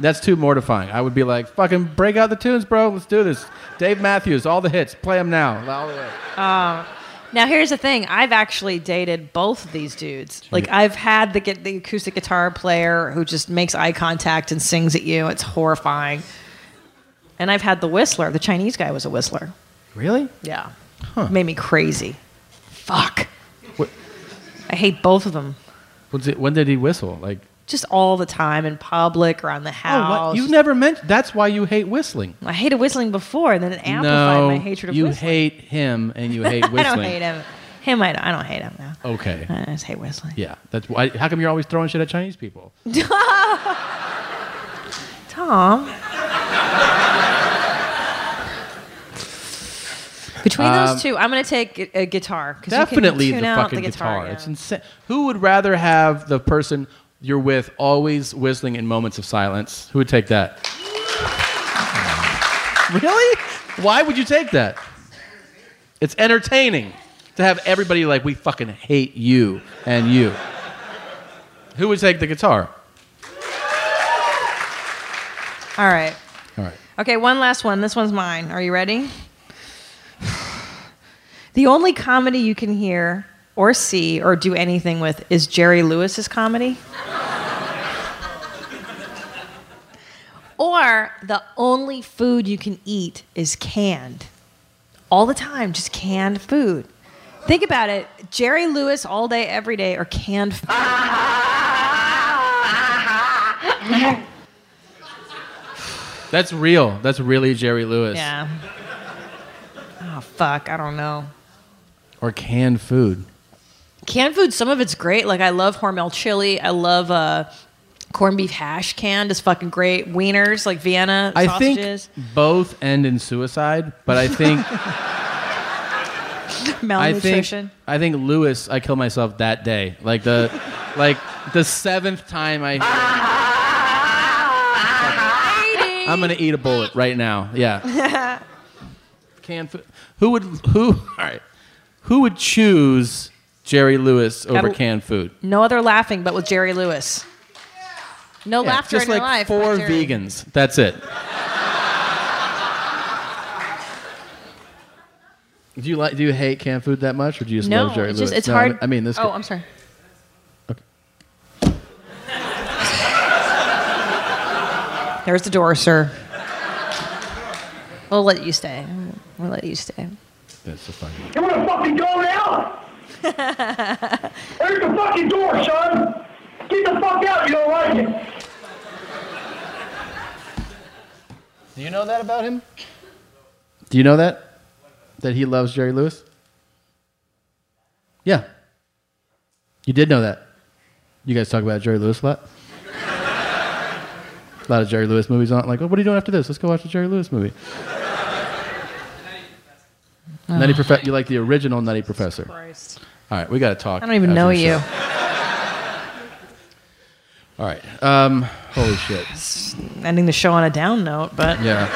[SPEAKER 1] That's too mortifying. I would be like, fucking break out the tunes, bro. Let's do this. Dave Matthews, all the hits, play them now. All the way.
[SPEAKER 2] Um, now here's the thing: I've actually dated both of these dudes. Like I've had the get the acoustic guitar player who just makes eye contact and sings at you. It's horrifying. And I've had the whistler. The Chinese guy was a whistler.
[SPEAKER 1] Really?
[SPEAKER 2] [laughs] Yeah. Made me crazy. Fuck. I hate both of them.
[SPEAKER 1] When's it- when did he whistle? Like,
[SPEAKER 2] Just all the time in public or on the house.
[SPEAKER 1] oh, what? you never mentioned. That's why you hate whistling.
[SPEAKER 2] I hated whistling before, and then it amplified
[SPEAKER 1] no,
[SPEAKER 2] my hatred of
[SPEAKER 1] you
[SPEAKER 2] whistling.
[SPEAKER 1] hate him
[SPEAKER 2] [laughs]
[SPEAKER 1] and you hate
[SPEAKER 2] I don't
[SPEAKER 1] whistling.
[SPEAKER 2] hate him. Him, I don't, I don't hate him now.
[SPEAKER 1] Okay.
[SPEAKER 2] I just hate whistling.
[SPEAKER 1] Yeah, that's why. How come you're always throwing shit at Chinese people?
[SPEAKER 2] Tom. Between
[SPEAKER 1] Um,
[SPEAKER 2] those two, I'm going to take a, a guitar. 'cause you can
[SPEAKER 1] Definitely the
[SPEAKER 2] tune out
[SPEAKER 1] fucking guitar.
[SPEAKER 2] yeah.
[SPEAKER 1] It's insane. Who would rather have the person you're with always whistling in moments of silence? Who would take
[SPEAKER 2] [laughs]
[SPEAKER 1] that? really? Why would you take that? It's entertaining to have everybody like we fucking hate you and you. Who would take the guitar?
[SPEAKER 2] All right.
[SPEAKER 1] All right.
[SPEAKER 2] Okay, one last one. This one's mine. Are you ready? [sighs] the only comedy you can hear or see or do anything with is Jerry Lewis's comedy. [laughs] or the only food you can eat is canned. All the time, just canned food. Think about it. Jerry Lewis all day, every day, or canned food.
[SPEAKER 1] That's real. That's really Jerry Lewis.
[SPEAKER 2] Yeah. Oh fuck, I don't know.
[SPEAKER 1] Or canned food.
[SPEAKER 2] Canned food, some of it's great. Like I love Hormel chili. I love uh, corned beef hash canned is fucking great. Wieners like Vienna
[SPEAKER 1] I think
[SPEAKER 2] Uh, sausages.
[SPEAKER 1] both end in suicide, but
[SPEAKER 2] [laughs]
[SPEAKER 1] I think
[SPEAKER 2] Malnutrition.
[SPEAKER 1] I think I think Lewis, I killed myself that day. Like the like the seventh time I I'm gonna eat a bullet right now. Yeah. Canned food. Who would who [laughs] all right. Who would choose Jerry Lewis over
[SPEAKER 2] Gotta-
[SPEAKER 1] canned food?
[SPEAKER 2] no other laughing, but with Jerry Lewis. No
[SPEAKER 1] Yeah,
[SPEAKER 2] laughter
[SPEAKER 1] just
[SPEAKER 2] in your life.
[SPEAKER 1] like
[SPEAKER 2] but
[SPEAKER 1] four
[SPEAKER 2] Jerry-
[SPEAKER 1] vegans.
[SPEAKER 2] [laughs]
[SPEAKER 1] That's it. Do you like? Do you hate canned food that much, or do you just
[SPEAKER 2] No,
[SPEAKER 1] love Jerry
[SPEAKER 2] it's
[SPEAKER 1] Lewis?
[SPEAKER 2] just it's
[SPEAKER 1] No,
[SPEAKER 2] hard.
[SPEAKER 1] I mean this.
[SPEAKER 2] Oh, I'm sorry. There's the door, sir. We'll let you stay. We'll let you stay. Oh.
[SPEAKER 1] That's the fucking.
[SPEAKER 4] You wanna fucking
[SPEAKER 2] [laughs]
[SPEAKER 4] go now? There's the fucking door, son. Get the fuck out, you don't like it.
[SPEAKER 1] Do you know that about him? Do you know that? That he loves Jerry Lewis? Yeah. You did know that. You guys talk about Jerry Lewis a lot? a lot of Jerry Lewis movies on. Like, oh, what are you doing after this? Let's go watch the Jerry Lewis movie. Nutty Professor. You like the original Nutty Professor?
[SPEAKER 2] Oh. Christ.
[SPEAKER 1] All right, we got to talk.
[SPEAKER 2] I don't even
[SPEAKER 1] after
[SPEAKER 2] know
[SPEAKER 1] the show.
[SPEAKER 2] you.
[SPEAKER 1] All right. Um, holy shit.
[SPEAKER 2] Ending the show on a down note, but
[SPEAKER 1] Yeah.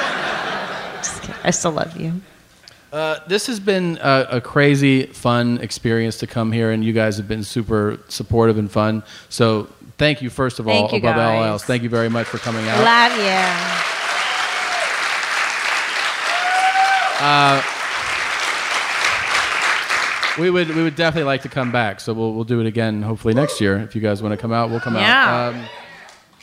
[SPEAKER 2] Just kidding. I still love you.
[SPEAKER 1] Uh, this has been a, a crazy, fun experience to come here, and you guys have been super supportive and fun. So, thank you, first of all,
[SPEAKER 2] Thank you,
[SPEAKER 1] above all
[SPEAKER 2] guys.
[SPEAKER 1] else. Thank you very much for coming out.
[SPEAKER 2] Love you.
[SPEAKER 1] Uh, we would we would definitely like to come back. So we'll we'll do it again hopefully next year. If you guys want to come out, we'll come
[SPEAKER 2] Yeah.
[SPEAKER 1] out. Um,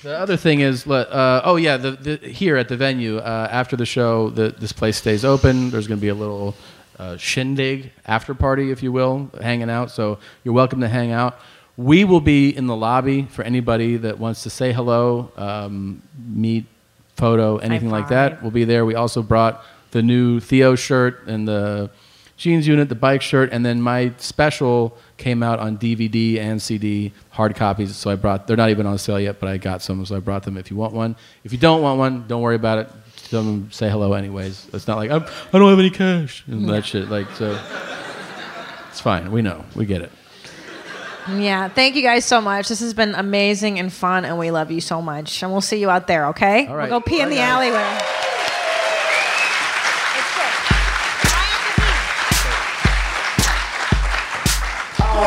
[SPEAKER 1] the other thing is, le- uh, oh yeah, the, the, here at the venue uh, after the show, the, this place stays open. There's going to be a little uh, shindig after party, if you will, hanging out. So you're welcome to hang out. We will be in the lobby for anybody that wants to say hello, um, meet, photo, anything like that. We'll be there. We also brought the new Theo shirt and the jeans unit, the bike shirt, and then my special came out on DVD and CD, hard copies. So I brought. They're not even on sale yet, but I got some, so I brought them. If you want one, if you don't want one, don't worry about it. Tell them say hello anyways. It's not like I'm, I don't have any cash and that shit. Like so, it's fine. We know. We get it.
[SPEAKER 2] Yeah. Thank you guys so much. This has been amazing and fun, and we love you so much. And we'll see you out there, okay?
[SPEAKER 1] All right.
[SPEAKER 2] We'll go pee in
[SPEAKER 1] Bye,
[SPEAKER 2] the
[SPEAKER 1] guys.
[SPEAKER 2] alleyway.
[SPEAKER 4] Oh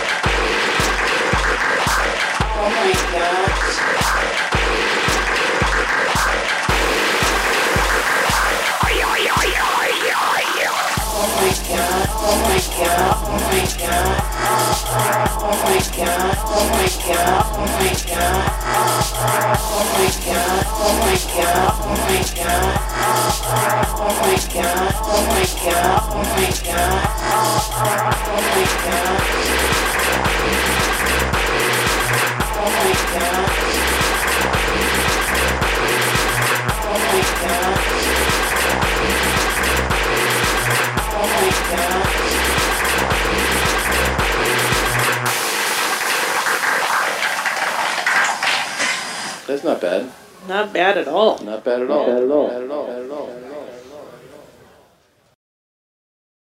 [SPEAKER 4] Oh my gosh. Oh my
[SPEAKER 34] That's not bad.
[SPEAKER 20] Oh oh oh Not bad at all. oh
[SPEAKER 34] Not bad at all. Not bad at all. Not bad at all.